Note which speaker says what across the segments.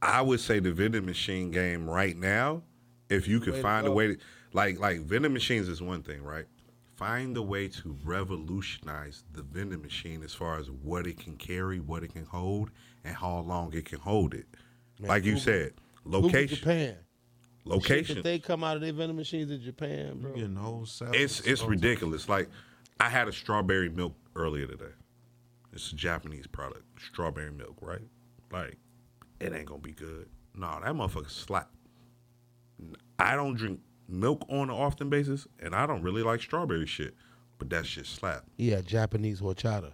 Speaker 1: I would say the vending machine game right now, if you could
Speaker 2: Way to
Speaker 1: find a
Speaker 2: go.
Speaker 1: way to like like vending machines is one thing, right? Find a way to revolutionize the vending machine as far as what it can carry, what it can hold, and how long it can hold it. like you
Speaker 2: Uber-
Speaker 1: said,
Speaker 2: Uber
Speaker 1: location,
Speaker 2: Japan. Shit that
Speaker 1: location.
Speaker 2: they come out of their vending machines in Japan, bro.
Speaker 3: Getting whole salad.
Speaker 1: It's it's ridiculous. Like I had a strawberry milk earlier today. It's a Japanese product, strawberry milk, right? Like it ain't gonna be good. No, that motherfucker slap. I don't drink milk on an often basis, and I don't really like strawberry shit, but that shit slap.
Speaker 2: Yeah, Japanese horchata.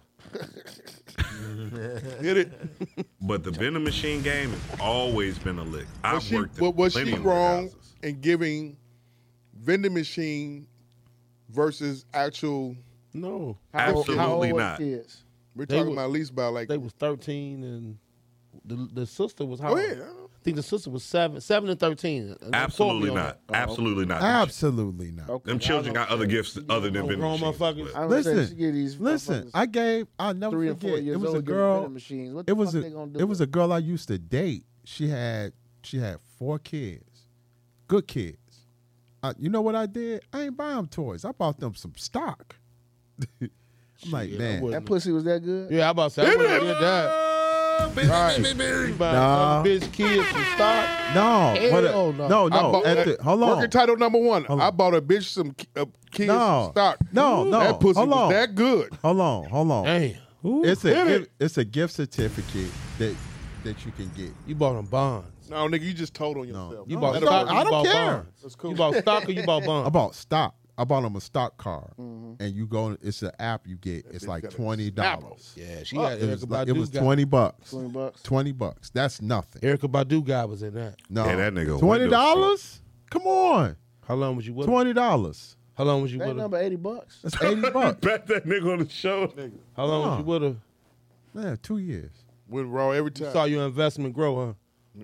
Speaker 1: But the vending machine game has always been a lick. I've
Speaker 4: Was she,
Speaker 1: worked.
Speaker 4: wa-
Speaker 1: at
Speaker 4: was she
Speaker 1: plenty of
Speaker 4: wrong
Speaker 1: warehouses.
Speaker 4: in giving vending machine versus actual?
Speaker 2: No,
Speaker 5: How old- how
Speaker 1: Absolutely
Speaker 5: old
Speaker 1: not.
Speaker 5: kids?
Speaker 4: We're
Speaker 2: They
Speaker 4: talking
Speaker 2: were-
Speaker 4: about at least about like.
Speaker 2: they was thirteen and the, the sister was how?
Speaker 4: oh
Speaker 2: old?
Speaker 4: yeah,
Speaker 2: I think the sister was seven, seven and thirteen. And don't
Speaker 1: Absolutely
Speaker 2: quote me on
Speaker 1: not. Absolutely not.
Speaker 3: Absolutely not.
Speaker 5: Okay,
Speaker 1: Them children got other gifts other than vending
Speaker 2: Grown
Speaker 1: machines.
Speaker 2: motherfuckers.
Speaker 5: I don't think
Speaker 3: Listen,
Speaker 5: she get these
Speaker 3: Listen,
Speaker 5: motherfuckers
Speaker 3: I gave. I'll never
Speaker 5: three and
Speaker 3: forget.
Speaker 5: four years
Speaker 3: it was
Speaker 5: old
Speaker 3: a
Speaker 5: getting
Speaker 3: girl.
Speaker 5: vending machines. What the
Speaker 3: It was
Speaker 5: fuck
Speaker 3: a.
Speaker 5: they gonna do?
Speaker 3: It was a girl I used to date. She had. She had four kids, good kids. I, you know what I did? I ain't buy them toys. I bought them some stock. I'm like,
Speaker 2: Shit, I
Speaker 3: man,
Speaker 2: wouldn't.
Speaker 5: that pussy was that good.
Speaker 2: Yeah, I about to say I wouldn't did that.
Speaker 1: Ah, bitch,
Speaker 2: Right.
Speaker 1: bitch, bitch.
Speaker 2: You buy
Speaker 3: Nah.
Speaker 2: some bitch kids from stock.
Speaker 3: no,
Speaker 2: Hell
Speaker 3: what a-
Speaker 2: no.
Speaker 3: no,
Speaker 4: I
Speaker 3: no.
Speaker 4: bought-
Speaker 3: at the, hold on,
Speaker 4: Working title number one.
Speaker 3: Hold
Speaker 4: I
Speaker 3: on.
Speaker 4: bought a bitch some ki- uh, kids
Speaker 3: No.
Speaker 4: some stock.
Speaker 3: No, no.
Speaker 4: that pussy
Speaker 3: Hold
Speaker 4: was
Speaker 3: on.
Speaker 4: that good.
Speaker 3: hold on, hold on.
Speaker 2: Damn,
Speaker 3: it's a
Speaker 4: hit
Speaker 3: gift,
Speaker 4: it.
Speaker 3: it's a gift certificate that that you can get.
Speaker 2: you bought them bonds.
Speaker 4: No, nigga, you just told on
Speaker 3: No.
Speaker 4: yourself.
Speaker 2: You
Speaker 3: No,
Speaker 2: bought
Speaker 3: I
Speaker 2: stock.
Speaker 3: don't-
Speaker 2: or
Speaker 3: I
Speaker 2: you
Speaker 3: don't
Speaker 2: bought
Speaker 3: care.
Speaker 2: bonds.
Speaker 4: That's cool.
Speaker 2: You bought stock or you bought
Speaker 3: I
Speaker 2: bonds.
Speaker 3: bought stock. I bought him a stock card,
Speaker 4: Mm-hmm.
Speaker 3: and you go. It's an app you get. It's like
Speaker 4: got a
Speaker 3: twenty dollars.
Speaker 2: Yeah, she had
Speaker 3: It
Speaker 2: Erica
Speaker 3: was, like, it
Speaker 2: Badu.
Speaker 3: was
Speaker 2: guy.
Speaker 3: twenty bucks.
Speaker 5: 20 bucks.
Speaker 3: Twenty bucks. That's nothing.
Speaker 2: Erica Badu guy was in that.
Speaker 3: No,
Speaker 1: Yeah, that nigga
Speaker 3: Twenty
Speaker 1: window
Speaker 3: dollars? Come on,
Speaker 2: How long was you with? her?
Speaker 3: twenty dollars.
Speaker 2: How long was you
Speaker 5: That
Speaker 2: with? her?
Speaker 5: number eighty bucks.
Speaker 3: That's eighty bucks.
Speaker 1: Bet that nigga on the show.
Speaker 2: How long was
Speaker 3: Nah.
Speaker 2: you with her?
Speaker 3: Yeah, two years.
Speaker 4: Went raw every time.
Speaker 2: Saw your investment grow, huh?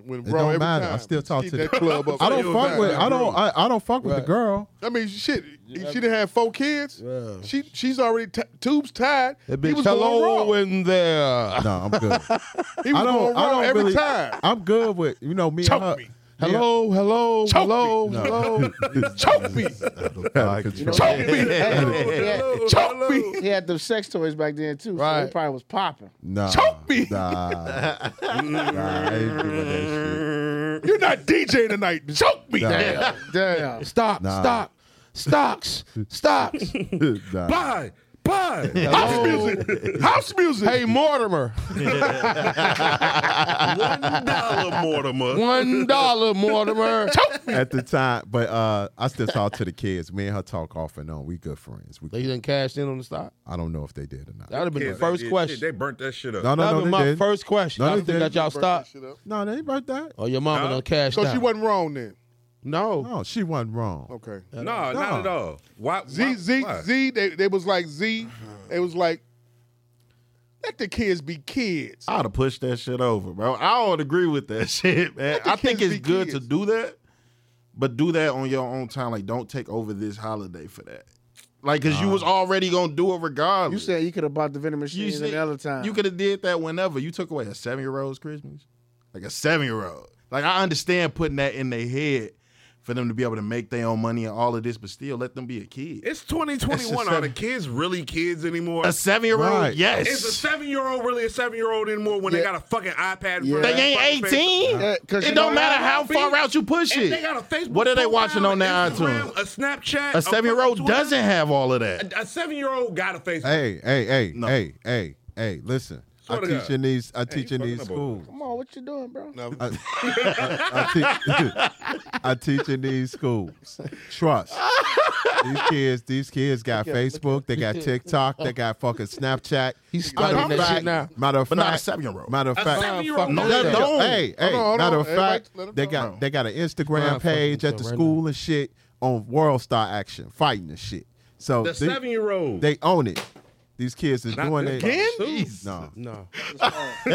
Speaker 4: Went
Speaker 3: It
Speaker 4: raw every
Speaker 3: don't matter.
Speaker 4: time.
Speaker 3: I still talk
Speaker 4: Keep
Speaker 3: to
Speaker 4: that
Speaker 3: the-
Speaker 4: club up.
Speaker 3: I
Speaker 4: It
Speaker 3: don't
Speaker 4: was
Speaker 3: fuck
Speaker 4: that
Speaker 3: with.
Speaker 4: good.
Speaker 3: I don't. I, I don't fuck with
Speaker 2: Right.
Speaker 3: the girl.
Speaker 4: I mean, shit. If she done had four kids,
Speaker 2: Yeah.
Speaker 4: she she's already t- tubes tied.
Speaker 2: That
Speaker 4: he
Speaker 2: bitch,
Speaker 4: was going
Speaker 2: hello
Speaker 4: raw.
Speaker 2: in there.
Speaker 3: No, I'm good.
Speaker 4: He was
Speaker 3: I
Speaker 4: going
Speaker 3: don't. I
Speaker 4: raw
Speaker 3: don't
Speaker 4: every
Speaker 3: really,
Speaker 4: time.
Speaker 3: I'm good with you know me.
Speaker 4: Choke
Speaker 3: and her,
Speaker 4: me.
Speaker 3: me and-
Speaker 2: Hello, hello,
Speaker 4: Choke
Speaker 2: hello,
Speaker 3: No.
Speaker 2: hello.
Speaker 4: Choke me,
Speaker 3: Out of control.
Speaker 4: choke me,
Speaker 5: Hey,
Speaker 4: choke me.
Speaker 5: he, had, he had them sex toys back then too, so
Speaker 2: Right.
Speaker 5: they probably was popping.
Speaker 3: Nah,
Speaker 4: Choke me.
Speaker 3: Nah, nah, I ain't doing that
Speaker 4: You're not DJing tonight. Choke me.
Speaker 3: Nah.
Speaker 5: Damn.
Speaker 2: Stop,
Speaker 3: Nah.
Speaker 2: stop, stocks, stocks.
Speaker 3: shit. Nah.
Speaker 1: Bye. Bye.
Speaker 4: House music. House music.
Speaker 2: hey, Mortimer,
Speaker 1: One dollar, Mortimer.
Speaker 2: one dollar, Mortimer.
Speaker 3: at the time, but uh, I still talk to the kids. Me and her talk off and on. We good friends. We,
Speaker 2: they didn't cash in on the stock.
Speaker 3: I don't know if they did or not.
Speaker 2: That would have been
Speaker 1: Yeah,
Speaker 2: the first
Speaker 1: they did shit.
Speaker 2: question.
Speaker 1: They burnt that shit up.
Speaker 3: No,
Speaker 2: that
Speaker 3: no,
Speaker 2: would
Speaker 3: no,
Speaker 2: been
Speaker 3: they
Speaker 2: my
Speaker 3: did.
Speaker 2: first question.
Speaker 3: No,
Speaker 2: I
Speaker 3: they
Speaker 2: don't think
Speaker 3: didn't.
Speaker 2: that y'all stopped.
Speaker 3: No, they ain't about that.
Speaker 2: Or your mama
Speaker 1: Nah.
Speaker 2: done cashed
Speaker 4: So
Speaker 2: out.
Speaker 4: she wasn't wrong then.
Speaker 2: no.
Speaker 3: No, she wasn't wrong.
Speaker 4: Okay.
Speaker 1: no, not at all. Why? why-
Speaker 4: Z Z
Speaker 1: why?
Speaker 4: Z. They, they was like Z. It was like let the kids be kids.
Speaker 6: I'd have pushed that shit over, bro. I don't agree with that shit, man.
Speaker 4: the
Speaker 6: I think
Speaker 4: kids
Speaker 6: it's
Speaker 4: be
Speaker 6: good to
Speaker 4: kids.
Speaker 6: do that, but do that on your own time. Like, don't take over this holiday for that. Like, cause you was already gonna do it
Speaker 5: You
Speaker 6: regardless.
Speaker 5: said you could have bought the vending machines
Speaker 6: said-
Speaker 5: another time.
Speaker 6: You could have did that whenever. You took away a seven year old's Christmas, like a seven year old. Like I understand putting that in their head for them to be able to make their own money and all of this, but still let them be a kid.
Speaker 1: It's 2021.
Speaker 6: It's a
Speaker 1: Are the
Speaker 6: seven-
Speaker 1: kids really kids anymore?
Speaker 6: A seven year old,
Speaker 3: Right.
Speaker 6: yes.
Speaker 1: Is a seven year old really a seven year old anymore when they got a fucking iPad? in front of
Speaker 6: they
Speaker 1: their
Speaker 6: ain't
Speaker 1: fucking face?
Speaker 6: eighteen.
Speaker 5: Yeah, 'cause you
Speaker 6: it
Speaker 5: know
Speaker 6: don't matter
Speaker 1: how
Speaker 6: how
Speaker 1: it
Speaker 6: far
Speaker 1: be.
Speaker 6: out you push
Speaker 1: If
Speaker 6: it.
Speaker 1: they got a Facebook.
Speaker 6: what are they watching
Speaker 1: profile,
Speaker 6: on their
Speaker 1: an Instagram,
Speaker 6: iTunes?
Speaker 1: A Snapchat.
Speaker 6: A seven year old
Speaker 1: fucking Twitter?
Speaker 6: doesn't have all of that.
Speaker 1: A seven year old got a Facebook.
Speaker 3: Hey, hey, hey,
Speaker 6: No.
Speaker 3: hey, hey, hey. Listen,
Speaker 1: Swear to
Speaker 3: I teach
Speaker 1: God.
Speaker 3: in these. I
Speaker 1: you
Speaker 3: teach in
Speaker 1: fucking
Speaker 3: these
Speaker 1: up over
Speaker 3: schools.
Speaker 5: Come on, what you doing, bro?
Speaker 4: No.
Speaker 3: I, I, I, teach, I teach in these schools. Trust. These kids, these kids got Facebook, they got TikTok, they got fucking Snapchat.
Speaker 2: He's
Speaker 3: Matter
Speaker 2: studying
Speaker 3: of
Speaker 2: that
Speaker 3: fact,
Speaker 2: shit now.
Speaker 3: matter of
Speaker 6: But not a
Speaker 3: fact,
Speaker 6: seven year old.
Speaker 3: matter of
Speaker 1: A
Speaker 3: fact,
Speaker 1: seven year old.
Speaker 2: fuck
Speaker 3: No,
Speaker 2: that.
Speaker 3: no, hey, hey.
Speaker 4: Hold on, hold
Speaker 3: matter
Speaker 4: on.
Speaker 3: of fact,
Speaker 4: Everybody, let 'em
Speaker 3: they
Speaker 4: talk.
Speaker 3: got they got an
Speaker 2: Nah,
Speaker 3: Instagram
Speaker 2: fuck
Speaker 3: page
Speaker 2: them
Speaker 3: at the
Speaker 2: stuff right
Speaker 3: school and shit on World Star Action, fighting and shit. So
Speaker 1: The
Speaker 3: they,
Speaker 1: seven year old.
Speaker 3: they own it. These kids is
Speaker 1: Not
Speaker 3: doing
Speaker 1: this
Speaker 3: it.
Speaker 1: fucking soon.
Speaker 3: No,
Speaker 2: No.
Speaker 1: He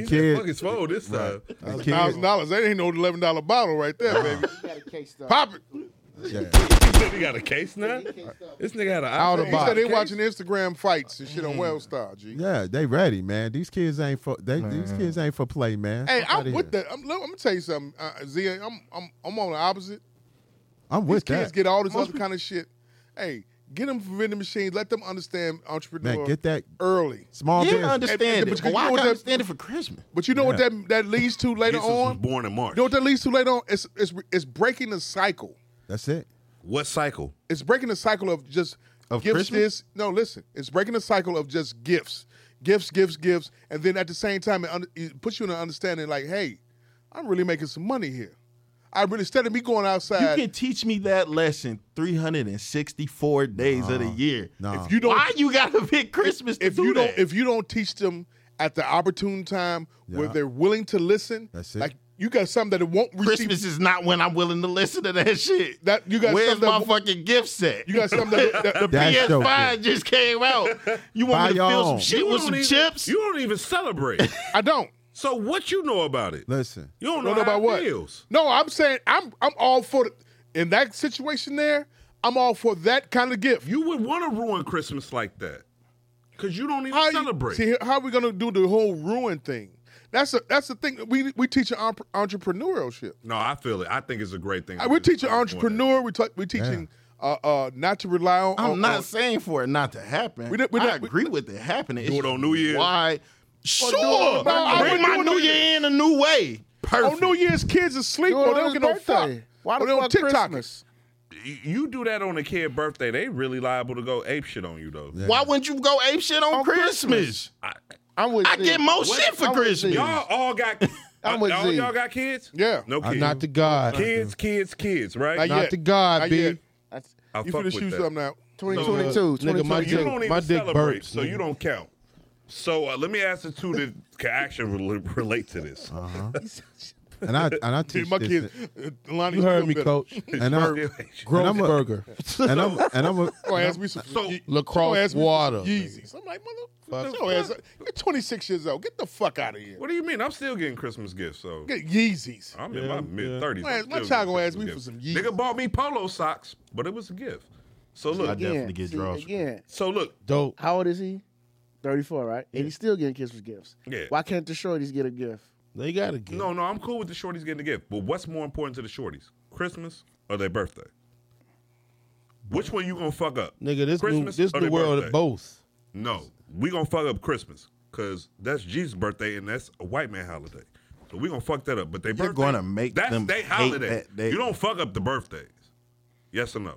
Speaker 1: said,
Speaker 3: kid-
Speaker 1: fuck his phone this time.
Speaker 3: the kids,
Speaker 4: Thousand dollars. That ain't no eleven dollar bottle right there, baby.
Speaker 5: You got a case stuff.
Speaker 4: Pop it.
Speaker 3: Yeah.
Speaker 1: he got a case now. This nigga had an
Speaker 3: Out
Speaker 1: iPhone.
Speaker 3: of
Speaker 4: He said
Speaker 3: box.
Speaker 4: they watching Instagram fights and shit on WellStar, G.
Speaker 3: Yeah, they ready, man. These kids ain't for they, these kids ain't for play, man.
Speaker 4: Hey,
Speaker 3: Fuck outta
Speaker 4: I'm with
Speaker 3: here.
Speaker 4: that. I'm, look, I'm gonna tell you something, uh, Zia. I'm I'm I'm on the opposite.
Speaker 3: I'm
Speaker 4: These
Speaker 3: with
Speaker 4: kids
Speaker 3: that.
Speaker 4: get all this other kind of shit. Hey, get them from vending machines. Let them understand entrepreneur
Speaker 3: man, get that
Speaker 4: early.
Speaker 3: small
Speaker 6: Yeah,
Speaker 3: business.
Speaker 6: I understand
Speaker 4: But
Speaker 6: it.
Speaker 4: you
Speaker 6: But why
Speaker 4: know what
Speaker 6: can't I
Speaker 4: that-
Speaker 6: understand it for Christmas?
Speaker 4: But you know what that that leads to later
Speaker 1: Jesus was
Speaker 4: on. You
Speaker 1: born in March.
Speaker 4: know what that leads to later on? It's it's it's breaking the cycle.
Speaker 3: That's it.
Speaker 1: What cycle?
Speaker 4: It's breaking the cycle of just
Speaker 6: Of
Speaker 4: gifts.
Speaker 6: Christmas?
Speaker 4: This no, listen. It's breaking the cycle of just gifts, gifts, gifts, gifts, and then at the same time, it, under, it puts you in an understanding like, hey, I'm really making some money here. I really instead of me going
Speaker 6: You
Speaker 4: outside.
Speaker 6: can teach me that lesson 364 days of the year.
Speaker 3: nah.
Speaker 6: If you don't, why you gotta pick Christmas to
Speaker 4: if
Speaker 6: do
Speaker 4: you
Speaker 6: that?
Speaker 4: don't if you don't teach them at the opportune time where
Speaker 3: Yeah.
Speaker 4: they're willing to listen,
Speaker 3: That's it.
Speaker 4: like you got something that it won't receive.
Speaker 6: Christmas is not when I'm willing to listen to that shit.
Speaker 4: That- you got
Speaker 6: Where's
Speaker 4: something
Speaker 6: my
Speaker 4: that-
Speaker 6: fucking gift set?
Speaker 4: You got something that, that-
Speaker 6: the
Speaker 3: That's your
Speaker 6: PS5 just came out. You
Speaker 3: Buy
Speaker 6: want me to
Speaker 3: your
Speaker 6: fill
Speaker 3: own.
Speaker 6: some shit
Speaker 1: You
Speaker 6: with
Speaker 1: don't
Speaker 6: some
Speaker 1: even-
Speaker 6: chips?
Speaker 1: You don't even celebrate.
Speaker 4: I don't.
Speaker 1: so what you know about it?
Speaker 3: Listen,
Speaker 1: You don't know,
Speaker 4: Don't know
Speaker 1: how
Speaker 4: about
Speaker 1: it
Speaker 4: what?
Speaker 1: feels.
Speaker 4: No, I'm saying I'm I'm all for the, in that situation there. I'm all for that kind of gift.
Speaker 1: You would want to ruin Christmas like that because you don't even
Speaker 4: how you-
Speaker 1: celebrate.
Speaker 4: see, how are we gonna do the whole ruin thing? That's a, that's the thing. We we teach an entre- entrepreneurship.
Speaker 1: no, I feel it. I think it's a great thing.
Speaker 4: We're
Speaker 1: It's-
Speaker 4: teaching
Speaker 1: I'm doing that.
Speaker 4: entrepreneur. We're, ta- we're teaching uh, uh, not to rely on.
Speaker 6: I'm
Speaker 4: on-
Speaker 6: not
Speaker 4: on-
Speaker 6: saying for it not to happen.
Speaker 4: We don't- we
Speaker 6: I
Speaker 4: don't- we-
Speaker 6: agree with it happening. It's
Speaker 1: it on New Year's.
Speaker 6: Why?
Speaker 4: do it
Speaker 6: Sure.
Speaker 4: on- no, I
Speaker 6: bring
Speaker 4: would do
Speaker 6: my
Speaker 4: it
Speaker 6: New
Speaker 4: on-
Speaker 6: Year in a new way. Perfect.
Speaker 4: on New Year's, kids asleep
Speaker 5: Do it
Speaker 4: or they
Speaker 5: on
Speaker 4: don't
Speaker 5: his
Speaker 4: get no fuck.
Speaker 5: birthday. Why
Speaker 4: Or
Speaker 5: the
Speaker 4: they on
Speaker 5: fuck
Speaker 4: TikTok?
Speaker 5: Christmas?
Speaker 1: You- You do that on a kid birthday, they really liable to go ape shit on you though.
Speaker 6: Why wouldn't you go ape shit on,
Speaker 5: On
Speaker 6: Christmas?
Speaker 5: Christmas.
Speaker 1: I-
Speaker 5: I'm with
Speaker 6: I
Speaker 5: Z.
Speaker 6: get more shit for
Speaker 5: I'm with
Speaker 6: Christmas.
Speaker 5: you.
Speaker 1: y'all all got.
Speaker 5: I'm with
Speaker 1: all
Speaker 5: Z.
Speaker 1: y'all got kids?
Speaker 4: Yeah.
Speaker 1: No
Speaker 2: I'm
Speaker 1: kids.
Speaker 2: not to God.
Speaker 1: kids, kids, kids. Right?
Speaker 4: Not
Speaker 2: Not
Speaker 4: yet.
Speaker 2: to God,
Speaker 4: Not
Speaker 2: B.
Speaker 4: yet.
Speaker 5: That's
Speaker 1: I
Speaker 4: You
Speaker 1: fuck
Speaker 4: finna
Speaker 1: with
Speaker 4: shoot
Speaker 1: that.
Speaker 4: something out.
Speaker 5: 2022.
Speaker 2: Nigga, my
Speaker 5: 2022.
Speaker 1: You
Speaker 2: dick-
Speaker 1: don't even
Speaker 2: my dick
Speaker 1: celebrate,
Speaker 2: burps,
Speaker 1: so you
Speaker 2: nigga.
Speaker 1: don't count. So uh, let me ask the two that can actually rel- relate to this.
Speaker 3: and I and I
Speaker 4: Dude,
Speaker 3: teach
Speaker 4: my
Speaker 3: this-
Speaker 4: kids. uh, Lonnie,
Speaker 2: uh, You heard me,
Speaker 4: better.
Speaker 2: Coach.
Speaker 3: and I'm
Speaker 2: Gross
Speaker 3: I'm a-
Speaker 2: burger.
Speaker 3: and I'm and I'm a,
Speaker 4: Don't ask me some.
Speaker 1: So-
Speaker 4: Ye- don't
Speaker 2: Lacrosse
Speaker 4: ask me
Speaker 2: water.
Speaker 4: some Yeezys. I'm like, mother.
Speaker 2: Fuck.
Speaker 4: Your ass. You're 26 years old. Get the fuck out of here.
Speaker 1: What do you mean? I'm still getting Christmas gifts, so
Speaker 4: Get Yeezys.
Speaker 2: Uh,
Speaker 1: I'm in my mid thirties.
Speaker 4: My- my child gonna ask me for some Yeezys.
Speaker 1: Nigga bought me polo socks, but it was a gift. So look,
Speaker 6: Again. Definitely get
Speaker 5: see,
Speaker 6: draws.
Speaker 5: Again,
Speaker 1: so look,
Speaker 2: Dope.
Speaker 5: how old is he? 34, right? And he's still getting Christmas gifts.
Speaker 1: Yeah.
Speaker 5: Why can't the shorties get a gift?
Speaker 2: They got to get.
Speaker 1: no, no, I'm cool with the shorties getting a gift, but what's more important to the shorties, Christmas or their birthday? Which one you gonna fuck up,
Speaker 2: Nigga, this
Speaker 1: Christmas
Speaker 2: new this
Speaker 1: or
Speaker 2: new
Speaker 1: their
Speaker 2: world
Speaker 1: birthday?
Speaker 2: of both.
Speaker 1: No, we gonna fuck up Christmas because that's Jesus' birthday and that's a white man holiday. So we gonna fuck that up. But they
Speaker 6: You're
Speaker 1: birthday,
Speaker 6: gonna make
Speaker 1: that's
Speaker 6: them
Speaker 1: they
Speaker 6: hate
Speaker 1: holiday.
Speaker 6: that day.
Speaker 1: You don't fuck up the birthdays. Yes or no?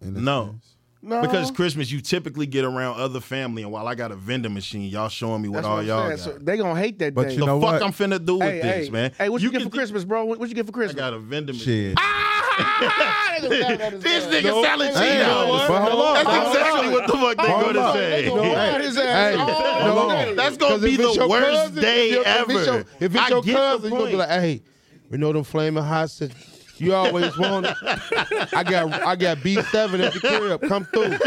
Speaker 3: in a
Speaker 6: No.
Speaker 3: sense.
Speaker 5: No.
Speaker 6: Because Christmas, you typically get around other family, and while I got a vending machine, y'all showing me what
Speaker 5: that's
Speaker 6: all
Speaker 5: what I'm
Speaker 6: y'all
Speaker 5: saying.
Speaker 6: got.
Speaker 5: So they going to hate that
Speaker 3: But
Speaker 5: day.
Speaker 3: you
Speaker 6: the
Speaker 3: know
Speaker 6: fuck
Speaker 3: what?
Speaker 6: I'm finna do with
Speaker 5: hey,
Speaker 6: this,
Speaker 5: hey,
Speaker 6: man?
Speaker 5: Hey, what you,
Speaker 6: can
Speaker 5: get for
Speaker 6: do-
Speaker 5: Christmas, bro? What, what you get for
Speaker 6: I
Speaker 5: Christmas?
Speaker 6: got a vending machine.
Speaker 3: Shit.
Speaker 6: this nigga selling cheese.
Speaker 3: Hey,
Speaker 6: That's
Speaker 3: but hold on, hold
Speaker 6: exactly
Speaker 3: on.
Speaker 6: what the fuck they
Speaker 3: Hold
Speaker 6: gonna
Speaker 3: on.
Speaker 6: say.
Speaker 3: They gonna ride
Speaker 5: his ass
Speaker 3: Hey,
Speaker 5: all
Speaker 3: hold
Speaker 5: day.
Speaker 3: on.
Speaker 6: That's gonna
Speaker 2: 'Cause
Speaker 6: be
Speaker 2: if it's
Speaker 6: the
Speaker 2: your
Speaker 6: worst
Speaker 2: cousin,
Speaker 6: day
Speaker 2: if
Speaker 6: ever.
Speaker 2: It's your, if
Speaker 6: I
Speaker 2: it's your
Speaker 6: get
Speaker 2: cousin,
Speaker 6: the
Speaker 2: you're gonna be
Speaker 6: point.
Speaker 2: like, hey, we know them flaming hot you always want it. I got I got B seven at the crib. Come through.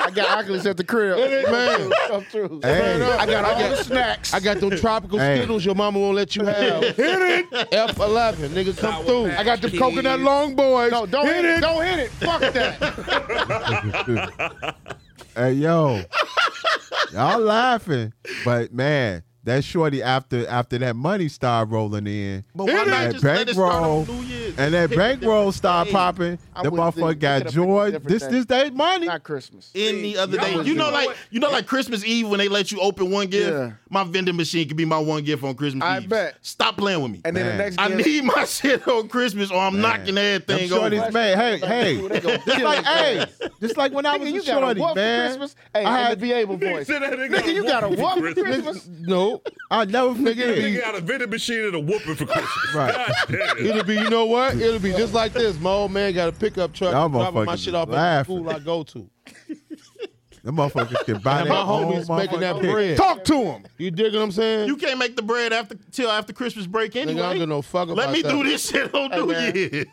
Speaker 5: I got Oculus at the crib.
Speaker 2: Man.
Speaker 5: Come through.
Speaker 3: Hey.
Speaker 2: I got I got snacks. I got them tropical
Speaker 3: Hey.
Speaker 2: skittles your mama won't let you have. Hit it. F eleven, nigga, come through.
Speaker 1: Pack
Speaker 2: I got
Speaker 1: Kids.
Speaker 2: long boys.
Speaker 5: No, don't hit, it. Don't hit it. Fuck that.
Speaker 3: Hey yo, y'all laughing, but man, that shorty after after that money started rolling in,
Speaker 6: But why
Speaker 3: and
Speaker 6: not
Speaker 3: that
Speaker 6: just let it start on
Speaker 3: bankroll,
Speaker 6: New Year's?
Speaker 3: and that
Speaker 6: Pick a
Speaker 3: bankroll
Speaker 6: different
Speaker 3: started
Speaker 6: day.
Speaker 3: popping.
Speaker 5: I
Speaker 3: The
Speaker 5: wouldn't
Speaker 3: motherfucker
Speaker 5: think- pick it
Speaker 3: got
Speaker 5: up a
Speaker 3: joy.
Speaker 5: different
Speaker 3: This
Speaker 5: day.
Speaker 3: this day money.
Speaker 5: Not Christmas.
Speaker 6: any other
Speaker 1: y'all
Speaker 6: day.
Speaker 1: was
Speaker 6: You know,
Speaker 1: doing
Speaker 6: like
Speaker 1: what?
Speaker 6: you know, like Christmas Eve when they let you open one gift.
Speaker 5: Yeah.
Speaker 6: My vending machine could be my one gift on Christmas
Speaker 5: I
Speaker 6: Eve.
Speaker 5: bet.
Speaker 6: Stop playing with me.
Speaker 5: And then
Speaker 3: Man.
Speaker 5: the next
Speaker 6: I
Speaker 5: gift-
Speaker 6: need my shit on Christmas, or I'm knocking
Speaker 3: Them
Speaker 6: everything over.
Speaker 3: shorties, man. Hey, hey, just like hey, just like when I was
Speaker 5: Nigga,
Speaker 3: a
Speaker 5: you got a
Speaker 3: shorty,
Speaker 5: wolf for
Speaker 3: man.
Speaker 5: Christmas. Hey,
Speaker 3: I
Speaker 5: I had
Speaker 3: had-
Speaker 5: to be able voice.
Speaker 1: Said that nigga
Speaker 5: Nigga, you got a
Speaker 1: whooping
Speaker 5: wolf
Speaker 1: for
Speaker 5: for Christmas?
Speaker 2: No.
Speaker 3: I never
Speaker 1: Nigga
Speaker 3: forget.
Speaker 1: got a vending machine and a whooping for Christmas.
Speaker 3: Right.
Speaker 1: God damn it.
Speaker 2: It'll be, you know what? It'll be just like this. My old man got a pickup truck
Speaker 3: Y'all
Speaker 2: dropping my
Speaker 3: motherfuckers
Speaker 2: shit off at the
Speaker 3: laughing.
Speaker 2: school I go to.
Speaker 3: Them motherfuckers can buy
Speaker 2: And
Speaker 3: their
Speaker 2: my
Speaker 3: own
Speaker 2: homies making that
Speaker 3: motherfucking
Speaker 2: bread.
Speaker 4: Talk to him.
Speaker 2: You dig what I'm saying?
Speaker 6: You can't make the bread after till after Christmas break anyway.
Speaker 2: Nigga, I don't give no fuck
Speaker 6: Let
Speaker 2: about
Speaker 6: me
Speaker 2: that.
Speaker 6: do this shit on New Year's.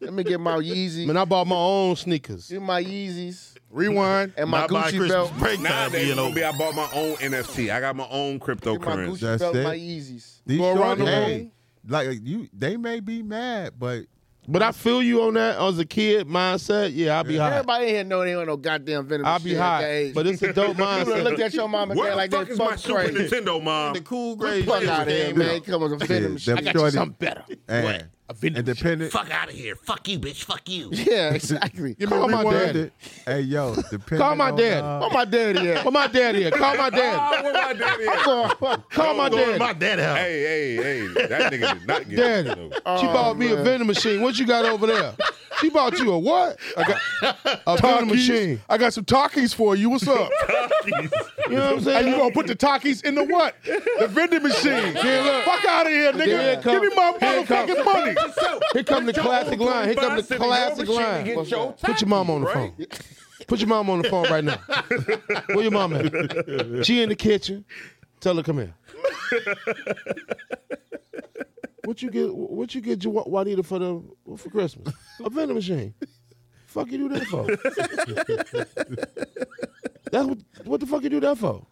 Speaker 5: Let me get my Yeezy.
Speaker 2: Man, I bought my own sneakers.
Speaker 5: Get my Yeezys
Speaker 4: Rewind.
Speaker 5: and my
Speaker 6: Not by
Speaker 5: Gucci
Speaker 6: Christmas
Speaker 5: belt.
Speaker 6: break time,
Speaker 1: Nowadays,
Speaker 6: you know.
Speaker 1: homie, I bought my own NFT. I got my own
Speaker 5: Get my
Speaker 1: cryptocurrency.
Speaker 5: Gucci
Speaker 3: That's
Speaker 5: belt,
Speaker 3: it.
Speaker 5: my Yeezys.
Speaker 3: These
Speaker 4: Go around
Speaker 3: shorties,
Speaker 4: the
Speaker 3: hey,
Speaker 4: room.
Speaker 3: Like you, they may be mad, but
Speaker 2: But I feel you on that as a kid mindset. Yeah, I'll be high.
Speaker 5: Everybody in here know they ain't no goddamn venomous
Speaker 2: I'll be
Speaker 5: shit at that
Speaker 2: high.
Speaker 5: age.
Speaker 2: But it's a dope
Speaker 5: you would've
Speaker 2: mindset.
Speaker 5: looked at your mom and
Speaker 1: Where
Speaker 5: dad like
Speaker 1: the fuck
Speaker 5: that
Speaker 1: is my
Speaker 5: fuck
Speaker 1: Super
Speaker 5: crazy.
Speaker 1: Nintendo, mom?
Speaker 6: The cool grades.
Speaker 5: Fuck out of here,
Speaker 6: came
Speaker 5: man.
Speaker 6: out.
Speaker 5: Come on, some venomous shit.
Speaker 3: them shorty-
Speaker 5: better.
Speaker 3: and, and depending
Speaker 1: Fuck out of here. Fuck you, bitch. Fuck you.
Speaker 5: Yeah, exactly.
Speaker 3: Give
Speaker 2: Call
Speaker 3: me
Speaker 2: my
Speaker 3: one.
Speaker 2: daddy.
Speaker 3: Hey yo, depending
Speaker 2: Call my
Speaker 3: on,
Speaker 2: daddy.
Speaker 3: uh,
Speaker 2: Where my daddy at? Where my daddy at? Call my daddy.
Speaker 1: Oh, where my daddy at?
Speaker 2: Call my daddy.
Speaker 6: My dad helped.
Speaker 1: Hey, hey, hey. That nigga did not get
Speaker 2: Daddy.
Speaker 1: it. though.
Speaker 2: She bought me a vending machine. What you got over there? She bought you a what? I got a vending machine.
Speaker 4: I got some talkies for you. What's up?
Speaker 2: You know what I'm
Speaker 4: and you
Speaker 2: saying?
Speaker 4: gonna put the talkies in the what? The vending machine. Fuck out of
Speaker 2: Here
Speaker 4: here, nigga.
Speaker 2: it come.
Speaker 4: Give me my
Speaker 2: Here it come.
Speaker 4: motherfucking money.
Speaker 2: Here come the classic line. Here come the classic line.
Speaker 1: Put your
Speaker 2: Put your mom on the phone. Put your mom on the phone right now. Where your mom at? She in the kitchen. Tell her come here. What you get? What you get? Ju- Juanita for the for Christmas? A vending machine. Fuck you do that for? That's what. What the fuck you do that for?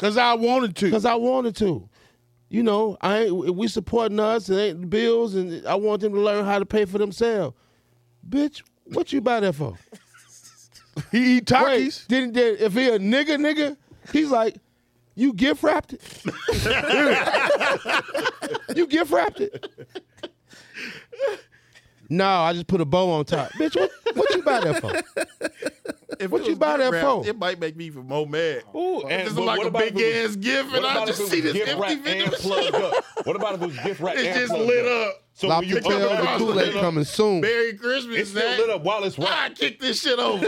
Speaker 4: Cause I wanted to.
Speaker 2: Cause I wanted to. You know, I ain't, we supporting us and ain't bills, and I want them to learn how to pay for themselves. Bitch, what you buy that for?
Speaker 4: He eat
Speaker 2: Wait,
Speaker 4: talkies.
Speaker 2: didn't did, if he a nigga nigga, he's like, you gift wrapped it. you gift wrapped it. No, I just put a bow on top. Bitch, what, what you buy that for?
Speaker 6: If
Speaker 2: What
Speaker 6: it
Speaker 2: you
Speaker 6: was
Speaker 2: buy
Speaker 6: gift
Speaker 2: that
Speaker 6: wrapped,
Speaker 2: for?
Speaker 6: It might make me even more mad.
Speaker 1: Ooh, and-
Speaker 6: this is
Speaker 1: but
Speaker 6: like
Speaker 1: what
Speaker 6: a
Speaker 1: about if
Speaker 6: big
Speaker 1: it was-
Speaker 6: ass gift, and
Speaker 1: What
Speaker 6: I
Speaker 1: about
Speaker 6: just
Speaker 1: if
Speaker 6: see
Speaker 1: it was
Speaker 6: this
Speaker 1: gift
Speaker 6: empty
Speaker 1: wrapped
Speaker 6: vending
Speaker 1: and plugged up? What about if it was gift wrapped
Speaker 6: It's
Speaker 1: and
Speaker 6: just
Speaker 1: plugged
Speaker 6: lit up.
Speaker 1: So
Speaker 2: La
Speaker 1: when you
Speaker 2: Patel,
Speaker 1: come
Speaker 6: up,
Speaker 2: the
Speaker 1: across
Speaker 6: Kool-Aid
Speaker 1: it,
Speaker 2: Kool-Aid coming soon.
Speaker 6: Merry Christmas,
Speaker 1: it's
Speaker 6: Zach.
Speaker 1: still lit up while it's
Speaker 6: I
Speaker 1: wrapped.
Speaker 6: kick this shit over.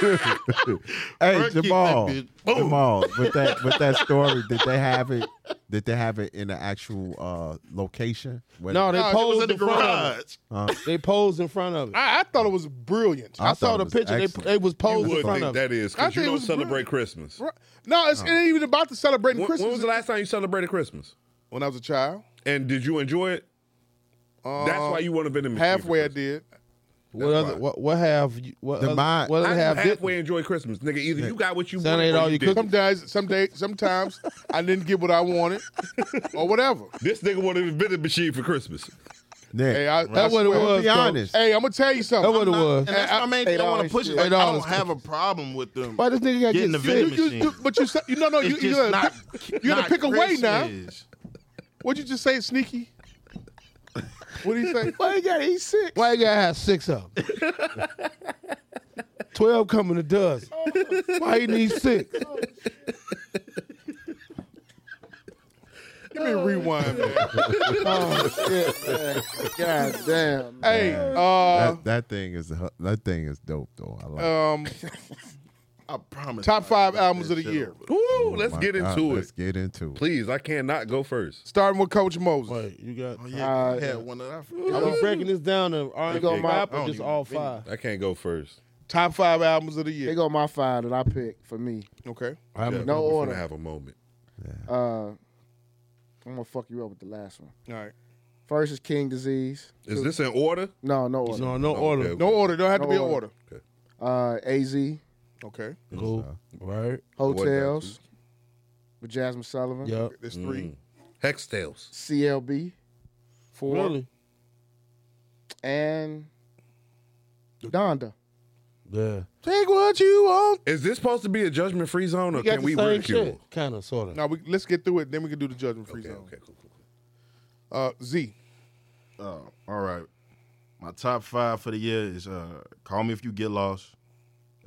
Speaker 3: Hey
Speaker 6: Bro, keep that
Speaker 3: Jamal,
Speaker 6: bitch. Boom.
Speaker 3: Jamal, with that with that story, did they have it? Did they have it in the actual uh, location? Where-
Speaker 2: No, they
Speaker 4: Nah, it was
Speaker 2: posed
Speaker 6: in the
Speaker 2: in front of it.
Speaker 6: garage.
Speaker 2: They posed in front of it.
Speaker 4: I, I thought it was brilliant.
Speaker 2: I, saw
Speaker 3: I thought
Speaker 2: the
Speaker 3: it was
Speaker 2: picture. They,
Speaker 3: excellent.
Speaker 2: they was posed
Speaker 1: You
Speaker 2: in
Speaker 1: would
Speaker 2: front of
Speaker 1: think
Speaker 2: it.
Speaker 1: that is
Speaker 4: I
Speaker 1: because
Speaker 4: think
Speaker 1: you
Speaker 4: it
Speaker 1: don't
Speaker 4: was
Speaker 1: celebrate Christmas.
Speaker 4: Right. No, it's, it ain't even about the celebrating
Speaker 1: When,
Speaker 4: Christmas.
Speaker 1: when was the last time you celebrated Christmas?
Speaker 4: When I was a child,
Speaker 1: And did you enjoy it? That's why you want to vending machine. for
Speaker 4: halfway I
Speaker 1: Christmas.
Speaker 4: did.
Speaker 2: What other? What, what have you? What
Speaker 3: The
Speaker 2: other,
Speaker 3: mind-
Speaker 2: What
Speaker 1: I
Speaker 2: other have? did-
Speaker 1: halfway enjoy Christmas, nigga. Either you got what you
Speaker 2: That
Speaker 1: wanted
Speaker 2: ain't
Speaker 1: or
Speaker 2: all you
Speaker 1: didn't.
Speaker 4: Some days, some days, sometimes I didn't get what I wanted, or whatever.
Speaker 1: This nigga wanted a vending machine for Christ's.
Speaker 3: Nick,
Speaker 4: Hey, I,
Speaker 2: That
Speaker 4: that's
Speaker 2: what it
Speaker 3: let's
Speaker 2: was.
Speaker 3: be
Speaker 2: though.
Speaker 3: honest.
Speaker 4: Hey, I'm gonna tell you
Speaker 2: That
Speaker 4: something.
Speaker 2: what it was.
Speaker 6: And that's
Speaker 4: I-
Speaker 6: my main thing. I want to push it. Like, I
Speaker 2: Eight dollars.
Speaker 6: don't have a problem with them.
Speaker 2: Why this nigga got getting
Speaker 6: Getting
Speaker 2: the
Speaker 6: the vending
Speaker 2: sick?
Speaker 4: You, you, but you, said- you no, no, you,
Speaker 6: It's
Speaker 4: you,
Speaker 6: just
Speaker 4: gotta,
Speaker 6: not.
Speaker 4: you gotta
Speaker 6: not
Speaker 4: pick away now.
Speaker 6: Christmas.
Speaker 4: What'd you just say, sneaky? What do you say?
Speaker 5: Why you gotta eat six?
Speaker 2: Why you gotta have six of them? Twelve coming a dozen. Why you need six?
Speaker 4: Give me a rewind, man.
Speaker 5: Oh, shit, man. God damn. man.
Speaker 4: Hey, uh,
Speaker 3: that, that thing is that thing is dope though. I
Speaker 1: Uh,
Speaker 3: like. it.
Speaker 4: um,
Speaker 6: I promise.
Speaker 4: top
Speaker 6: I'll
Speaker 4: five
Speaker 6: get
Speaker 4: albums
Speaker 6: that
Speaker 4: of the
Speaker 6: shit
Speaker 4: year.
Speaker 6: over.
Speaker 1: Ooh,
Speaker 3: Oh
Speaker 1: let's
Speaker 3: my
Speaker 1: get
Speaker 3: God,
Speaker 1: into
Speaker 3: Let's
Speaker 1: it.
Speaker 3: get into it.
Speaker 1: Please, I cannot go first.
Speaker 4: Starting with Coach Moses.
Speaker 2: Wait, you got.
Speaker 6: Oh, yeah,
Speaker 5: Uh,
Speaker 6: I had one of that. I forgot.
Speaker 2: Are we breaking this down to R and
Speaker 5: go my-
Speaker 2: rap
Speaker 6: I
Speaker 2: or
Speaker 6: don't
Speaker 2: just
Speaker 6: even
Speaker 2: all
Speaker 6: think-
Speaker 2: five?
Speaker 1: I can't go first.
Speaker 4: Top five albums of the
Speaker 5: They
Speaker 4: year.
Speaker 5: go my five that I picked for me.
Speaker 4: Okay.
Speaker 1: Yeah,
Speaker 5: no
Speaker 1: we're
Speaker 5: order.
Speaker 1: gonna have a moment.
Speaker 5: Uh, I'm gonna fuck you up with the last one.
Speaker 4: All right.
Speaker 5: First is King Disease.
Speaker 1: Is this in order?
Speaker 5: No, no order.
Speaker 2: No, no order.
Speaker 1: Okay.
Speaker 4: No order. Don't have
Speaker 5: No
Speaker 4: to be an
Speaker 5: order.
Speaker 4: order.
Speaker 5: Uh, AZ,
Speaker 4: Okay.
Speaker 2: Cool. Right.
Speaker 5: Hotels, with Jasmine Sullivan,
Speaker 2: Yep.
Speaker 4: There's three.
Speaker 1: Hex Tales.
Speaker 5: CLB,
Speaker 4: Four.
Speaker 2: Really?
Speaker 5: and Donda.
Speaker 2: Yeah.
Speaker 4: Take what you want.
Speaker 1: Is this supposed to be a judgment free zone or
Speaker 2: You got
Speaker 1: can we
Speaker 2: the same
Speaker 1: ridicule?
Speaker 2: shit. Kind of, sort of.
Speaker 4: Now, we, let's get through it. Then we can do the judgment free
Speaker 1: Okay,
Speaker 4: zone.
Speaker 1: okay, cool, cool, cool.
Speaker 4: Uh, Z.
Speaker 6: Oh, all right. My top five for the year is uh, "Call Me If You Get Lost."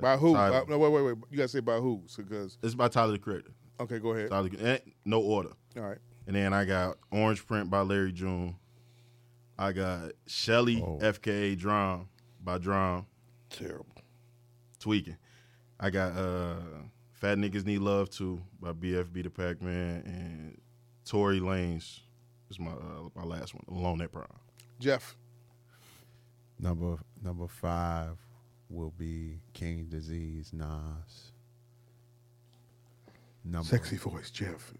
Speaker 4: By who?
Speaker 6: Tyler.
Speaker 4: By, no, wait, wait, wait. You gotta say by who? Because
Speaker 6: It's by Tyler the Creator.
Speaker 4: okay, go ahead.
Speaker 6: Tyler, the- eh, no order.
Speaker 4: All right.
Speaker 6: And then I got Orange Print by Larry June. I got Shelly
Speaker 3: Oh.
Speaker 6: FKA Drum by Drum.
Speaker 1: Terrible.
Speaker 6: Tweaking. I got uh Fat Niggas Need Love Too by BFB the Pac Man and Tory Lanez is my uh, my last one. Alone at Prime.
Speaker 4: Jeff.
Speaker 3: Number number five will be King Disease Nas. Number
Speaker 4: voice, Jeff.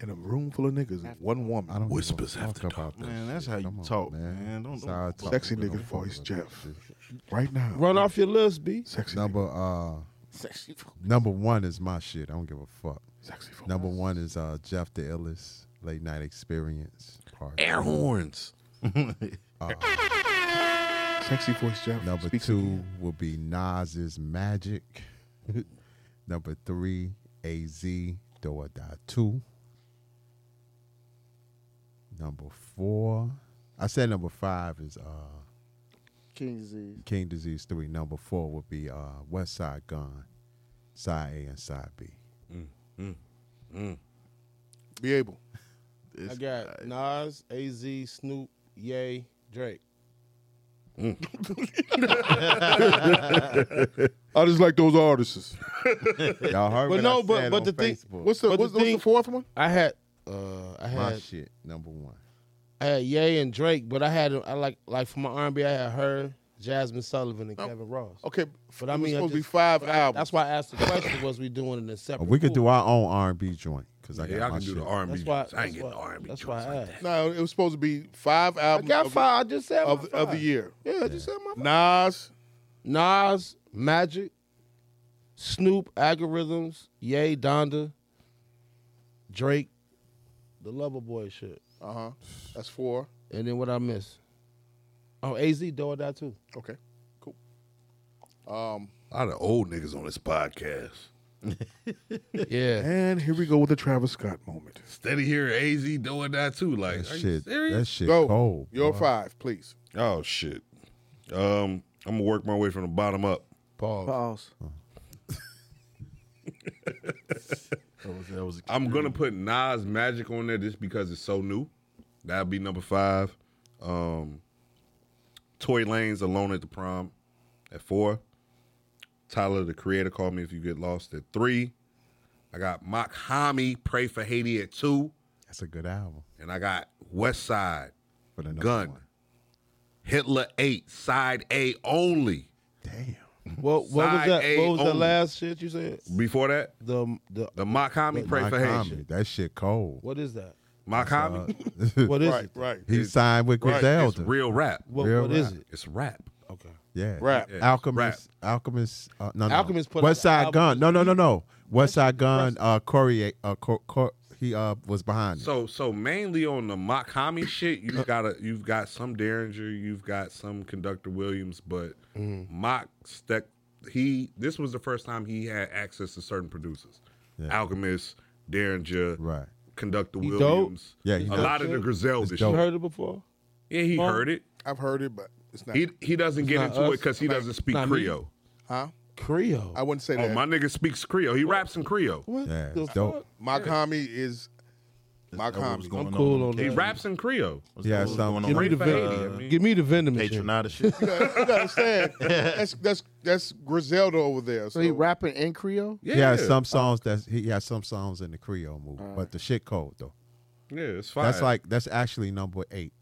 Speaker 4: In a room full of niggas and one woman.
Speaker 3: I don't
Speaker 1: Whispers
Speaker 3: give a
Speaker 1: after
Speaker 3: fuck about this.
Speaker 6: Man, that's
Speaker 3: shit.
Speaker 6: how you
Speaker 3: Come on,
Speaker 6: talk, man. Don't-
Speaker 3: That's
Speaker 6: don't-
Speaker 3: how I talk.
Speaker 4: Sexy
Speaker 3: I don't
Speaker 4: nigga
Speaker 3: fuck
Speaker 4: voice,
Speaker 3: about
Speaker 4: Jeff.
Speaker 3: this shit.
Speaker 4: Right now.
Speaker 2: Run off your list, B.
Speaker 4: Sexy.
Speaker 3: Number uh,
Speaker 5: Sexy.
Speaker 3: number one is my shit. I don't give a fuck.
Speaker 4: Sexy
Speaker 3: Number one is uh Jeff the Illis. late night experience part
Speaker 1: Air horns.
Speaker 4: Sexy voice, Jeff.
Speaker 3: Number
Speaker 4: Speak
Speaker 3: two will be Nas's Magic. Number three, AZ Do or Die 2. Number four, I said number five is uh,
Speaker 5: King disease.
Speaker 3: King Disease 3. Number four would be uh, West Side Gun, Side A and Side B.
Speaker 4: Be able.
Speaker 2: I got Nas, AZ, Snoop, Ye, Drake.
Speaker 4: I just like those artists.
Speaker 3: Y'all
Speaker 2: But
Speaker 3: heard what
Speaker 2: no,
Speaker 3: I
Speaker 2: but-
Speaker 3: said
Speaker 2: but
Speaker 3: on
Speaker 2: the thing-
Speaker 3: Facebook.
Speaker 4: What's the,
Speaker 2: But the
Speaker 4: what's, what's
Speaker 2: thing-
Speaker 4: the fourth one?
Speaker 2: I had uh I
Speaker 3: my
Speaker 2: had
Speaker 3: shit? Number one.
Speaker 2: I had Ye and Drake, but I had I like like for my R&B I had her, Jasmine Sullivan,
Speaker 4: Oh.
Speaker 2: and Kevin Ross.
Speaker 4: Okay,
Speaker 2: But I
Speaker 4: it was
Speaker 2: mean, I
Speaker 4: supposed to be
Speaker 2: just-
Speaker 4: five albums.
Speaker 2: That's why I asked the question: Was we doing it in
Speaker 1: Oh,
Speaker 2: separate?
Speaker 3: we could
Speaker 2: pool?
Speaker 3: do our own R&B joint because I got
Speaker 1: Yeah, I
Speaker 3: my
Speaker 1: can do
Speaker 3: shit.
Speaker 1: the R&B.
Speaker 2: That's why.
Speaker 1: joints. I ain't
Speaker 2: that's
Speaker 1: getting the
Speaker 2: why-
Speaker 1: R&B.
Speaker 2: That's
Speaker 1: joints
Speaker 2: why I
Speaker 1: like
Speaker 2: asked.
Speaker 4: no, it was supposed to be five
Speaker 2: I
Speaker 4: albums
Speaker 2: got
Speaker 4: of,
Speaker 2: five. I just said
Speaker 4: of,
Speaker 2: my
Speaker 4: of the
Speaker 2: five.
Speaker 4: year.
Speaker 2: Yeah, I just said my five.
Speaker 4: Nas,
Speaker 2: Nas, Magic, Snoop, Algorithms, Ye, Donda, Drake, the Lover Boy shit,
Speaker 4: uh huh, that's four.
Speaker 2: and then what I miss? Oh, Az do or die too.
Speaker 4: Okay, cool. Um,
Speaker 1: that. A lot of old niggas on this podcast.
Speaker 2: Yeah.
Speaker 4: and here we go with the Travis Scott moment.
Speaker 1: Steady here, AZ doing that too. Like,
Speaker 3: That
Speaker 1: are you
Speaker 3: shit,
Speaker 1: serious?
Speaker 3: that shit
Speaker 4: Go,
Speaker 3: cold.
Speaker 4: your
Speaker 3: boy.
Speaker 4: five, please.
Speaker 1: Oh shit. Um, I'm gonna work my way from the bottom up.
Speaker 2: Paul.
Speaker 5: Pause.
Speaker 6: That was, that was a-
Speaker 1: I'm
Speaker 3: Mm-hmm.
Speaker 1: gonna put Nas Magic on there just because it's so new. That'll be number five. Um, Toy Lane's Alone at the Prom at four. Tyler the Creator called me if you get lost at three. I got Mock Hami Pray for Haiti at two,
Speaker 3: That's a good album.
Speaker 1: and I got West Side
Speaker 3: For the number
Speaker 1: Gun
Speaker 3: one.
Speaker 1: Hitler eight side A only.
Speaker 3: Damn.
Speaker 2: What, what was
Speaker 1: Side
Speaker 2: that?
Speaker 1: A
Speaker 2: What was the
Speaker 1: only.
Speaker 2: last shit you said?
Speaker 1: Before that,
Speaker 2: The the
Speaker 1: the Mock Hami Pray
Speaker 3: My
Speaker 1: for
Speaker 3: comedy,
Speaker 1: Haiti.
Speaker 3: that shit cold.
Speaker 2: what is that?
Speaker 1: Mock Hami.
Speaker 2: What is
Speaker 4: Right,
Speaker 2: it?
Speaker 4: right.
Speaker 3: He signed with
Speaker 4: Right, it's
Speaker 1: It's
Speaker 3: Griselda.
Speaker 1: real rap.
Speaker 2: What,
Speaker 3: Real
Speaker 2: what is
Speaker 3: rap.
Speaker 2: it?
Speaker 1: It's rap.
Speaker 2: Okay.
Speaker 3: yeah.
Speaker 4: Rap.
Speaker 1: Yeah.
Speaker 3: Alchemist. Alchemist. Uh, no, no.
Speaker 2: Alchemist put
Speaker 3: West
Speaker 2: out an
Speaker 3: Side Gun. No, no, no, no. West Side Gun. Uh, Corey. Uh, Cor- Cor- he uh was behind it.
Speaker 1: So so mainly on the Makami shit,
Speaker 3: Uh-huh.
Speaker 1: you've got a you've got some Derringer, you've got some Conductor Williams, but
Speaker 3: Mm-hmm.
Speaker 1: Mock Steck he this was the first time he had access to certain producers. Alchemist, Derringer,
Speaker 3: Right.
Speaker 1: Conductor
Speaker 2: He dope?
Speaker 1: Williams.
Speaker 3: Yeah, he
Speaker 1: a
Speaker 3: dope.
Speaker 1: lot of the Griselda
Speaker 3: He's
Speaker 1: shit.
Speaker 2: You
Speaker 3: dope.
Speaker 2: heard it before?
Speaker 1: Yeah, he heard it.
Speaker 4: I've heard it, but it's not.
Speaker 1: He he doesn't get
Speaker 2: not
Speaker 1: into it 'cause it
Speaker 2: us.
Speaker 1: because he doesn't speak
Speaker 2: not me.
Speaker 1: Creole.
Speaker 4: huh?
Speaker 2: Creole.
Speaker 4: I wouldn't say
Speaker 1: Oh,
Speaker 4: that.
Speaker 1: my nigga speaks Creole. He raps in Creole.
Speaker 2: what
Speaker 3: Yeah,
Speaker 2: the
Speaker 3: it's dope.
Speaker 2: fuck?
Speaker 4: my commie is my
Speaker 6: that what
Speaker 4: commie.
Speaker 6: was going
Speaker 2: I'm cool
Speaker 6: on.
Speaker 2: on
Speaker 1: He
Speaker 2: that.
Speaker 1: raps in Creole.
Speaker 6: What's
Speaker 3: Yeah,
Speaker 6: that was uh,
Speaker 3: some-
Speaker 6: going
Speaker 2: Give me the
Speaker 6: on.
Speaker 1: Pray for Haiti,
Speaker 2: vendor.
Speaker 1: I mean.
Speaker 2: Give me the vendor machine.
Speaker 6: Patronata shit.
Speaker 4: you gotta understand. That's that's that's Griselda over there. So,
Speaker 5: So he rapping in Creole?
Speaker 1: Yeah,
Speaker 3: He had some songs that's he had some songs in the Creole movie, but the shit cold though.
Speaker 1: Yeah, it's fine.
Speaker 3: That's like that's actually number eight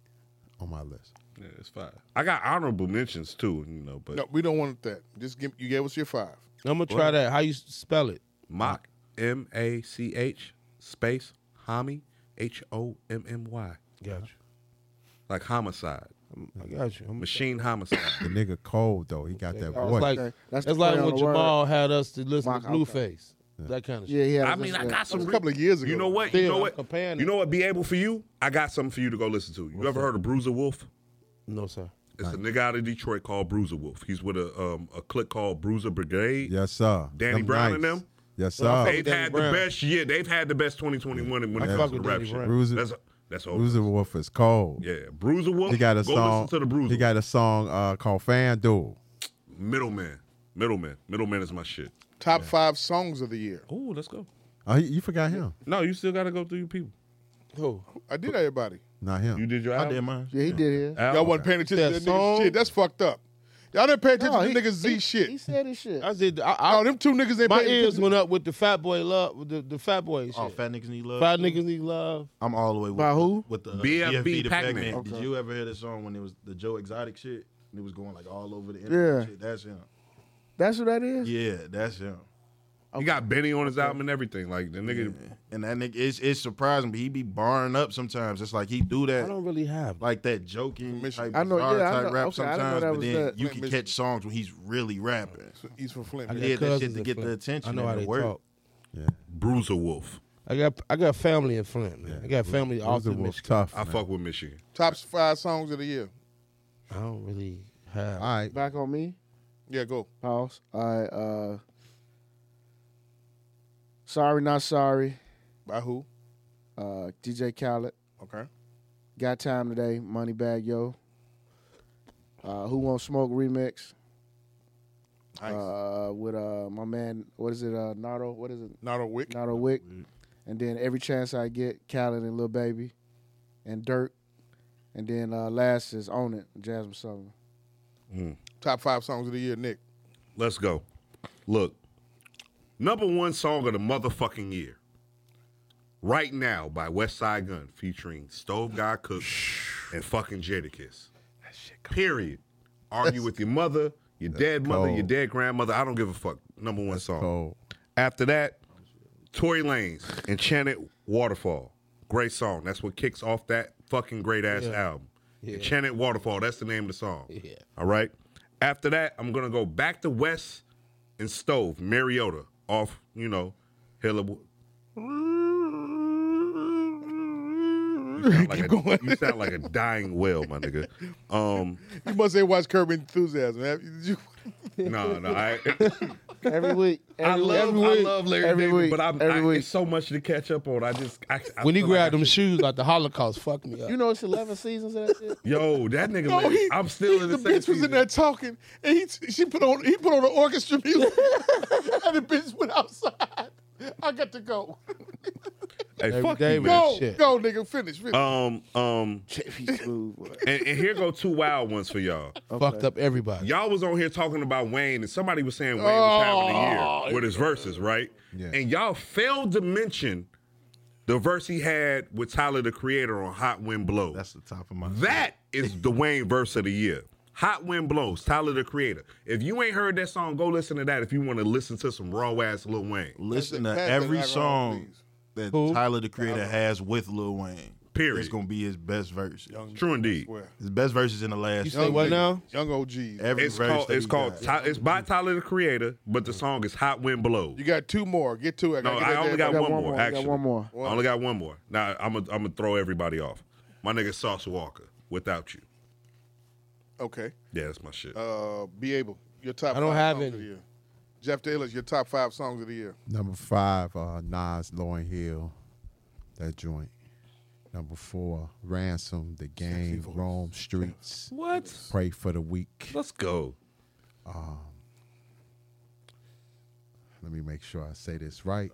Speaker 3: on my list.
Speaker 1: Yeah, it's fine. I got honorable mentions too, you know, but
Speaker 4: No, we don't want that. Just give you gave us your five.
Speaker 2: I'm gonna try that. How you spell it?
Speaker 1: Mock M A C H space Hommy H O M M Y.
Speaker 2: Got you.
Speaker 1: Like homicide.
Speaker 2: I got you. I'm,
Speaker 1: Machine homicide.
Speaker 3: The nigga cold though. He got that
Speaker 5: Oh,
Speaker 3: voice.
Speaker 2: it's like
Speaker 5: Okay. That's
Speaker 2: that's,
Speaker 5: the
Speaker 2: like
Speaker 5: play on
Speaker 2: when
Speaker 5: the word.
Speaker 2: Jamal had us to listen
Speaker 5: Mock,
Speaker 2: to
Speaker 5: okay.
Speaker 2: Blueface. That kind of shit.
Speaker 5: Yeah, yeah.
Speaker 1: I mean, I got
Speaker 4: It
Speaker 1: some
Speaker 4: was a couple of years ago.
Speaker 1: You know what?
Speaker 2: Still,
Speaker 1: you know
Speaker 2: I'm
Speaker 1: what?
Speaker 2: comparing
Speaker 1: You
Speaker 2: it.
Speaker 1: know what be able for you? I got something for you to go listen to. You ever heard of Bruiser Wolf?
Speaker 2: No sir.
Speaker 1: It's a nigga out of Detroit called Bruiser Wolf. He's with a um, a clique called Bruiser Brigade.
Speaker 3: yes sir.
Speaker 1: Danny
Speaker 3: Them
Speaker 1: Brown and
Speaker 3: nights.
Speaker 1: them?
Speaker 3: Yes
Speaker 2: Well, I fuck
Speaker 3: sir.
Speaker 1: They've
Speaker 2: with Danny
Speaker 1: had
Speaker 2: Brown.
Speaker 1: the best year. They've had the best 2021 when it
Speaker 2: I
Speaker 1: comes
Speaker 2: fuck
Speaker 1: to
Speaker 2: with
Speaker 1: rap
Speaker 2: Danny
Speaker 1: shit.
Speaker 2: Brown.
Speaker 3: Bruiser-
Speaker 1: That's that's all.
Speaker 3: Bruiser Wolf is cold.
Speaker 1: Yeah, Bruiser Wolf.
Speaker 3: He got a
Speaker 1: go
Speaker 3: song.
Speaker 1: Listen to the Bruiser.
Speaker 3: He got a song uh, called Fan Duel.
Speaker 1: Middleman. Middleman. Middleman is my shit.
Speaker 4: Top five songs of the year.
Speaker 1: Oh, let's go.
Speaker 3: Oh, he- you forgot him,
Speaker 1: No, you still gotta go through your people.
Speaker 2: Who?
Speaker 4: I did everybody.
Speaker 3: not
Speaker 1: You
Speaker 3: him.
Speaker 1: did your
Speaker 6: I
Speaker 1: album.
Speaker 6: did mine.
Speaker 5: Yeah, he did here.
Speaker 1: Album?
Speaker 4: Y'all wasn't paying attention
Speaker 2: That
Speaker 4: to that nigga's
Speaker 2: song-
Speaker 4: shit. That's fucked up. Y'all didn't pay attention
Speaker 5: No,
Speaker 4: to
Speaker 5: he-
Speaker 4: niggas Z shit.
Speaker 5: He said his shit.
Speaker 2: I said I, I,
Speaker 4: oh, them two niggas ain't
Speaker 2: my
Speaker 4: paying
Speaker 2: ears
Speaker 4: attention.
Speaker 2: went up with the Fat Boy Love, with the, the Fat Boy shit.
Speaker 6: Oh,
Speaker 2: fat
Speaker 6: fat niggas need love.
Speaker 2: niggas need love.
Speaker 6: I'm all the way with,
Speaker 5: By who?
Speaker 6: with the uh,
Speaker 1: BFB
Speaker 6: BFB the
Speaker 1: Pac-Man.
Speaker 6: Pac-Man.
Speaker 5: Okay.
Speaker 6: Did you ever hear the song when it was the Joe Exotic shit? And it was going like all over the internet.
Speaker 5: Yeah.
Speaker 6: and Shit. That's him.
Speaker 5: That's who that is?
Speaker 6: Yeah, that's him.
Speaker 1: He got Benny on his album and everything. Like the nigga,
Speaker 6: And that nigga, it's, it's surprising, but he be barring up sometimes. It's like he do
Speaker 2: I
Speaker 6: that,
Speaker 2: don't really have.
Speaker 6: like that joking
Speaker 4: Mission.
Speaker 6: type,
Speaker 5: I know,
Speaker 6: bizarre
Speaker 5: yeah, I
Speaker 6: type
Speaker 5: know- okay, I didn't
Speaker 6: rap
Speaker 5: know that
Speaker 6: sometimes, but
Speaker 5: was
Speaker 6: then
Speaker 5: that.
Speaker 6: you
Speaker 4: Like
Speaker 6: can
Speaker 4: Mission.
Speaker 6: catch songs when he's really rapping.
Speaker 4: He's from Flint.
Speaker 2: I
Speaker 4: man.
Speaker 2: got
Speaker 6: Yeah, that shit
Speaker 2: cousins
Speaker 6: to
Speaker 2: in
Speaker 6: get the
Speaker 2: Flint.
Speaker 6: attention
Speaker 2: I know
Speaker 6: and
Speaker 2: how
Speaker 6: it
Speaker 2: they
Speaker 6: work.
Speaker 2: talk.
Speaker 3: Yeah.
Speaker 1: Bruiser Wolf.
Speaker 2: I I got I got family in Flint, man. I got family all
Speaker 3: Loser
Speaker 2: through
Speaker 3: was
Speaker 2: Michigan.
Speaker 3: tough.
Speaker 1: I
Speaker 3: man.
Speaker 1: fuck with Michigan.
Speaker 4: Top five songs of the year.
Speaker 2: I don't really have.
Speaker 3: All right.
Speaker 5: Back on me.
Speaker 4: Yeah, go.
Speaker 5: Pause. All right. Uh, sorry, not sorry.
Speaker 4: By who?
Speaker 5: Uh, DJ Khaled.
Speaker 4: Okay.
Speaker 5: Got time today. Money bag yo. Uh, Who won't smoke remix?
Speaker 4: Nice.
Speaker 5: Uh, with uh my man. What is it? Uh, Nardo. What is it?
Speaker 4: Not a wick.
Speaker 5: Nardo Wick. And then every chance I get, Khaled and Lil Baby, and Dirk. And then uh, last is Own It, Jasmine Sullivan.
Speaker 4: Top five songs of the year, Nick.
Speaker 1: Let's go. Look, number one song of the motherfucking year. Right now by West Side Gun featuring Stove Guy Cook and fucking Jadakiss. Period. Argue with your mother, your dead mother, your
Speaker 3: cold.
Speaker 1: dead grandmother. I don't give a fuck. Number one song.
Speaker 3: Cold.
Speaker 1: After that, Tory Lanez, Enchanted Waterfall. Great song. That's what kicks off that fucking great ass album. Enchanted Waterfall. That's the name of the song.
Speaker 2: Yeah.
Speaker 1: All right. After that, I'm gonna go back to West and Stove, Mariota, off, you know, Hill of you sound, like a, you sound like a dying whale, my nigga. Um,
Speaker 4: You must have watched Curb Your Enthusiasm. Have you-
Speaker 1: no, no, I,
Speaker 5: Every week. Every
Speaker 1: I
Speaker 5: week,
Speaker 1: love,
Speaker 5: every
Speaker 1: I
Speaker 5: week,
Speaker 1: love Larry
Speaker 5: every
Speaker 1: David,
Speaker 5: week,
Speaker 1: but I'm,
Speaker 5: every
Speaker 1: I,
Speaker 5: week.
Speaker 1: it's so much to catch up on. I just, I, I
Speaker 2: when he
Speaker 1: feel like
Speaker 2: grabbed
Speaker 1: I
Speaker 2: them
Speaker 1: should-
Speaker 2: shoes like the Holocaust, fucked me up.
Speaker 5: You know it's 11 seasons of that shit?
Speaker 1: yo, that nigga,
Speaker 4: No,
Speaker 1: Larry-
Speaker 4: he-
Speaker 1: I'm still
Speaker 4: he-
Speaker 1: in
Speaker 4: the
Speaker 1: the,
Speaker 4: bitch was in there talking, and he she put on he put on the orchestra music, and the bitch went outside. I got to go.
Speaker 1: Hey,
Speaker 2: Larry
Speaker 1: fuck you,
Speaker 2: David.
Speaker 1: man.
Speaker 4: Go,
Speaker 2: shit.
Speaker 4: go, nigga, finish, finish.
Speaker 1: Um, um,
Speaker 5: JV Smooth. boy.
Speaker 1: and, and here go two wild ones for y'all.
Speaker 2: Fucked up everybody.
Speaker 1: Y'all was on here talking about Wayne, and somebody was saying Wayne was having
Speaker 4: Oh,
Speaker 1: a year with his verses, right?
Speaker 3: Yeah.
Speaker 1: And y'all failed to mention the verse he had with Tyler the Creator on Hot Wind Blow.
Speaker 6: That's the top of my.
Speaker 1: That is the Wayne verse of the year. Hot Wind Blows, Tyler the Creator. If you ain't heard that song, go listen to that if you want to listen to some raw ass Lil Wayne.
Speaker 6: Listen
Speaker 4: That's
Speaker 6: to
Speaker 4: it. Pass that
Speaker 6: every
Speaker 4: back around,
Speaker 6: song
Speaker 4: please.
Speaker 6: that
Speaker 2: Who?
Speaker 6: Tyler the Creator has with Lil Wayne.
Speaker 1: Period.
Speaker 6: It's gonna be his best verse.
Speaker 1: True indeed.
Speaker 4: Where?
Speaker 6: His best verses in the last.
Speaker 2: You say what now?
Speaker 4: Young OGs.
Speaker 6: Every
Speaker 1: It's
Speaker 6: verse
Speaker 1: called
Speaker 6: that
Speaker 1: it's
Speaker 6: he
Speaker 1: called
Speaker 6: got.
Speaker 1: Ty, it's by Tyler the Creator, but the song is Hot Wind Blows.
Speaker 4: You got two more. Get two.
Speaker 1: No,
Speaker 4: gotta get
Speaker 1: I
Speaker 4: that
Speaker 1: only
Speaker 4: damn-
Speaker 1: got,
Speaker 5: got
Speaker 1: one,
Speaker 5: one
Speaker 1: more.
Speaker 5: more. I got
Speaker 1: Actually,
Speaker 5: one more.
Speaker 1: I only got one more. Now I'm gonna I'm gonna throw everybody off. My nigga Sauce Walker, without you.
Speaker 4: Okay.
Speaker 1: Yeah, that's my shit.
Speaker 4: Uh, be able. Your top.
Speaker 2: I don't
Speaker 4: five
Speaker 2: have
Speaker 4: songs
Speaker 2: any.
Speaker 4: Of the year. Jeff Taylor's your top five songs of the year.
Speaker 3: Number five, uh, Nas, Lauren Hill, that joint. Number four, Ransom, The Game, Rome Streets,
Speaker 1: what?
Speaker 3: Pray for the Weak.
Speaker 1: Let's go.
Speaker 3: Let me make sure I say this right.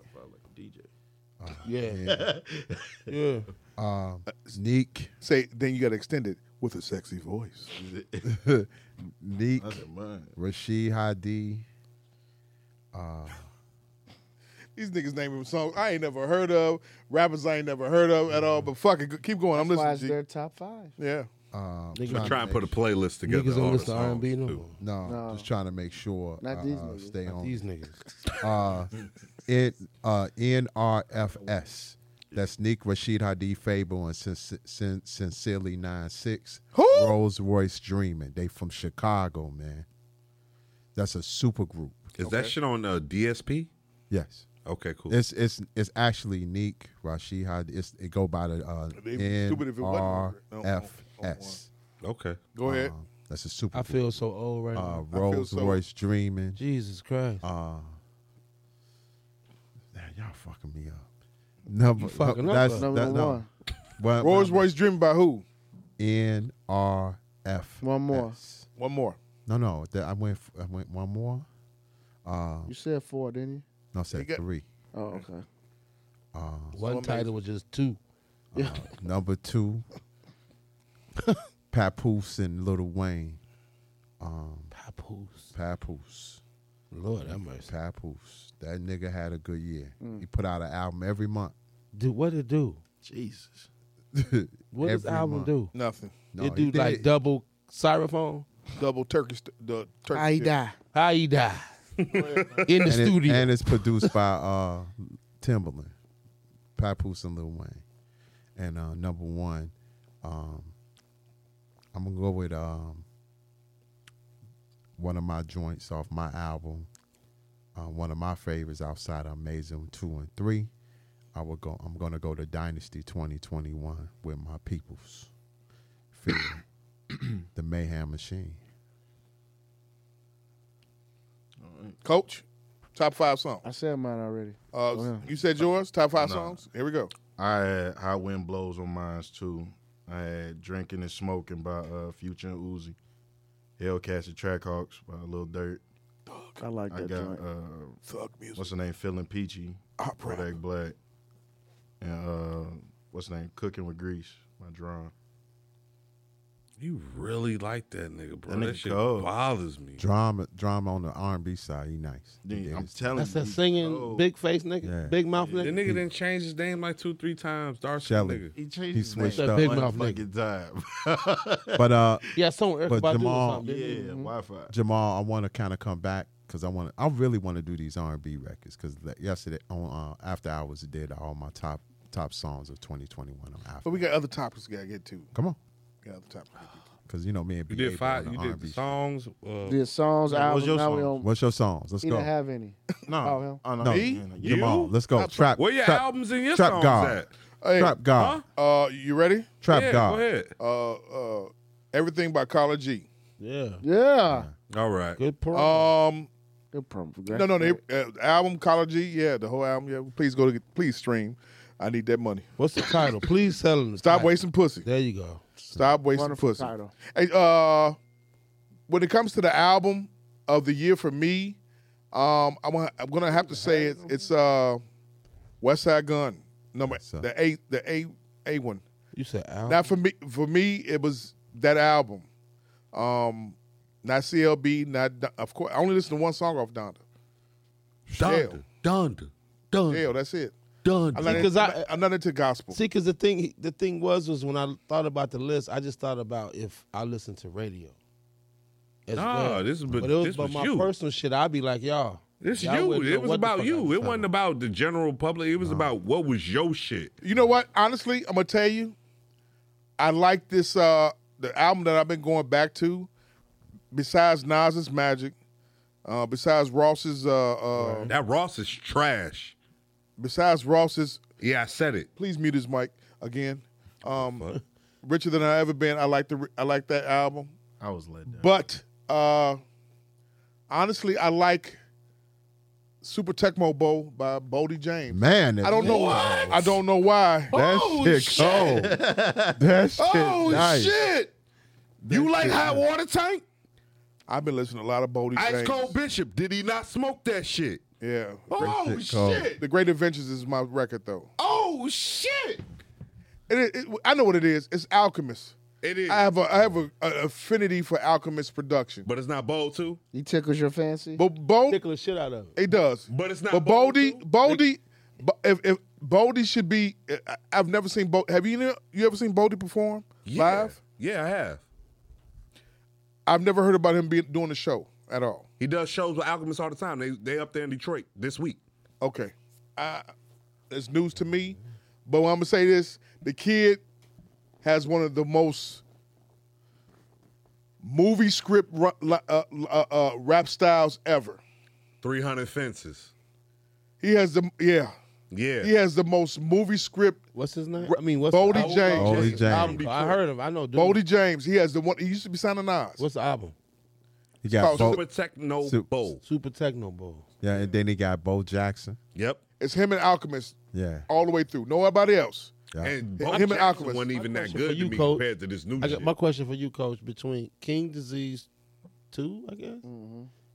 Speaker 2: Yeah. yeah.
Speaker 3: Neek,
Speaker 4: Say then you got to extend it with a sexy voice.
Speaker 3: Neek,
Speaker 6: Mine.
Speaker 3: Rashid Hadi,
Speaker 4: These niggas naming songs I ain't never heard of. Rappers I ain't never heard of at all. But fucking go- keep going.
Speaker 5: Why
Speaker 4: I'm
Speaker 5: is
Speaker 4: listening.
Speaker 5: their top five?
Speaker 4: G. Yeah.
Speaker 3: uh,
Speaker 2: Niggas,
Speaker 1: Try and put a playlist together.
Speaker 2: niggas
Speaker 1: all
Speaker 2: don't
Speaker 1: the
Speaker 2: listen to
Speaker 1: songs,
Speaker 2: R&B no
Speaker 1: too.
Speaker 2: more.
Speaker 3: No,
Speaker 5: No.
Speaker 3: just trying to make sure
Speaker 5: Not
Speaker 3: uh,
Speaker 5: these
Speaker 3: uh,
Speaker 5: niggas.
Speaker 3: stay on
Speaker 2: These niggas.
Speaker 3: uh, it uh, NRFS. That's Neek Rashid Hadi Fable and Sin- Sin- Sincerely 96.
Speaker 4: Who?
Speaker 3: Rolls Royce Dreaming. They from Chicago, man. That's a super group.
Speaker 1: Is that shit on uh, DSP?
Speaker 3: Yes.
Speaker 1: Okay, cool.
Speaker 3: It's it's it's actually Neek Rashid Hadi. It's, it go by the uh,
Speaker 4: They'd be stupid if it wasn't on there. No, on- on one.
Speaker 3: NRFS.
Speaker 1: okay.
Speaker 4: Go ahead.
Speaker 6: Uh-huh.
Speaker 3: Um, that's a super
Speaker 2: I
Speaker 3: group.
Speaker 2: feel so old right
Speaker 3: Uh,
Speaker 2: now.
Speaker 3: Rolls
Speaker 4: so-
Speaker 3: Royce Dreaming.
Speaker 2: Jesus Christ.
Speaker 3: Uh, man, y'all fucking me up. Number,
Speaker 2: You fucking
Speaker 3: no,
Speaker 2: up,
Speaker 3: that's
Speaker 2: bro.
Speaker 3: no,
Speaker 5: Number
Speaker 3: that, no.
Speaker 5: one.
Speaker 3: But,
Speaker 4: Rolls Royce Dream by who?
Speaker 3: N R F.
Speaker 5: One more.
Speaker 4: One more.
Speaker 3: No, no. That I went. f- I went one more. Uh,
Speaker 1: Oh.
Speaker 5: You said four, didn't you?
Speaker 3: no, I
Speaker 4: You
Speaker 3: said
Speaker 4: got-
Speaker 3: three.
Speaker 5: Oh, okay.
Speaker 3: Uh,
Speaker 2: One
Speaker 4: amazing.
Speaker 2: title was just two.
Speaker 5: Yeah.
Speaker 3: number two. Papoose and Little Wayne. Um,
Speaker 2: Papoose.
Speaker 3: Papoose.
Speaker 2: Lord have mercy.
Speaker 3: Papoose. That nigga had a good year. He put out an album every month.
Speaker 2: Dude, what it do?
Speaker 6: Jesus.
Speaker 2: What does
Speaker 3: Every
Speaker 2: album
Speaker 3: month.
Speaker 2: do?
Speaker 4: Nothing.
Speaker 3: No,
Speaker 2: it
Speaker 3: he
Speaker 2: do like
Speaker 3: did.
Speaker 2: double xyrophone?
Speaker 4: Double Turkish. The Turkish.
Speaker 5: I die.
Speaker 2: How he die? In the
Speaker 3: and it-
Speaker 2: studio.
Speaker 3: and it's produced by uh, Timbaland, Papoose and Lil Wayne. And uh, number one, um, I'm gonna go with um, one of my joints off my album, uh, one of my favorites outside of Amazing Two and Three, I will go. I'm gonna go to Dynasty 2021 with my peoples. Feel the mayhem machine.
Speaker 4: Coach, top five songs.
Speaker 5: I said mine already.
Speaker 4: Uh,
Speaker 6: Oh,
Speaker 5: Go ahead.
Speaker 4: You said yours. Top five
Speaker 6: No.
Speaker 4: songs. Here we go.
Speaker 6: I had Hot Wind Blows on mines too. I had Drinking and Smoking by uh, Future and Uzi. Hellcats and Trackhawks by Lil Dirt.
Speaker 5: I like
Speaker 6: I
Speaker 5: that
Speaker 6: got
Speaker 5: joint.
Speaker 6: uh,
Speaker 4: Thug music.
Speaker 6: what's the name? Feeling Peachy.
Speaker 4: Hot
Speaker 6: Kodak Black. And uh, what's the name? Cooking with Grease. My drawing.
Speaker 1: You really like that nigga, bro.
Speaker 6: That
Speaker 1: That,
Speaker 6: nigga
Speaker 1: shit
Speaker 6: cold.
Speaker 1: bothers me.
Speaker 3: Drama, drama on the R&B side. He nice. He
Speaker 6: Dude,
Speaker 3: did
Speaker 6: I'm
Speaker 3: his-
Speaker 6: telling
Speaker 2: That's
Speaker 6: you.
Speaker 2: that
Speaker 6: he
Speaker 2: singing
Speaker 6: cold.
Speaker 2: big face nigga,
Speaker 3: Yeah.
Speaker 2: big mouth
Speaker 1: The
Speaker 2: nigga.
Speaker 1: nigga didn't change his name like two, three times. Dark skin
Speaker 3: Shelly.
Speaker 1: nigga.
Speaker 6: He changed
Speaker 3: He
Speaker 6: his
Speaker 3: switched
Speaker 6: name
Speaker 2: up.
Speaker 6: one
Speaker 2: Big mouth
Speaker 6: fucking time.
Speaker 3: but uh,
Speaker 2: Yeah, someone Eric
Speaker 3: But
Speaker 2: Badu
Speaker 3: Jamal-
Speaker 2: or something. didn't he?
Speaker 6: yeah, Wi-Fi.
Speaker 3: Jamal, I want to kind of come back because I want. I really want to do these R&B records because yesterday on uh, After Hours it did all my top top songs of 2021 on After.
Speaker 4: But we got other topics we gotta get to.
Speaker 3: Come on,
Speaker 4: We got other topics. we gotta get to.
Speaker 3: because you know me and
Speaker 1: You
Speaker 3: B.A.
Speaker 1: did five.
Speaker 3: on
Speaker 1: You
Speaker 3: the
Speaker 1: did
Speaker 3: R&B
Speaker 1: the
Speaker 3: shit.
Speaker 1: songs. Uh,
Speaker 5: Did songs,
Speaker 6: what was
Speaker 5: albums.
Speaker 6: your
Speaker 5: Now we
Speaker 6: song?
Speaker 5: on.
Speaker 3: What's your songs? Let's
Speaker 5: He
Speaker 3: go.
Speaker 5: didn't have any. Oh, hell.
Speaker 6: No, oh, no,
Speaker 3: no,
Speaker 4: E?
Speaker 6: you- you-
Speaker 3: Jamal, let's go.
Speaker 4: Trap-
Speaker 3: Trap.
Speaker 1: where your
Speaker 3: trap,
Speaker 1: albums and your
Speaker 3: Trap
Speaker 1: songs
Speaker 3: God.
Speaker 1: at?
Speaker 4: Hey,
Speaker 3: Trap God.
Speaker 1: Huh?
Speaker 4: uh, you ready?
Speaker 3: Trap
Speaker 1: yeah,
Speaker 3: God.
Speaker 1: go ahead.
Speaker 4: Uh, uh, everything by Carla G.
Speaker 2: Yeah.
Speaker 5: Yeah.
Speaker 1: All right.
Speaker 2: Good pro.
Speaker 4: Um,
Speaker 5: Good problem for
Speaker 4: no, no, they,
Speaker 5: Grant.
Speaker 4: uh, album Carla G. Yeah, the whole album. Yeah, please go to get, please stream. I need that money.
Speaker 2: What's the title? Please tell him. the
Speaker 4: Stop
Speaker 2: title.
Speaker 4: wasting pussy.
Speaker 2: There you go.
Speaker 4: Stop wasting
Speaker 5: Wonderful
Speaker 4: pussy.
Speaker 5: title.
Speaker 4: Hey, uh, when it comes to the album of the year for me, um, I'm gonna, I'm gonna have to say it's, it's uh, West Side Gun number
Speaker 3: West Side.
Speaker 4: the eight the a a one.
Speaker 2: You said Al.
Speaker 4: Not for me. For me, it was that album. Um, not CLB. Not Don- of course. I only listened to one song off Donda. Shell.
Speaker 2: Donda. Donda.
Speaker 4: Shell. That's it.
Speaker 2: Donda.
Speaker 4: I'm not,
Speaker 2: Because
Speaker 4: into,
Speaker 2: I,
Speaker 4: I'm not into gospel.
Speaker 2: See, because the thing the thing was was when I thought about the list, I just thought about if I listened to radio. as
Speaker 1: Nah, this is- but
Speaker 2: it was
Speaker 1: this
Speaker 2: about
Speaker 1: was
Speaker 2: my
Speaker 1: you.
Speaker 2: personal shit. I'd be like, y'all,
Speaker 1: It's
Speaker 2: y'all
Speaker 1: you.
Speaker 2: wouldn't know
Speaker 1: It was
Speaker 2: what the
Speaker 1: about
Speaker 2: fuck I
Speaker 1: you. It wasn't
Speaker 2: talking
Speaker 1: about the general public. It was about what was your shit.
Speaker 4: You know what? Honestly, I'm gonna tell you, I like this uh the album that I've been going back to. Besides Nas's Magic, uh, besides Ross's, uh, uh,
Speaker 1: That Ross is trash.
Speaker 4: besides Ross's,
Speaker 1: Yeah, I said it.
Speaker 4: please mute his mic again. Um, richer than I ever been. I like the I like that album,
Speaker 6: I was let down.
Speaker 4: but uh, honestly, I like Super Tecmo Bowl by Bodie James.
Speaker 3: Man,
Speaker 4: I don't know. why. I don't know why.
Speaker 3: That shit, cold. that shit
Speaker 4: Oh
Speaker 3: nice.
Speaker 4: shit!
Speaker 1: You like hot water tank?
Speaker 4: I've been listening to a lot of Bodie
Speaker 1: Ice
Speaker 4: James.
Speaker 1: Cold Bishop. Did he not smoke that shit?
Speaker 4: Yeah.
Speaker 1: Oh
Speaker 3: shit cold.
Speaker 1: shit!
Speaker 4: The Great Adventures is my record though.
Speaker 1: Oh shit!
Speaker 4: It, it, I know what it is. It's Alchemist.
Speaker 1: It is,
Speaker 4: I have a I have a, a affinity for Alchemist production. But
Speaker 1: but it's not bold too.
Speaker 5: He tickles your fancy.
Speaker 4: but Bo,
Speaker 2: Tickle the shit out of it.
Speaker 4: it does.
Speaker 1: But it's not
Speaker 4: But
Speaker 1: bold,
Speaker 4: Boldy,
Speaker 1: too.
Speaker 4: Boldy, Bo- if if Boldy should be, I- I've never seen Bo. Have you you ever seen Boldy perform live?
Speaker 1: Yeah, I have.
Speaker 4: I've never heard about him being doing a show at all.
Speaker 1: He does shows with Alchemist all the time. They they up there in Detroit this week.
Speaker 4: Okay, I, it's news to me. But I'm gonna say this: the kid has one of the most movie script ru- li- uh, uh, uh, rap styles ever.
Speaker 1: Three hundred fences.
Speaker 4: He has the yeah.
Speaker 1: Yeah.
Speaker 4: He has the most movie script.
Speaker 2: What's his name? I mean, what's
Speaker 4: Bodie
Speaker 2: the
Speaker 4: James.
Speaker 2: album?
Speaker 3: Bodie
Speaker 1: Album
Speaker 3: James.
Speaker 2: I heard him. I know. Dude.
Speaker 4: Bodie James. He has the one. He used to be signing Nas.
Speaker 2: What's the album?
Speaker 3: He
Speaker 4: Oh,
Speaker 3: got Bo,
Speaker 1: Super Techno
Speaker 3: Sup-
Speaker 1: Bowl.
Speaker 2: Super Techno Bowl.
Speaker 3: yeah, and then he got Bo Jackson.
Speaker 1: Yep.
Speaker 4: It's him and Alchemist
Speaker 3: Yeah,
Speaker 4: all the way through. Nobody else.
Speaker 3: yeah.
Speaker 1: And
Speaker 4: Him
Speaker 1: Bo
Speaker 4: and
Speaker 1: Jackson
Speaker 4: Alchemist.
Speaker 1: wasn't even that
Speaker 2: question
Speaker 1: good
Speaker 2: for
Speaker 1: to
Speaker 2: you,
Speaker 1: me
Speaker 2: Coach.
Speaker 1: compared to this new
Speaker 2: I got
Speaker 1: shit.
Speaker 2: my question for you, Coach. Between King Disease Two, I guess,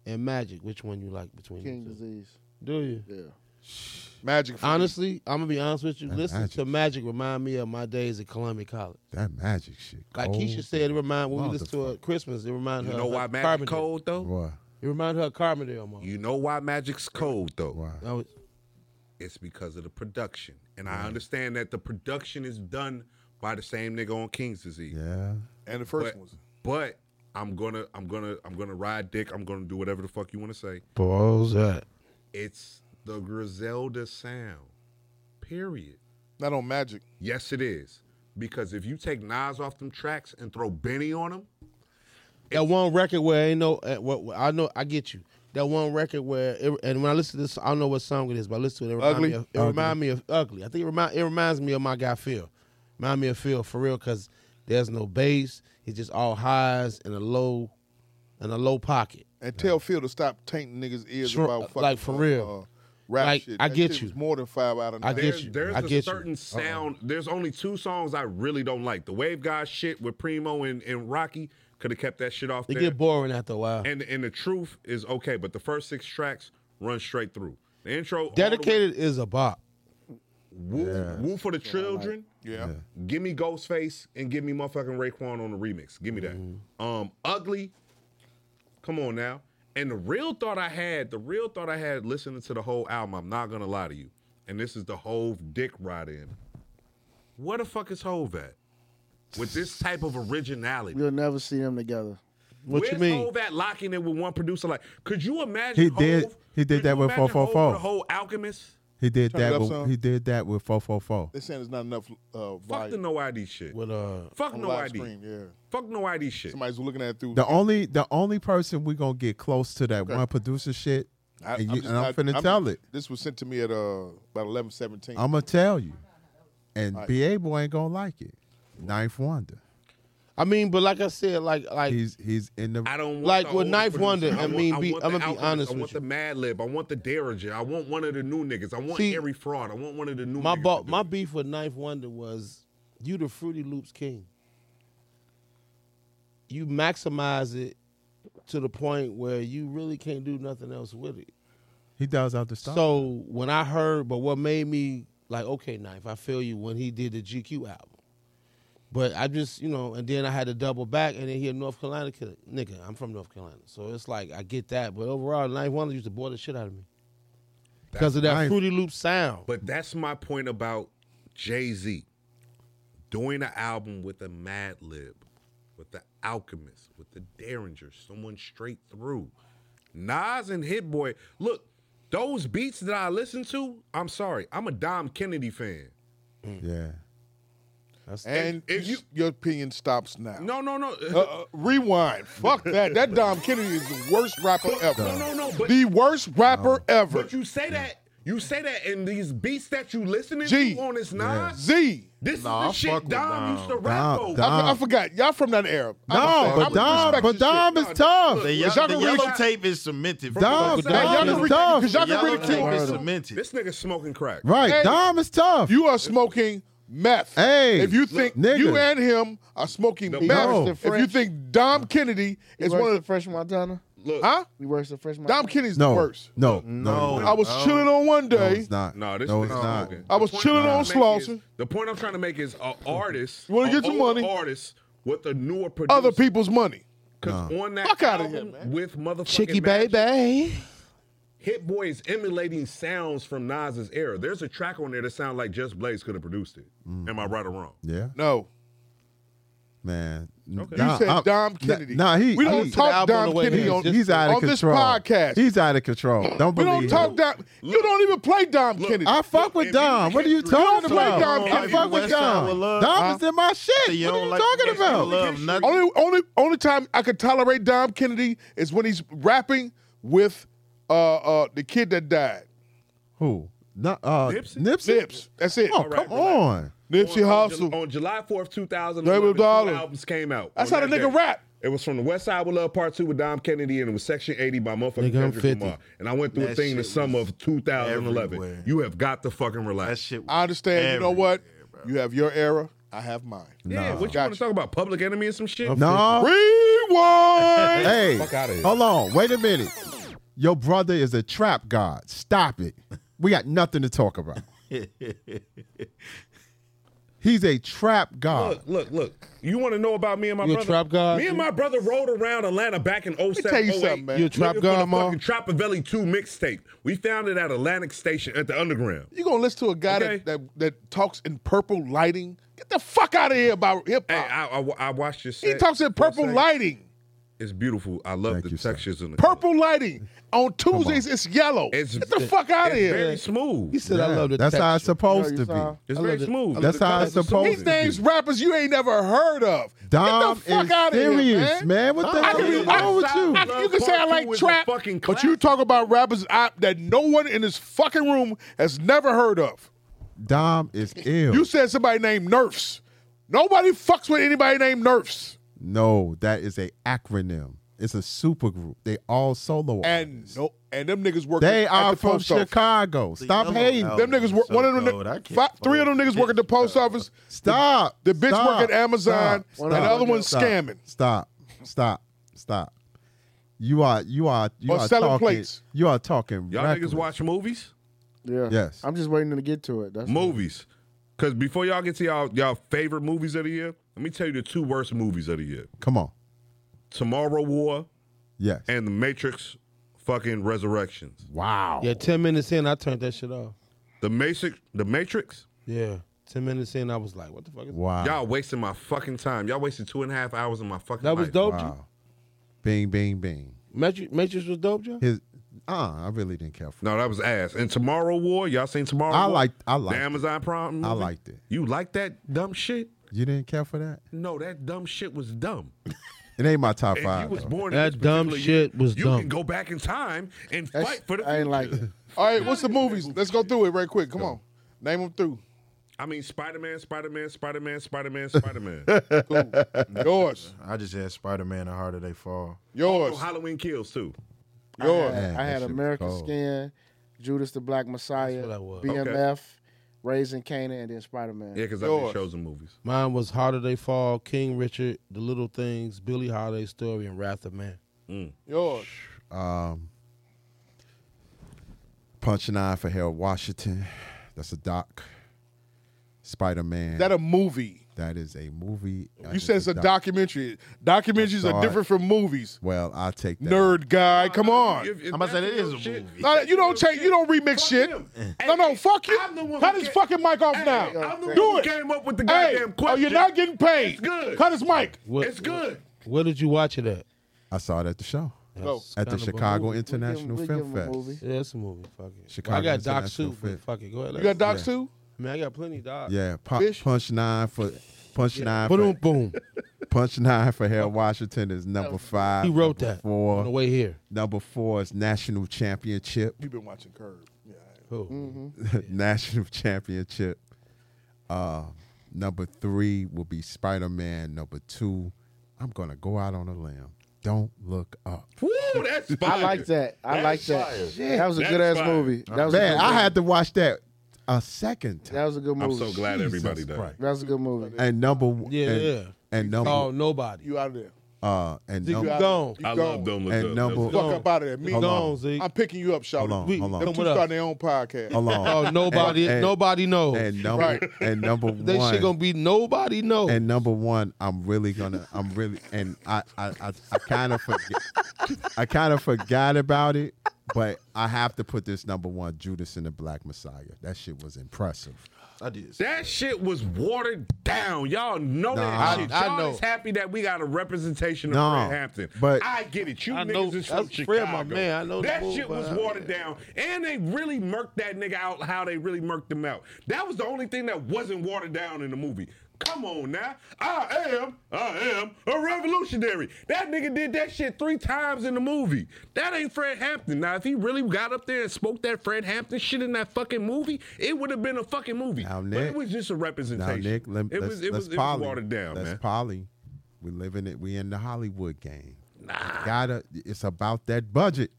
Speaker 2: and Magic, which one you like between
Speaker 5: King
Speaker 2: the two?
Speaker 5: disease.
Speaker 2: Do you?
Speaker 5: Yeah.
Speaker 4: Magic. for me.
Speaker 2: Honestly, I'm gonna be honest with you.
Speaker 3: That
Speaker 2: Listen
Speaker 3: Magic.
Speaker 2: to Magic remind me of my days at Columbia College.
Speaker 3: that magic shit.
Speaker 2: Like
Speaker 3: cold.
Speaker 2: Keisha said, it remind when we listen to her
Speaker 3: Oh, Motherfucker.
Speaker 2: at Christmas, it remind
Speaker 1: You
Speaker 2: her.
Speaker 1: know
Speaker 2: of
Speaker 1: why
Speaker 2: her
Speaker 1: Magic's
Speaker 2: Carbondale.
Speaker 1: cold though?
Speaker 3: Why?
Speaker 2: It remind her of Carbondale, mom.
Speaker 1: You know why Magic's cold though?
Speaker 3: Why?
Speaker 2: That was-
Speaker 1: It's because of the production. And I understand that the production is done by the same nigga on King's Disease.
Speaker 3: Yeah.
Speaker 4: and the first
Speaker 1: But,
Speaker 4: one.
Speaker 1: but I'm gonna I'm gonna I'm gonna ride dick. I'm gonna do whatever the fuck you wanna say.
Speaker 2: Balls that.
Speaker 1: It's the Griselda sound. Period.
Speaker 4: Not on Magic.
Speaker 1: Yes, it is. Because if you take Nas off them tracks and throw Benny on them,
Speaker 2: That one record where ain't no, uh, what, what- eh, I know, I get you. that one record where, it, and when I listen to this, I don't know what song it is, but I listen to it. It
Speaker 4: Ugly?
Speaker 2: reminds me of, it remind me of ugly. I think it remind it reminds me of my guy Phil. Remind me of Phil for real, cause there's no bass. It's just all highs and a low, and a low pocket.
Speaker 4: And tell Phil to stop tainting niggas' ears
Speaker 2: Sure,
Speaker 4: about fucking
Speaker 2: like, for
Speaker 4: uh,
Speaker 2: real.
Speaker 4: uh, rap
Speaker 2: Like,
Speaker 4: shit.
Speaker 2: I
Speaker 4: That
Speaker 2: get
Speaker 4: shit
Speaker 2: you.
Speaker 4: was more than five out of
Speaker 2: I
Speaker 4: nine.
Speaker 2: get
Speaker 1: There's,
Speaker 2: you.
Speaker 1: there's
Speaker 2: I
Speaker 1: a
Speaker 2: get you.
Speaker 1: certain sound. There's only two songs I really don't like. The Wave God shit with Primo and, and Rocky could have kept that shit off
Speaker 2: It
Speaker 1: there.
Speaker 2: get boring after a while.
Speaker 1: and and the truth is okay, but the first six tracks run straight through. The intro, all the way-
Speaker 2: Dedicated is a bop.
Speaker 1: Woo, Woo for the Children.
Speaker 4: Yeah.
Speaker 1: Give me Ghostface and give me motherfucking Raekwon on the remix. Give me that. Um, Ugly. Come on now. And the real thought I had, the real thought I had listening to the whole album, I'm not gonna lie to you. And this is the Hove dick ride in. Where the fuck is Hove at? With this type of originality.
Speaker 5: You'll never see them together.
Speaker 2: What
Speaker 1: Where's
Speaker 2: you mean?
Speaker 1: Hove at locking it with one producer? Like, could you imagine?
Speaker 3: He did-
Speaker 1: Hov-
Speaker 3: he did
Speaker 1: could
Speaker 3: that
Speaker 1: you
Speaker 3: with
Speaker 1: imagine
Speaker 3: 444.
Speaker 1: Hov The whole Alchemist.
Speaker 3: He did
Speaker 4: Turn it
Speaker 3: that.
Speaker 4: up
Speaker 3: With,
Speaker 4: some.
Speaker 3: he did that with four four four.
Speaker 4: They're saying there's not enough uh,
Speaker 1: Fuck the
Speaker 4: volume
Speaker 1: no ID shit.
Speaker 2: With uh,
Speaker 1: Fuck
Speaker 4: on
Speaker 1: no
Speaker 4: live
Speaker 1: ID.
Speaker 4: stream. Yeah.
Speaker 1: Fuck no ID shit.
Speaker 4: Somebody's looking at it through.
Speaker 3: The only the only person we gonna get close to that one producer shit,
Speaker 4: I,
Speaker 3: and, you,
Speaker 4: just
Speaker 3: and I'm
Speaker 4: not-
Speaker 3: finna tell it.
Speaker 4: This was sent to me at uh, about 11, 17.
Speaker 3: I'm gonna tell you, and
Speaker 4: Right.
Speaker 3: BA boy ain't gonna like it. Ninth Wonder,
Speaker 2: I mean, but like I said, like like
Speaker 3: he's he's in the
Speaker 1: I don't want
Speaker 2: Like
Speaker 1: the
Speaker 2: with
Speaker 1: old
Speaker 2: Knife
Speaker 1: producer.
Speaker 2: Wonder, I mean, be-
Speaker 1: the
Speaker 2: I'ma be
Speaker 1: Alchemist.
Speaker 2: honest
Speaker 1: I want
Speaker 2: with
Speaker 1: the Mad Lib. I want the Derringer. I want one of the new niggas. I want
Speaker 2: See,
Speaker 1: every fraud. I want one of the new.
Speaker 2: my
Speaker 1: niggas
Speaker 2: bo-
Speaker 1: to do
Speaker 2: my
Speaker 1: it.
Speaker 2: beef with Knife Wonder was you the Fruity Loops king. You maximize it to the point where you really can't do nothing else with it.
Speaker 3: he does out the stop.
Speaker 2: So when I heard, but what made me like, okay, Knife, I feel you when he did the GQ album. But I just, you know, and then I had to double back and then here North Carolina kid, nigga, I'm from North Carolina. So it's like I get that. But overall, Knife Wonder used to bore the shit out of me. Because of that
Speaker 3: Knife.
Speaker 2: Fruity Loop sound.
Speaker 1: But that's my point about Jay Z doing an album with a Mad Lib, with the Alchemist, with the Derringer, someone straight through. Nas and Hit Boy. Look, those beats that I listen to. I'm sorry, I'm a Dom Kennedy fan.
Speaker 3: yeah,
Speaker 4: and
Speaker 1: if
Speaker 4: you,
Speaker 1: you-
Speaker 4: your opinion stops now.
Speaker 1: No, no, no.
Speaker 4: Uh, uh, rewind. Fuck that. That Dom Kennedy is the worst rapper ever.
Speaker 1: no, no, no, but-
Speaker 4: the worst rapper ever.
Speaker 1: But you say that, you say that, and these beats that you listening
Speaker 4: Gee.
Speaker 1: to on this Nas,
Speaker 4: Z.
Speaker 1: this is
Speaker 6: Nah, I
Speaker 1: the
Speaker 6: fuck
Speaker 1: shit
Speaker 6: with
Speaker 1: Dom
Speaker 6: Dom.
Speaker 1: used to rap
Speaker 3: Dom-
Speaker 1: over.
Speaker 4: I
Speaker 3: Dom-
Speaker 4: for- I forgot. Y'all from that era. I
Speaker 3: Dom,
Speaker 4: understand.
Speaker 3: but
Speaker 4: I
Speaker 3: Dom,
Speaker 4: respect
Speaker 3: but
Speaker 4: your shit.
Speaker 3: Dom is tough.
Speaker 6: The, ye-
Speaker 4: Y'all
Speaker 6: the
Speaker 4: can
Speaker 6: yellow
Speaker 4: reach-
Speaker 6: tape is cemented.
Speaker 3: Dom,
Speaker 1: Dom
Speaker 4: Now, y'all
Speaker 3: is
Speaker 4: can read,
Speaker 3: tough.
Speaker 4: cause y'all
Speaker 6: the
Speaker 4: can
Speaker 6: yellow
Speaker 4: read
Speaker 6: tape
Speaker 4: it
Speaker 6: is
Speaker 4: too.
Speaker 6: cemented.
Speaker 1: This nigga smoking crack.
Speaker 3: Right,
Speaker 4: Hey.
Speaker 3: Dom is tough.
Speaker 4: You are smoking meth.
Speaker 3: Hey,
Speaker 4: if you think
Speaker 3: nigga.
Speaker 4: you and him are smoking
Speaker 1: No.
Speaker 4: meth,
Speaker 3: No.
Speaker 4: if you think Dom Kennedy is
Speaker 5: You
Speaker 4: one
Speaker 5: worse
Speaker 4: of
Speaker 5: than
Speaker 4: the
Speaker 5: Fresh Montana?
Speaker 1: Look,
Speaker 4: huh?
Speaker 5: You worse than Fresh Montana?
Speaker 4: Dom Kennedy's
Speaker 3: no,
Speaker 4: the worst.
Speaker 3: no, no,
Speaker 4: I was chilling on one
Speaker 3: no,
Speaker 4: day.
Speaker 3: it's not.
Speaker 1: No, this
Speaker 3: no,
Speaker 1: nigga
Speaker 3: it's not.
Speaker 1: smoking.
Speaker 4: I was
Speaker 1: The point I'm
Speaker 4: chilling
Speaker 1: trying
Speaker 4: on
Speaker 1: to make is-
Speaker 4: Slauson.
Speaker 1: The point I'm trying to make is an artist.
Speaker 4: You wanna
Speaker 1: a
Speaker 4: get your
Speaker 1: older
Speaker 4: money?
Speaker 1: Artist with a newer producer.
Speaker 4: Other people's money.
Speaker 1: 'Cause on that
Speaker 4: Fuck outta
Speaker 1: album
Speaker 4: here, man.
Speaker 1: with motherfucking
Speaker 2: Chicky
Speaker 1: Master
Speaker 2: baby.
Speaker 1: Hit Boy is emulating sounds from Nas's era. There's a track on there that sound like Just Blaze could have produced it.
Speaker 3: Mm.
Speaker 1: Am I right or wrong?
Speaker 3: Yeah,
Speaker 4: No.
Speaker 3: man.
Speaker 4: You
Speaker 3: Nah,
Speaker 4: said
Speaker 3: I'm-
Speaker 4: Dom Kennedy.
Speaker 3: Nah, he.
Speaker 4: we don't
Speaker 3: he-
Speaker 4: talk
Speaker 2: album the
Speaker 4: Dom
Speaker 2: way it
Speaker 4: Kennedy
Speaker 2: is.
Speaker 4: on,
Speaker 2: Just-
Speaker 3: He's out of
Speaker 4: on this
Speaker 3: control.
Speaker 4: podcast.
Speaker 3: He's out of control. Don't
Speaker 4: we
Speaker 3: believe.
Speaker 4: don't talk
Speaker 3: him.
Speaker 4: Dom. You don't even play Dom Kennedy.
Speaker 3: I fuck
Speaker 1: if
Speaker 3: with
Speaker 1: you
Speaker 3: Dom.
Speaker 1: hit
Speaker 3: What are you
Speaker 1: three- You
Speaker 3: talking
Speaker 4: don't play
Speaker 3: about?
Speaker 4: Dom
Speaker 3: I
Speaker 4: Kennedy.
Speaker 3: fuck with
Speaker 6: West Side
Speaker 3: Dom.
Speaker 6: with love,
Speaker 3: Dom
Speaker 6: huh?
Speaker 3: is in my
Speaker 6: So
Speaker 3: shit.
Speaker 6: you
Speaker 3: What are
Speaker 6: don't
Speaker 3: you
Speaker 6: like
Speaker 3: talking
Speaker 6: West Side with
Speaker 3: about?
Speaker 6: love nothing.
Speaker 4: only only only time I could tolerate Dom Kennedy is when he's rapping with uh uh the kid that died.
Speaker 3: Who? Not uh,
Speaker 1: Nipsey?
Speaker 3: Nipsey.
Speaker 4: Zips. That's it.
Speaker 3: Oh,
Speaker 1: right,
Speaker 3: come on.
Speaker 4: Nipsey
Speaker 1: on, on
Speaker 4: Hussle.
Speaker 1: Ju- On July 4th, 2000,
Speaker 4: Label
Speaker 1: two
Speaker 4: Dollar.
Speaker 1: albums came out.
Speaker 4: That's
Speaker 1: on
Speaker 4: how the
Speaker 1: that
Speaker 4: nigga
Speaker 1: day.
Speaker 4: rap.
Speaker 1: It was from the West Side with Love Part 2 with Dom Kennedy, and it was Section 80 by motherfucking
Speaker 2: Nigga, I'm
Speaker 1: Kendrick
Speaker 2: 50.
Speaker 1: Lamar. And I went through a
Speaker 6: That
Speaker 1: thing the
Speaker 6: shit
Speaker 1: summer
Speaker 6: was
Speaker 1: of 2011.
Speaker 6: everywhere.
Speaker 1: You have got to fucking
Speaker 6: That
Speaker 1: relax.
Speaker 6: shit.
Speaker 4: I understand. you know
Speaker 6: everywhere,
Speaker 4: what?
Speaker 6: bro.
Speaker 4: You have your era. I have mine.
Speaker 1: yeah, what you
Speaker 4: Got
Speaker 1: want to talk about? Public Enemy and some shit?
Speaker 3: No.
Speaker 4: Rewind.
Speaker 3: Hey,
Speaker 1: Fuck outta here.
Speaker 3: hold on. Wait a minute. Your brother is a trap god. Stop it. We got nothing to talk about. He's a trap god.
Speaker 1: Look, look, look. You want to know about me and my
Speaker 2: You a
Speaker 1: brother?
Speaker 2: trap god?
Speaker 1: Me and my brother rode around Atlanta back in 07,
Speaker 4: tell you
Speaker 1: 08,
Speaker 4: something, man.
Speaker 2: You a trap
Speaker 1: looking for the
Speaker 2: god, Ma?
Speaker 1: fucking Tropivelli 2 mixtape. We found it at Atlantic Station at the Underground.
Speaker 4: You gonna listen to a guy
Speaker 1: Okay.
Speaker 4: that, that that talks in purple lighting? Get the fuck out of here about hip
Speaker 1: Hey,
Speaker 4: hop.
Speaker 1: I, I, I watched your set.
Speaker 4: he talks in
Speaker 1: for a
Speaker 4: purple
Speaker 1: second.
Speaker 4: lighting.
Speaker 1: It's beautiful. I love
Speaker 3: Thank
Speaker 1: the
Speaker 3: you, sir.
Speaker 1: textures in the color.
Speaker 4: Purple lighting on Tuesdays. It's yellow.
Speaker 1: It's-
Speaker 4: Get the fuck out of
Speaker 1: It's
Speaker 4: here.
Speaker 1: very smooth.
Speaker 2: He said, "I love the
Speaker 3: That's how it's
Speaker 2: texture."
Speaker 3: supposed
Speaker 5: You
Speaker 3: to
Speaker 5: saw?
Speaker 3: be.
Speaker 1: It's
Speaker 2: I
Speaker 1: very
Speaker 2: love it.
Speaker 1: smooth.
Speaker 3: That's how it's supposed
Speaker 4: These
Speaker 3: to
Speaker 4: names
Speaker 3: be.
Speaker 4: rappers you ain't never heard of.
Speaker 3: Dom
Speaker 4: Get the fuck
Speaker 3: is
Speaker 4: out of here,
Speaker 3: serious,
Speaker 4: man.
Speaker 3: What the
Speaker 4: I
Speaker 3: hell
Speaker 4: can
Speaker 3: is
Speaker 4: be- I-
Speaker 3: wrong with you?
Speaker 4: I- you can say I
Speaker 1: Part
Speaker 4: like
Speaker 1: two is a
Speaker 4: trap,
Speaker 1: fucking
Speaker 4: but
Speaker 1: classic.
Speaker 4: you talk about rappers I, that no one in this fucking room has never heard of.
Speaker 3: Dom is ill.
Speaker 4: You said somebody named Nerfs. Nobody fucks with anybody named Nerfs.
Speaker 3: no, that is a acronym. It's a supergroup. They all solo.
Speaker 4: And
Speaker 3: artists.
Speaker 4: no, and them niggas work.
Speaker 3: they
Speaker 4: at
Speaker 3: are
Speaker 4: the
Speaker 3: from
Speaker 4: post office.
Speaker 3: Chicago. Stop
Speaker 6: yellow
Speaker 3: hating.
Speaker 6: album.
Speaker 4: Them niggas work.
Speaker 6: So
Speaker 4: one of them,
Speaker 6: cold, I
Speaker 4: nigg-
Speaker 6: can't
Speaker 4: fi- three of them
Speaker 6: fuck
Speaker 4: niggas work at the post office.
Speaker 3: Stop.
Speaker 4: The bitch
Speaker 3: Stop.
Speaker 4: work at Amazon,
Speaker 3: Stop.
Speaker 4: and the
Speaker 3: Stop.
Speaker 4: other one's
Speaker 3: Stop.
Speaker 4: scamming.
Speaker 3: Stop. Stop. Stop. You are you are you
Speaker 4: Or
Speaker 3: are
Speaker 4: selling
Speaker 3: talking,
Speaker 4: plates.
Speaker 3: You are talking.
Speaker 1: Y'all
Speaker 3: reckless.
Speaker 1: niggas watch movies?
Speaker 5: Yeah.
Speaker 3: Yes.
Speaker 5: I'm just waiting to get to it. That's
Speaker 1: Movies. Cause before y'all get to y'all y'all favorite movies of the year, let me tell you the two worst movies of the year.
Speaker 3: Come on.
Speaker 1: Tomorrow War
Speaker 3: Yes.
Speaker 1: and The Matrix fucking Resurrections.
Speaker 3: wow.
Speaker 2: Yeah, ten minutes in, I turned that shit off.
Speaker 1: The Matrix the Matrix,
Speaker 2: Yeah, ten minutes in, I was like, "What the fuck?" Is
Speaker 3: Wow.
Speaker 1: y'all wasting my fucking time. Y'all wasted two and a half hours of my fucking
Speaker 2: That was
Speaker 1: life.
Speaker 2: dope.
Speaker 3: Wow. Bing, bing, bing.
Speaker 2: Matrix, Matrix was dope, Joe.
Speaker 3: His. Uh, I really didn't care for.
Speaker 1: No, that was ass. And Tomorrow War, y'all seen Tomorrow
Speaker 3: I
Speaker 1: War?
Speaker 3: liked- I liked
Speaker 1: the
Speaker 3: it.
Speaker 1: Amazon Prime.
Speaker 3: I
Speaker 1: movie?
Speaker 3: liked it.
Speaker 1: You like that dumb shit?
Speaker 3: You didn't care for that.
Speaker 1: No, that dumb shit was dumb.
Speaker 3: It ain't my top
Speaker 1: If
Speaker 3: five.
Speaker 1: you was
Speaker 3: though.
Speaker 1: born
Speaker 2: That
Speaker 1: in this
Speaker 2: dumb
Speaker 1: particular
Speaker 2: shit was
Speaker 1: you
Speaker 2: dumb.
Speaker 1: can go back in time and
Speaker 5: That's-
Speaker 1: fight for the.
Speaker 5: I ain't like it.
Speaker 4: All right, what's the movies? Let's go through it right quick. Come on, name them through.
Speaker 1: I mean, Spider Man, Spider Man, Spider Man, Spider Man, Spider Man.
Speaker 4: Yours,
Speaker 6: I just had Spider Man and Harder They Fall.
Speaker 4: yours,
Speaker 1: Oh, Halloween kills too.
Speaker 4: yours.
Speaker 3: Man,
Speaker 5: I
Speaker 3: that
Speaker 5: had
Speaker 3: shit was
Speaker 5: American
Speaker 3: cold.
Speaker 5: Skin, Judas the Black Messiah,
Speaker 2: That's what I was.
Speaker 5: BMF,
Speaker 1: Okay.
Speaker 5: Raising Canaan, and then Spider Man.
Speaker 1: Yeah, because I
Speaker 4: Yours.
Speaker 1: did shows and movies.
Speaker 2: Mine was How Did They Fall, King Richard, The Little Things, Billy Holiday Story, and Wrath of Man.
Speaker 4: Yours.
Speaker 3: Um, Punch Nine for Harold Washington. That's a doc. Spider Man.
Speaker 4: Is that a movie?
Speaker 3: that is a movie.
Speaker 4: You said it's a documentary. Documentaries
Speaker 3: That's
Speaker 4: are
Speaker 3: all
Speaker 4: different from movies.
Speaker 3: Well, I take that.
Speaker 4: Nerd guy, come on.
Speaker 1: If- if
Speaker 6: I'm about to say,
Speaker 1: that's
Speaker 6: that is
Speaker 1: your
Speaker 6: a
Speaker 1: shit,
Speaker 6: movie.
Speaker 4: No, you don't change. You don't
Speaker 1: Fuck
Speaker 4: remix shit.
Speaker 1: him.
Speaker 4: No, no, fuck you.
Speaker 1: I'm the one
Speaker 4: Cut
Speaker 1: who
Speaker 4: his
Speaker 1: ca-
Speaker 4: fucking mic off
Speaker 1: Hey,
Speaker 4: now.
Speaker 1: I'm the
Speaker 4: Do
Speaker 1: one
Speaker 4: it.
Speaker 1: who came up with the
Speaker 4: Hey,
Speaker 1: goddamn
Speaker 4: oh,
Speaker 1: question.
Speaker 4: you're not getting paid.
Speaker 1: It's good.
Speaker 4: Cut his mic.
Speaker 2: What,
Speaker 1: It's good.
Speaker 2: Where did you watch it at?
Speaker 3: I saw it at the show
Speaker 4: Go.
Speaker 2: That's
Speaker 3: at the
Speaker 2: kind of a
Speaker 3: Chicago
Speaker 2: movie.
Speaker 3: International
Speaker 5: we give
Speaker 3: Film
Speaker 5: him a
Speaker 3: Fest.
Speaker 5: movie.
Speaker 2: Yeah, it's a movie. Fuck it.
Speaker 3: Chicago
Speaker 2: I got Doc
Speaker 3: International
Speaker 2: Soup, but
Speaker 3: Fit.
Speaker 2: fuck it. Go ahead.
Speaker 4: You got Doc
Speaker 3: Yeah.
Speaker 4: too?
Speaker 2: I mean, I got plenty of Doc.
Speaker 3: Yeah, pu-
Speaker 4: Fish.
Speaker 3: Punch Nine for Punch Nine.
Speaker 2: Boom,
Speaker 3: For,
Speaker 2: boom.
Speaker 3: punch Nine for Harold Washington is number five.
Speaker 2: He wrote
Speaker 3: Number
Speaker 2: that on the
Speaker 3: Four.
Speaker 2: way here.
Speaker 3: Number four is National Championship.
Speaker 4: You've been watching Curb. Yeah.
Speaker 2: Who?
Speaker 3: National Championship. Uh, number three will be Spider Man. Number two, I'm gonna go out on a limb. Don't look up.
Speaker 1: Woo, Oh, that's fire.
Speaker 5: I like that. I
Speaker 1: That's
Speaker 5: like that.
Speaker 1: fire.
Speaker 5: That was a
Speaker 1: That's
Speaker 5: good ass
Speaker 1: fire.
Speaker 5: movie. That was a
Speaker 3: Man,
Speaker 5: good
Speaker 3: I
Speaker 5: movie.
Speaker 3: had to watch that a second
Speaker 5: That
Speaker 3: time.
Speaker 5: was a good
Speaker 1: I'm
Speaker 5: movie.
Speaker 1: so glad everybody does.
Speaker 3: Christ.
Speaker 5: That was a good movie.
Speaker 3: And number one,
Speaker 2: Yeah,
Speaker 3: and,
Speaker 2: yeah.
Speaker 3: and
Speaker 2: Oh,
Speaker 3: number,
Speaker 2: nobody.
Speaker 4: You out of there.
Speaker 3: uh, and
Speaker 4: Zeke, you
Speaker 3: number,
Speaker 4: out of there.
Speaker 1: I
Speaker 4: You gone.
Speaker 1: love them.
Speaker 3: And number-
Speaker 4: Fuck up out of there. Me
Speaker 2: Hold
Speaker 4: gone.
Speaker 2: on, Zeke.
Speaker 4: I'm picking you up, Shawty.
Speaker 3: Hold on,
Speaker 4: We-
Speaker 3: hold on.
Speaker 4: Them
Speaker 2: Come
Speaker 4: two
Speaker 2: with us.
Speaker 4: starting their own podcast.
Speaker 3: hold on,
Speaker 2: Oh, nobody.
Speaker 3: and-
Speaker 2: nobody knows.
Speaker 3: and number,
Speaker 4: Right.
Speaker 3: and number
Speaker 2: they
Speaker 3: one,
Speaker 2: shit gonna be nobody knows.
Speaker 1: Oh.
Speaker 3: and number one, I'm really gonna, I'm really, and I, I, I, I kind of forget, I kind of forgot about it, but I have to put this number one, Judas and the Black Messiah. That shit was impressive.
Speaker 6: I did.
Speaker 1: That shit was watered down. Y'all know
Speaker 3: Nah.
Speaker 1: that shit.
Speaker 2: I- I
Speaker 1: Y'all
Speaker 2: know.
Speaker 1: is happy that we got a representation of
Speaker 3: Nah,
Speaker 1: Fred Hampton.
Speaker 3: but-
Speaker 1: I get it. You
Speaker 2: I
Speaker 1: niggas
Speaker 2: know-
Speaker 1: is from
Speaker 2: that's Fred, my
Speaker 1: Chicago.
Speaker 2: man. I know the
Speaker 1: that
Speaker 2: move,
Speaker 1: shit was
Speaker 2: but
Speaker 3: Oh,
Speaker 2: I-
Speaker 1: watered down, and they really murked that nigga out. How they really murked him out. That was the only thing that wasn't watered down in the movie. Come on now. I am, I am a revolutionary. That nigga did that shit three times in the movie. That ain't Fred Hampton. Now, if he really got up there and spoke that Fred Hampton shit in that fucking movie, it would have been a fucking movie.
Speaker 3: Now,
Speaker 1: but
Speaker 3: Nick-
Speaker 1: it was just a representation.
Speaker 3: Now, Nick, let,
Speaker 1: It
Speaker 3: let's,
Speaker 1: was it
Speaker 3: let's
Speaker 1: was, it was
Speaker 3: poly.
Speaker 1: watered down,
Speaker 3: let's
Speaker 1: man.
Speaker 3: poly. We live in it. We in the Hollywood game. Nah. Gotta. It's about that budget.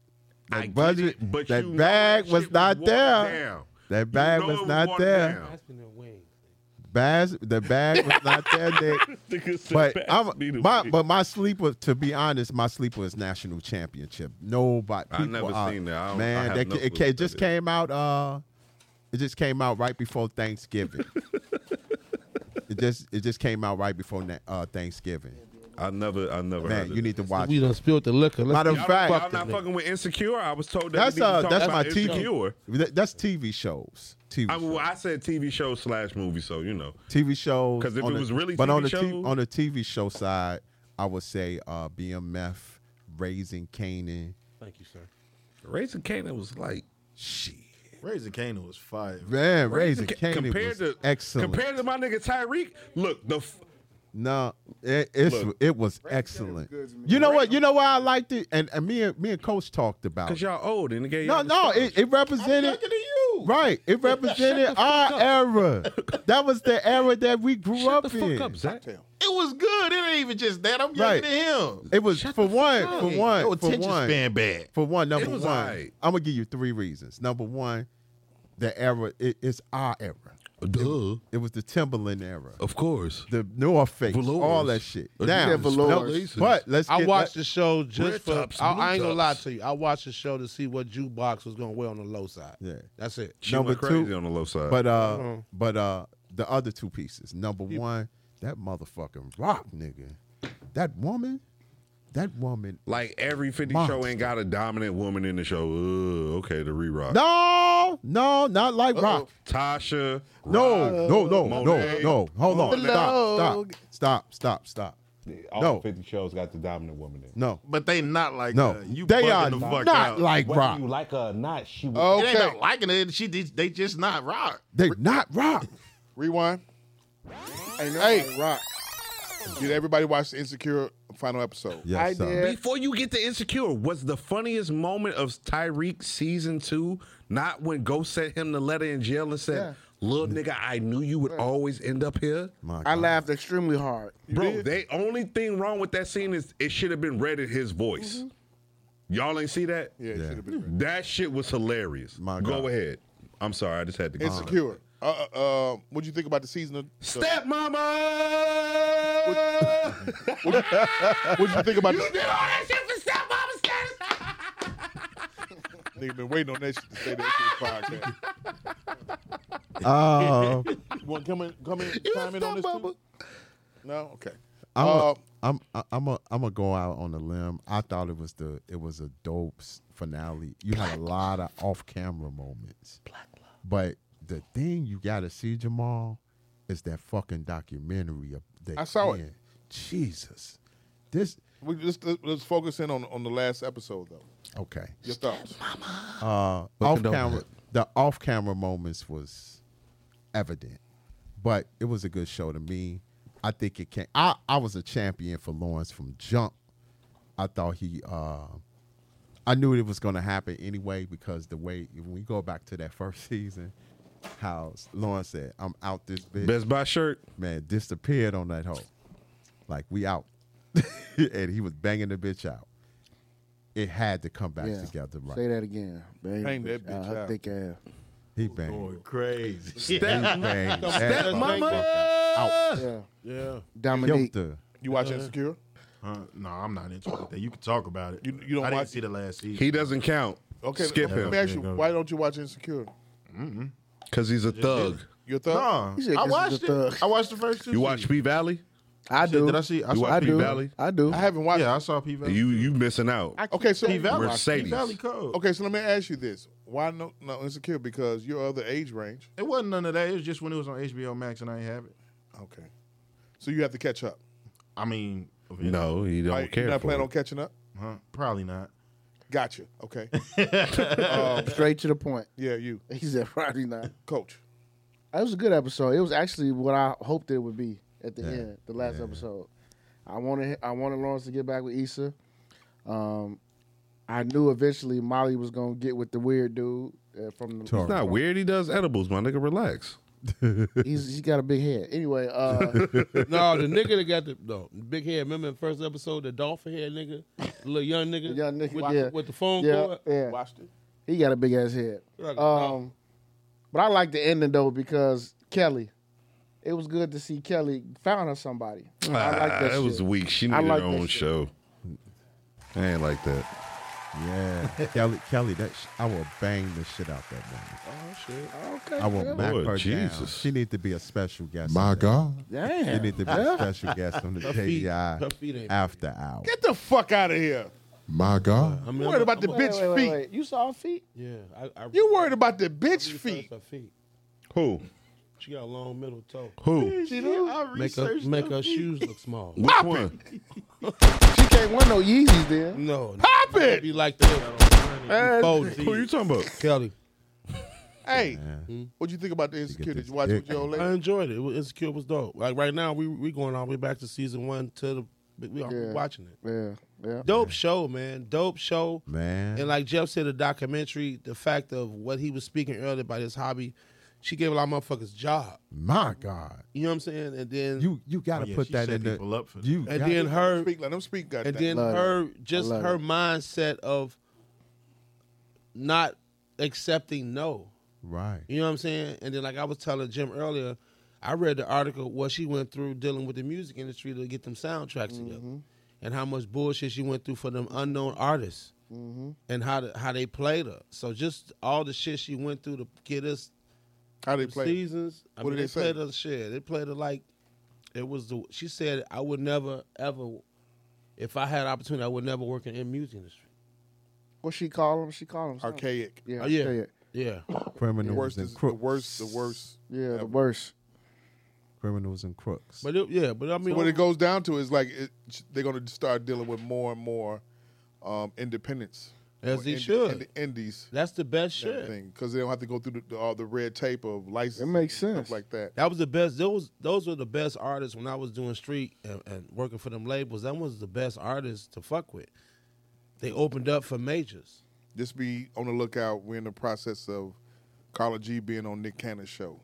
Speaker 1: I
Speaker 3: That
Speaker 1: get
Speaker 3: budget.
Speaker 1: it, but
Speaker 3: that
Speaker 1: you know
Speaker 3: bag
Speaker 1: that
Speaker 3: was
Speaker 1: shit
Speaker 3: not
Speaker 1: was watered
Speaker 3: there.
Speaker 1: down.
Speaker 3: That bag
Speaker 1: know it
Speaker 3: was
Speaker 1: was
Speaker 3: not
Speaker 1: watered
Speaker 3: there.
Speaker 1: down.
Speaker 3: Baz, the bag was not there, Nick. But I'm my but my sleeper. To be honest, my sleeper is national championship. Nobody.
Speaker 1: I
Speaker 3: people
Speaker 1: never
Speaker 3: are-
Speaker 1: seen that. I don't- I
Speaker 3: man,
Speaker 1: have
Speaker 3: that
Speaker 1: no
Speaker 3: ca- it,
Speaker 1: clue
Speaker 3: ca-
Speaker 1: what
Speaker 3: just
Speaker 1: that is.
Speaker 3: came out. Uh, it just came out right before Thanksgiving. it just it just came out right before na- uh, Thanksgiving.
Speaker 1: I never, I never. heard
Speaker 3: Man,
Speaker 1: of
Speaker 3: you
Speaker 1: that.
Speaker 3: need to watch.
Speaker 2: we
Speaker 3: it.
Speaker 2: done spilled the liquor. Let's
Speaker 3: Matter of
Speaker 2: get
Speaker 1: Y'all,
Speaker 3: fact-
Speaker 1: y'all
Speaker 2: fucked
Speaker 1: not
Speaker 2: it, nigga.
Speaker 1: fucking with insecure. I was told that
Speaker 3: That's
Speaker 1: we need to
Speaker 3: uh
Speaker 1: talk
Speaker 3: that's
Speaker 1: about
Speaker 3: my TV.
Speaker 1: insecure.
Speaker 3: That- That's TV shows. TV.
Speaker 1: I, well,
Speaker 3: shows.
Speaker 1: I said TV show slash movie, so you know.
Speaker 3: TV shows.
Speaker 1: 'Cause if
Speaker 3: on
Speaker 1: it
Speaker 3: the-
Speaker 1: was really
Speaker 3: but on the
Speaker 1: TV
Speaker 3: T-
Speaker 1: shows-
Speaker 3: on the TV show side, I I would say uh, BMF, Raising Canaan.
Speaker 2: Thank you, sir.
Speaker 1: Raising Canaan was like
Speaker 3: Shit.
Speaker 6: Raising Canaan was fire.
Speaker 3: Man, Raising
Speaker 1: Ca-
Speaker 3: Canaan was excellent.
Speaker 1: Compared to my nigga Tyreek, look the f-
Speaker 3: No, it it's,
Speaker 1: Look.
Speaker 3: it was excellent. You know what? You know why I liked it, and, and me and me and Coach talked about.
Speaker 1: cause
Speaker 3: It.
Speaker 1: y'all old and the game.
Speaker 3: No, no, it, it represented
Speaker 6: you.
Speaker 3: right. It represented our era. That was the era that we grew
Speaker 1: shut
Speaker 3: up
Speaker 1: the
Speaker 3: in.
Speaker 1: fuck up, Zach.
Speaker 6: It was good. It ain't even just that. I'm giving
Speaker 3: Right.
Speaker 6: it to him.
Speaker 3: It was for one, for one,
Speaker 6: Yo,
Speaker 3: for
Speaker 6: attention
Speaker 3: one,
Speaker 6: span bad.
Speaker 3: for one. Number
Speaker 1: was
Speaker 3: one,
Speaker 1: aight.
Speaker 3: I'm gonna give you three reasons. Number one, the era. It, it's our era.
Speaker 1: Duh,
Speaker 3: It was the Timberland era.
Speaker 1: of course.
Speaker 3: The North Face,
Speaker 1: Velours.
Speaker 3: all that shit.
Speaker 1: Uh,
Speaker 3: Now,
Speaker 1: yeah,
Speaker 3: no,
Speaker 1: velours.
Speaker 3: but let's.
Speaker 2: I
Speaker 3: get-
Speaker 2: watched the show just for.
Speaker 1: tops,
Speaker 2: I,
Speaker 1: blue
Speaker 2: I ain't gonna lie
Speaker 1: tops.
Speaker 2: to you. I watched the show to see what jukebox was gonna wear on the low side.
Speaker 3: Yeah.
Speaker 2: that's it.
Speaker 1: She
Speaker 3: Number
Speaker 1: went crazy
Speaker 3: two,
Speaker 1: on the Uh-huh. low side.
Speaker 3: But uh, but uh, the other two pieces. Number one, that motherfucking rock nigga. That woman, that woman.
Speaker 1: like every fifty show
Speaker 3: Monster.
Speaker 1: ain't got a dominant woman in the show. Ugh, okay, the re-rock.
Speaker 3: No, no, not like rock.
Speaker 1: Tasha.
Speaker 3: No,
Speaker 1: Rock,
Speaker 3: no, no, no,
Speaker 1: Monet.
Speaker 3: no. Hold on. Stop,
Speaker 5: Monologue.
Speaker 3: stop, stop, stop, stop.
Speaker 1: All
Speaker 3: No.
Speaker 1: fifty shows got the dominant woman in. it.
Speaker 3: No,
Speaker 6: But they not like
Speaker 3: no.
Speaker 6: that. Uh, You
Speaker 3: they
Speaker 6: bugging
Speaker 3: are
Speaker 6: the
Speaker 3: not
Speaker 6: fuck out.
Speaker 3: like
Speaker 1: Whether
Speaker 3: rock. Oh,
Speaker 1: you like her or not, she was
Speaker 6: It ain't
Speaker 4: Okay,
Speaker 6: about liking it. She did- they just not rock.
Speaker 3: They're not rock.
Speaker 4: rewind. Ain't hey, rock. Did everybody watch the Insecure final episode?
Speaker 3: Yes, uh,
Speaker 5: I
Speaker 3: sir.
Speaker 5: did.
Speaker 1: Before you get to insecure, was the funniest moment of Tyreek season two not when Ghost sent him the letter in jail and said, "Little nigga, I knew you would always end up here."
Speaker 3: My
Speaker 5: I
Speaker 3: God.
Speaker 5: laughed extremely hard.
Speaker 1: Bro, the only thing wrong with that scene is it should have been read in his voice. Y'all ain't see that?
Speaker 4: Mm-hmm. Yeah, it should have been
Speaker 1: That shit was hilarious.
Speaker 3: My
Speaker 1: Go
Speaker 3: God.
Speaker 1: ahead. I'm sorry, I just had to go.
Speaker 4: Insecure. Uh, uh, uh, what do you think about the season? Of,
Speaker 1: Step mama.
Speaker 4: What do you think about? the,
Speaker 1: did all Oh, that shit for step mama status.
Speaker 4: Nigga been waiting on that shit to say that shit in the podcast.
Speaker 3: Oh,
Speaker 4: You want to come in, come in, chime in on this? Too? No, okay.
Speaker 3: I'm,
Speaker 4: Uh,
Speaker 3: a, I'm, I- I'm, a, I'm gonna go out on a limb. I thought it was the, it was a dope s- finale. You had a lot of off-camera moments, but the thing you gotta see, Jamal, is that fucking documentary. Of the
Speaker 4: I saw it.
Speaker 3: end. Jesus, this
Speaker 4: we just let's, let's focus in on on the last episode though.
Speaker 3: okay.
Speaker 4: Your thoughts?
Speaker 3: Uh, off-camera, the off-camera moments was evident, but it was a good show to me. I think it can. I, I was a champion for Lawrence from jump. I thought he. Uh, I knew it was going to happen anyway because the way when we go back to that first season, how Lawrence said, "I'm out this bitch,"
Speaker 1: Best Buy shirt.
Speaker 3: man disappeared on that hoe. Like we out, and he was banging the bitch out. It had to come back
Speaker 5: Yeah.
Speaker 3: together,
Speaker 5: Say
Speaker 3: right?
Speaker 5: that again. Uh, Bang,
Speaker 4: Bang that bitch
Speaker 5: I
Speaker 4: out.
Speaker 5: think I
Speaker 3: He banged.
Speaker 6: crazy.
Speaker 3: He banged that
Speaker 1: Step mama.
Speaker 3: motherfucker out.
Speaker 5: Yeah.
Speaker 2: Yeah,
Speaker 5: Dominique.
Speaker 3: Killed her.
Speaker 4: You watch Insecure?
Speaker 6: Uh, no, I'm not interested. in that. You can talk about it.
Speaker 4: You- you don't
Speaker 6: I didn't
Speaker 4: watch-
Speaker 6: see the last season.
Speaker 1: He doesn't count.
Speaker 4: Okay,
Speaker 1: skip
Speaker 4: let me
Speaker 1: him
Speaker 4: ask you, why don't you watch Insecure?
Speaker 1: because he's a thug.
Speaker 4: Your thoughts?
Speaker 6: Nah,
Speaker 5: He said
Speaker 6: I
Speaker 5: this is
Speaker 6: watched it.
Speaker 5: the thug.
Speaker 6: I watched the first two.
Speaker 1: You watch P Valley?
Speaker 5: I do.
Speaker 6: Did I see? I
Speaker 1: You
Speaker 6: saw
Speaker 1: watch
Speaker 5: I
Speaker 1: P
Speaker 5: do.
Speaker 1: Valley?
Speaker 5: I do.
Speaker 4: I haven't watched.
Speaker 6: Yeah, I saw P Valley.
Speaker 1: You you missing out.
Speaker 4: Okay, so
Speaker 6: P Valley.
Speaker 1: Mercedes.
Speaker 6: P Valley Code.
Speaker 4: Okay, so let me ask you this: Why no, no Insecure? Because your other age range.
Speaker 6: It wasn't none of that. It was just when it was on HBO Max and I didn't have it.
Speaker 4: Okay, so you have to catch up.
Speaker 6: I mean, eventually.
Speaker 1: No, he don't
Speaker 4: Like,
Speaker 1: care.
Speaker 4: You're not
Speaker 1: for
Speaker 4: planning
Speaker 1: it.
Speaker 4: on catching up.
Speaker 6: Huh? Probably not.
Speaker 4: Gotcha. Okay.
Speaker 5: Straight to the point.
Speaker 4: yeah, you,
Speaker 5: He said Friday night.
Speaker 4: coach.
Speaker 5: It was a good episode. It was actually what I hoped it would be at the end, the last episode. I wanted I wanted Lawrence to get back with Issa. Um, I knew eventually Molly was gonna get with the weird dude uh, from the.
Speaker 3: Tor-
Speaker 1: It's not weird. He does edibles, my nigga. Relax.
Speaker 5: He's he's got a big head. Anyway, uh,
Speaker 2: no, the nigga that got the no, big hair. Remember in the first episode, the dolphin hair nigga, the little young nigga,
Speaker 5: The young nigga,
Speaker 2: with,
Speaker 5: yeah.
Speaker 2: the, with the phone
Speaker 5: yeah,
Speaker 2: cord.
Speaker 5: yeah,
Speaker 4: Watched it.
Speaker 5: he got a big ass head.
Speaker 2: Right.
Speaker 5: Um, but I like the ending though because Kelly. It was good to see Kelly found her somebody. I like that.
Speaker 1: Ah,
Speaker 5: shit.
Speaker 1: was weak. She
Speaker 5: I
Speaker 1: needed
Speaker 5: like
Speaker 1: her
Speaker 5: that
Speaker 1: own
Speaker 5: shit.
Speaker 1: show. I ain't like that.
Speaker 3: Yeah, Kelly, Kelly, that sh- I will bang the shit out that woman.
Speaker 5: Okay.
Speaker 3: I will
Speaker 5: Kelly.
Speaker 3: mack
Speaker 1: Lord
Speaker 3: her down.
Speaker 1: Jesus.
Speaker 3: She need to be a special guest.
Speaker 7: My
Speaker 3: on that.
Speaker 7: God.
Speaker 3: she
Speaker 5: Damn.
Speaker 3: need to be a special guest on the
Speaker 2: feet-
Speaker 3: KDI
Speaker 2: her feet ain't-
Speaker 3: after hours.
Speaker 4: Get the fuck out of here.
Speaker 7: My God.
Speaker 2: I mean,
Speaker 4: You
Speaker 2: I'm
Speaker 4: worried
Speaker 2: a-
Speaker 4: about the
Speaker 2: I'm a-
Speaker 4: bitch
Speaker 5: Wait, wait,
Speaker 4: feet.
Speaker 5: wait. You saw her feet?
Speaker 2: Yeah, I, I
Speaker 4: You worried about the bitch
Speaker 2: I researched
Speaker 4: feet.
Speaker 2: her feet.
Speaker 1: Who?
Speaker 2: She got a long middle toe.
Speaker 1: Who?
Speaker 2: Make her, make her shoes look small.
Speaker 1: Which one?
Speaker 5: She can't want no Yeezys then.
Speaker 2: No, pop it. Be like the folded.
Speaker 1: Who you talking about?
Speaker 2: Kelly.
Speaker 4: Hey, what you think about the insecurity? Did you watch it with your old
Speaker 2: I
Speaker 4: lady?
Speaker 2: enjoyed it. It was- Insecure was dope. Like right now, we we going all the way back to season one to the we are
Speaker 5: Yeah.
Speaker 2: watching it.
Speaker 5: Yeah, yeah.
Speaker 2: Dope show, man. Dope show.
Speaker 3: Man.
Speaker 2: And like Jeff said, the documentary, the fact of what he was speaking earlier about his hobby, she gave a lot of motherfuckers job.
Speaker 3: My God.
Speaker 2: You know what I'm saying? And then
Speaker 3: You you gotta
Speaker 6: Oh, yeah,
Speaker 3: put
Speaker 6: she
Speaker 3: that
Speaker 6: set
Speaker 3: in the
Speaker 6: people up for that.
Speaker 3: you
Speaker 2: and
Speaker 3: got-
Speaker 2: then her
Speaker 4: Speak, let them speak. God
Speaker 2: and then
Speaker 5: Love it.
Speaker 2: her just
Speaker 5: love
Speaker 2: her
Speaker 5: it.
Speaker 2: mindset of not accepting no.
Speaker 3: right.
Speaker 2: You know what I'm saying? And then like I was telling Jim earlier, I read the article what she went through dealing with the music industry to get them soundtracks
Speaker 5: Mm-hmm.
Speaker 2: together, and how much bullshit she went through for them unknown artists,
Speaker 5: Mm-hmm.
Speaker 2: and how the, how they played her. So just all the shit she went through to get us
Speaker 4: How they
Speaker 2: the
Speaker 4: play? it.
Speaker 2: seasons. I
Speaker 4: What
Speaker 2: mean,
Speaker 4: did
Speaker 2: they,
Speaker 4: they say?
Speaker 2: played her shit. They played her like it was the. She said, "I would never ever, if I had opportunity, I would never work in the music industry."
Speaker 5: What she call him? She call him something.
Speaker 4: Archaic.
Speaker 5: Yeah,
Speaker 2: Oh, yeah,
Speaker 5: archaic.
Speaker 2: yeah.
Speaker 4: The
Speaker 3: Criminals
Speaker 4: worst
Speaker 3: and
Speaker 4: is the
Speaker 3: crooks.
Speaker 4: worst. The worst.
Speaker 5: yeah. The worst.
Speaker 3: Criminals and crooks.
Speaker 2: But it, yeah, but I mean,
Speaker 4: What it goes down to is like it, they're going to start dealing with more and more um, independence.
Speaker 2: As
Speaker 4: More
Speaker 2: they
Speaker 4: indi-
Speaker 2: should.
Speaker 4: indi- indies.
Speaker 2: that's the best shit.
Speaker 4: Because they don't have to go through the, the, all the red tape of license.
Speaker 5: It makes sense.
Speaker 4: Stuff like that.
Speaker 2: That was the best. Those those were the best artists when I was doing street and, and working for them labels. That was the best artists to fuck with. They opened up for majors.
Speaker 4: Just be on the lookout. We're in the process of Carla G being on Nick Cannon's show.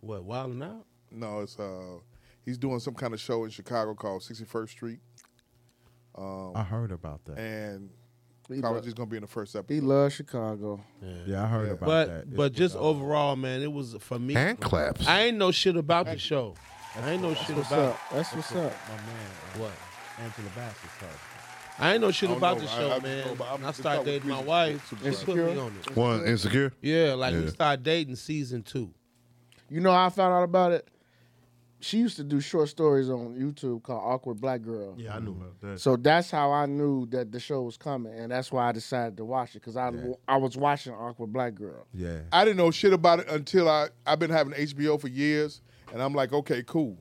Speaker 2: What wilding out?
Speaker 4: No, it's uh, he's doing some kind of show in Chicago called 61st Street, Um,
Speaker 3: I heard about that.
Speaker 4: and
Speaker 5: He,
Speaker 4: Carla
Speaker 5: lo-
Speaker 4: G's gonna be in the first
Speaker 5: he
Speaker 4: episode.
Speaker 5: loves Chicago.
Speaker 3: yeah, I heard about
Speaker 2: But
Speaker 3: that. It's
Speaker 2: but just overall, man, it was for me.
Speaker 1: Hand claps.
Speaker 2: I ain't know shit about the show. I ain't know shit
Speaker 5: What's
Speaker 2: about
Speaker 5: up? That's what's up.
Speaker 3: my man,
Speaker 2: what.
Speaker 3: Angela Bassett's husband.
Speaker 2: I ain't know shit
Speaker 4: I don't
Speaker 2: about
Speaker 4: know.
Speaker 2: the
Speaker 4: I-
Speaker 2: show,
Speaker 4: I just
Speaker 2: man.
Speaker 4: know about- I'm
Speaker 2: When I
Speaker 4: just
Speaker 2: started
Speaker 4: talking
Speaker 2: dating my
Speaker 4: music.
Speaker 2: wife. She
Speaker 4: Superstar.
Speaker 2: put me on it.
Speaker 1: One insecure.
Speaker 2: Yeah, like we
Speaker 1: Yeah.
Speaker 2: started dating season two.
Speaker 5: You know how I found out about it? She used to do short stories on YouTube called Awkward Black Girl.
Speaker 6: Yeah, I knew about that.
Speaker 5: So that's how I knew that the show was coming, and that's why I decided to watch it because I, I was watching Awkward Black Girl.
Speaker 3: Yeah.
Speaker 4: I didn't know shit about it until I I've been having HBO for years, and I'm like, okay, cool.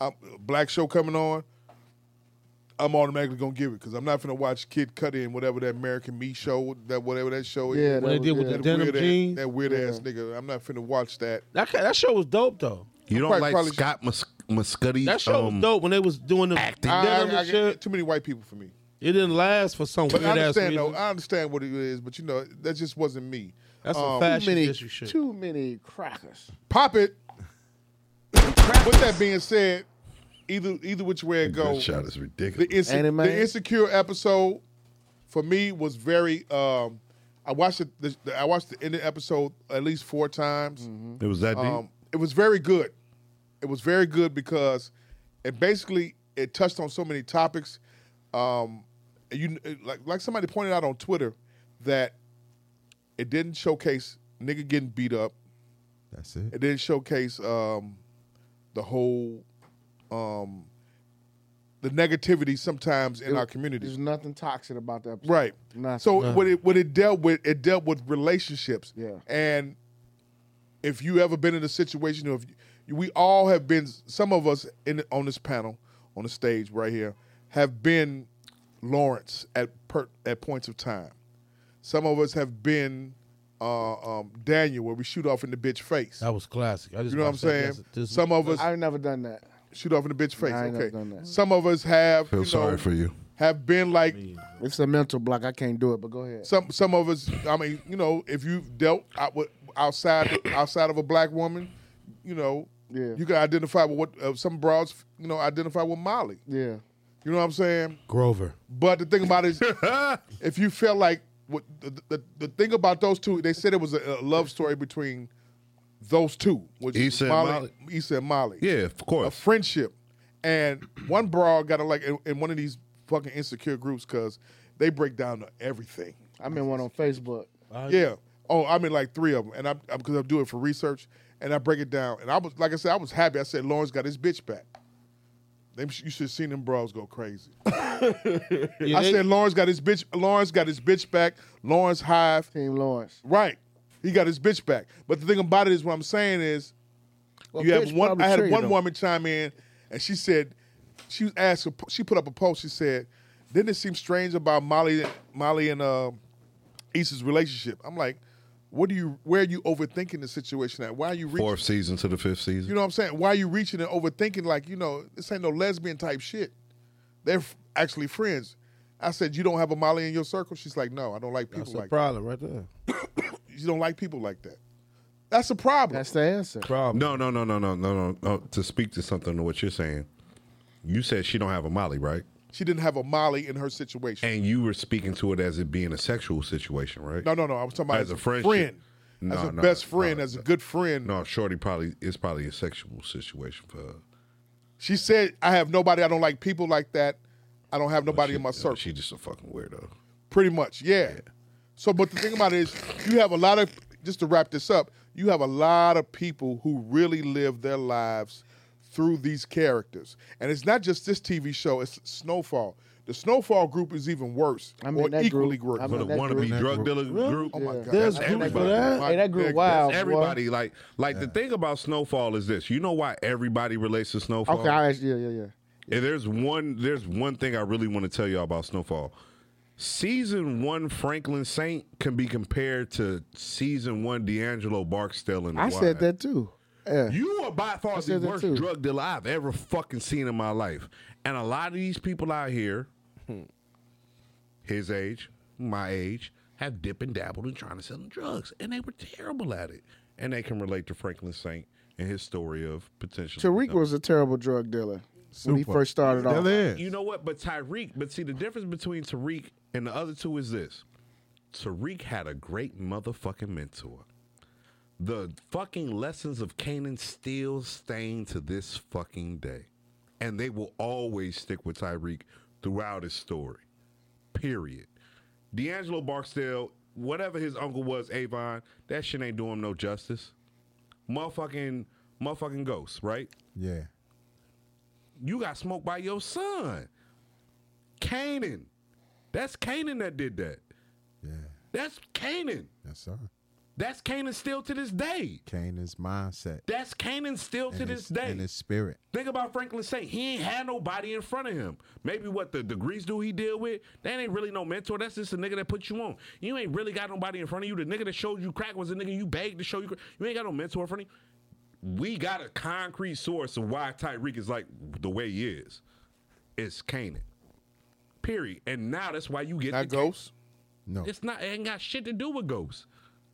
Speaker 4: I'm, black show coming on. I'm automatically gonna give it because I'm not gonna watch Kid Cudi and whatever that American Me show that whatever that show
Speaker 5: Yeah,
Speaker 4: is.
Speaker 5: that
Speaker 2: When they
Speaker 5: was-
Speaker 2: did with
Speaker 5: yeah.
Speaker 2: the denim
Speaker 4: weird
Speaker 2: jeans.
Speaker 4: Ass, that weird ass nigga. I'm not finna watch that.
Speaker 2: That ca- that show was dope though.
Speaker 1: You don't
Speaker 4: Probably-
Speaker 1: like
Speaker 4: probably-
Speaker 1: Scott Mus- Muscutty?
Speaker 2: That show
Speaker 1: um,
Speaker 2: was dope when they was doing the
Speaker 1: acting.
Speaker 4: I,
Speaker 2: denim
Speaker 4: I- I
Speaker 2: and shit.
Speaker 4: get too many white people for me.
Speaker 2: It didn't last for some
Speaker 4: But
Speaker 2: weird
Speaker 4: I
Speaker 2: ass
Speaker 4: understand
Speaker 2: reason.
Speaker 4: though. I understand what it is, but you know that just wasn't me.
Speaker 2: That's some
Speaker 4: Um,
Speaker 5: Too
Speaker 2: fashion
Speaker 5: many,
Speaker 2: district shit.
Speaker 5: too many crackers.
Speaker 4: Pop it. With that being said, either either which way it
Speaker 1: That
Speaker 4: goes,
Speaker 1: shot is
Speaker 4: the,
Speaker 1: ridiculous.
Speaker 4: inse-
Speaker 5: Anime.
Speaker 4: the insecure episode for me was very. Um, I watched it. The, the, I watched the end of the episode at least four times.
Speaker 2: Mm-hmm.
Speaker 1: It was that deep.
Speaker 4: Um, it was very good. It was very good because it basically it touched on so many topics. Um, you like like somebody pointed out on Twitter that it didn't showcase nigga getting beat up.
Speaker 3: That's it.
Speaker 4: It didn't showcase um, the whole um, the negativity sometimes in our community.
Speaker 5: There's nothing toxic about that. episode.
Speaker 4: Right.
Speaker 5: Nothing.
Speaker 4: So what it what it dealt with it dealt with relationships.
Speaker 5: Yeah.
Speaker 4: And if you ever been in a situation of we all have been some of us in on this panel on the stage right here have been Lawrence at per, at points of time. Some of us have been uh, um, Daniel where we shoot off in the bitch face.
Speaker 2: That was classic. I just
Speaker 4: You know what I'm
Speaker 2: watched that
Speaker 4: saying?
Speaker 2: yes- this-
Speaker 4: Some of us
Speaker 5: I've never done that.
Speaker 4: shoot off in the bitch face.
Speaker 5: I ain't never
Speaker 4: okay.
Speaker 5: done that.
Speaker 4: Some of us have
Speaker 1: Feel
Speaker 4: you know,
Speaker 1: sorry for you.
Speaker 4: have been like
Speaker 5: It's a mental block. I can't do it. But go ahead.
Speaker 4: some some of us. I mean, you know, if you've dealt out with, outside outside of a black woman, you know,
Speaker 5: Yeah.
Speaker 4: you can identify with what uh, some broads, you know, identify with Molly.
Speaker 5: yeah.
Speaker 4: You know what I'm saying?
Speaker 2: Grover.
Speaker 4: But the thing about it is, if you feel like what the, the the thing about those two, they said it was a, a love story between those two, which is
Speaker 1: Issa and
Speaker 4: Molly, Issa and Molly
Speaker 1: Yeah, of
Speaker 4: a
Speaker 1: course.
Speaker 4: friendship. And one broad got to like in, in one of these fucking insecure groups because they break down to everything.
Speaker 5: I'm in one on Facebook.
Speaker 4: Yeah. Oh, I mean, like three of them, and I'm because I'm doing it for research, and I break it down. And I was like I said, I was happy. I said Lawrence got his bitch back. Them, sh- you should have seen them bros go crazy.
Speaker 2: Yeah,
Speaker 4: I
Speaker 2: they-
Speaker 4: said Lawrence got his bitch. Lawrence got his bitch back. Lawrence Hive,
Speaker 5: Team Lawrence.
Speaker 4: right? He got his bitch back. But the thing about it is, what I'm saying is,
Speaker 5: Well,
Speaker 4: you have
Speaker 5: Pitch
Speaker 4: one.
Speaker 5: probably
Speaker 4: I had
Speaker 5: triggered
Speaker 4: one
Speaker 5: him.
Speaker 4: woman chime in, and she said she was asked. She put up a post. She said, "Didn't it seem strange about Molly, Molly and uh, Issa's relationship?" I'm like, "What do you? Where are you overthinking the situation at? Why are you reaching?
Speaker 1: Fourth season to the fifth season.
Speaker 4: You know what I'm saying? Why are you reaching and overthinking? Like you know, this ain't no lesbian type shit. They're f- actually friends." I said, "You don't have a Molly in your circle." She's like, "No, I don't like people
Speaker 2: That's a
Speaker 4: like
Speaker 2: problem right there.
Speaker 4: that. you don't like people like that." That's a problem.
Speaker 5: That's the answer.
Speaker 2: Problem.
Speaker 1: No, no, no, no, no, no, no, no. To speak to something to what you're saying, you said she don't have a Molly, right?
Speaker 4: she didn't have a Molly in her situation.
Speaker 1: And you were speaking to it as it being a sexual situation, right?
Speaker 4: No, no, no. I was talking about
Speaker 1: As
Speaker 4: as,
Speaker 1: a
Speaker 4: a
Speaker 1: friendship.
Speaker 4: friend, as
Speaker 1: No,
Speaker 4: a
Speaker 1: no,
Speaker 4: best friend,
Speaker 1: no,
Speaker 4: as a
Speaker 1: no.
Speaker 4: good friend.
Speaker 1: No, Shorty probably it's probably a sexual situation for her.
Speaker 4: She said, "I have nobody. I don't like people like that. I don't have nobody
Speaker 1: she,
Speaker 4: in my circle."
Speaker 1: She just a fucking weirdo.
Speaker 4: Pretty much, yeah. So, but the thing about it is, you have a lot of just to wrap this up. You have a lot of people who really live their lives through these characters, and it's not just this TV show. It's Snowfall. The Snowfall group is even worse,
Speaker 5: I'm
Speaker 4: or
Speaker 5: in that
Speaker 4: equally worse.
Speaker 5: group. I'm
Speaker 1: For the
Speaker 5: in that
Speaker 1: wannabe
Speaker 5: group.
Speaker 1: drug dealer group.
Speaker 4: Oh my god,
Speaker 2: There's
Speaker 4: that's
Speaker 2: groups for
Speaker 4: everybody.
Speaker 2: that?
Speaker 4: My
Speaker 5: Hey, that group
Speaker 4: dick.
Speaker 5: wild.
Speaker 1: Everybody like like the thing about Snowfall is this. You know why everybody relates to Snowfall?
Speaker 5: Okay, I actually, yeah, yeah, yeah.
Speaker 1: And there's one there's one thing I really want to tell y'all about Snowfall. Season one Franklin Saint can be compared to season one D'Angelo Barksdale in the
Speaker 5: I said
Speaker 1: Wire.
Speaker 5: that too. Yeah.
Speaker 1: You are by far the
Speaker 5: said that
Speaker 1: worst
Speaker 5: too.
Speaker 1: drug dealer I've ever fucking seen in my life. And a lot of these people out here, his age, my age, have dip and dabbled in trying to sell them drugs. And they were terrible at it. And they can relate to Franklin Saint and his story of potential.
Speaker 5: Tariq was a terrible drug dealer when he
Speaker 3: Super.
Speaker 5: first started
Speaker 3: Still
Speaker 5: off.
Speaker 3: is.
Speaker 1: You know what? But Tyreek, but see, the difference between Tariq and the other two is this Tariq had a great motherfucking mentor. The fucking lessons of Canaan still stain to this fucking day. And they will always stick with Tyreek throughout his story. Period. D'Angelo Barksdale, whatever his uncle was, Avon, that shit ain't doing him no justice. Motherfucking, motherfucking ghost, right?
Speaker 3: Yeah.
Speaker 1: you got smoked by your son. Canaan. That's Canaan that did that.
Speaker 3: Yeah.
Speaker 1: That's Canaan.
Speaker 3: Yes, sir.
Speaker 1: That's Canaan still to this day.
Speaker 3: Canaan's mindset.
Speaker 1: That's Canaan still to
Speaker 3: and
Speaker 1: this
Speaker 3: his-
Speaker 1: day.
Speaker 3: And his spirit.
Speaker 1: Think about Franklin Saint. He ain't had nobody in front of him. Maybe what the degrees do he deal with, that ain't really no mentor. That's just a nigga that put you on. You ain't really got nobody in front of you. The nigga that showed you crack was a nigga you begged to show you. crack. You ain't got no mentor in front of you. We got a concrete source of why Tyreek is like the way he is. It's Canaan. Period. And now that's why you get
Speaker 4: Not
Speaker 1: the
Speaker 4: ghosts.
Speaker 3: No.
Speaker 1: It's not. It ain't got shit to do with ghosts.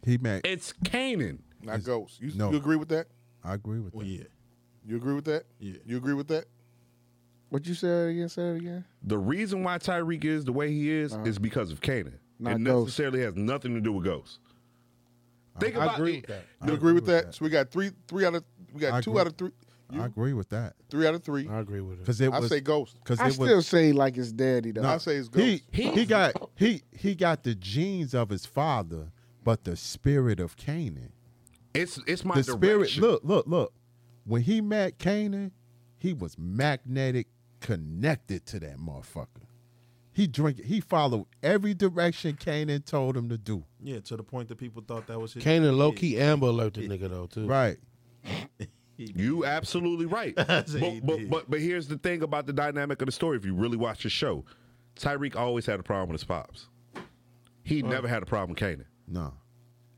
Speaker 3: He meant,
Speaker 1: It's Canaan.
Speaker 4: Not ghosts. You,
Speaker 3: No.
Speaker 4: you agree with that?
Speaker 3: I agree with that.
Speaker 6: Well, yeah.
Speaker 4: You agree with that?
Speaker 6: Yeah.
Speaker 4: You agree with that?
Speaker 5: What you said again? Say it again.
Speaker 1: the reason why Tyreek is the way he
Speaker 3: Uh-huh.
Speaker 1: is is because of Canaan.
Speaker 5: Not
Speaker 1: it
Speaker 5: Ghost.
Speaker 1: necessarily has nothing to do with ghosts. Think
Speaker 3: I
Speaker 1: about
Speaker 3: agree
Speaker 1: it.
Speaker 3: with that.
Speaker 4: You
Speaker 3: I
Speaker 4: agree with that? So we got three, three out of we got
Speaker 3: I
Speaker 4: two
Speaker 3: agree.
Speaker 4: out of three, you-
Speaker 3: I agree with that.
Speaker 4: three out of three.
Speaker 2: I agree with it.
Speaker 3: Because it
Speaker 4: I
Speaker 3: was.
Speaker 4: say ghost.
Speaker 3: Because
Speaker 5: I
Speaker 3: it
Speaker 5: still
Speaker 3: was.
Speaker 5: say like his daddy though.
Speaker 4: I say it's ghost.
Speaker 3: He, he got he he got the genes of his father, but the spirit of Canaan.
Speaker 1: It's it's my
Speaker 3: the spirit.
Speaker 1: direction.
Speaker 3: Look, look, look. When he met Canaan, he was magnetic, connected to that motherfucker. He drink. He followed every direction Canaan told him to do.
Speaker 6: Yeah, to the point that people thought that was his.
Speaker 2: Kanan low key Amber alert the nigga though too.
Speaker 3: Right.
Speaker 1: You absolutely right. but,
Speaker 6: said he
Speaker 1: but
Speaker 6: did.
Speaker 1: but but here's the thing about the dynamic of the story. If you really watch the show, Tyreek always had a problem with his pops. He never had a problem with Canaan.
Speaker 3: No.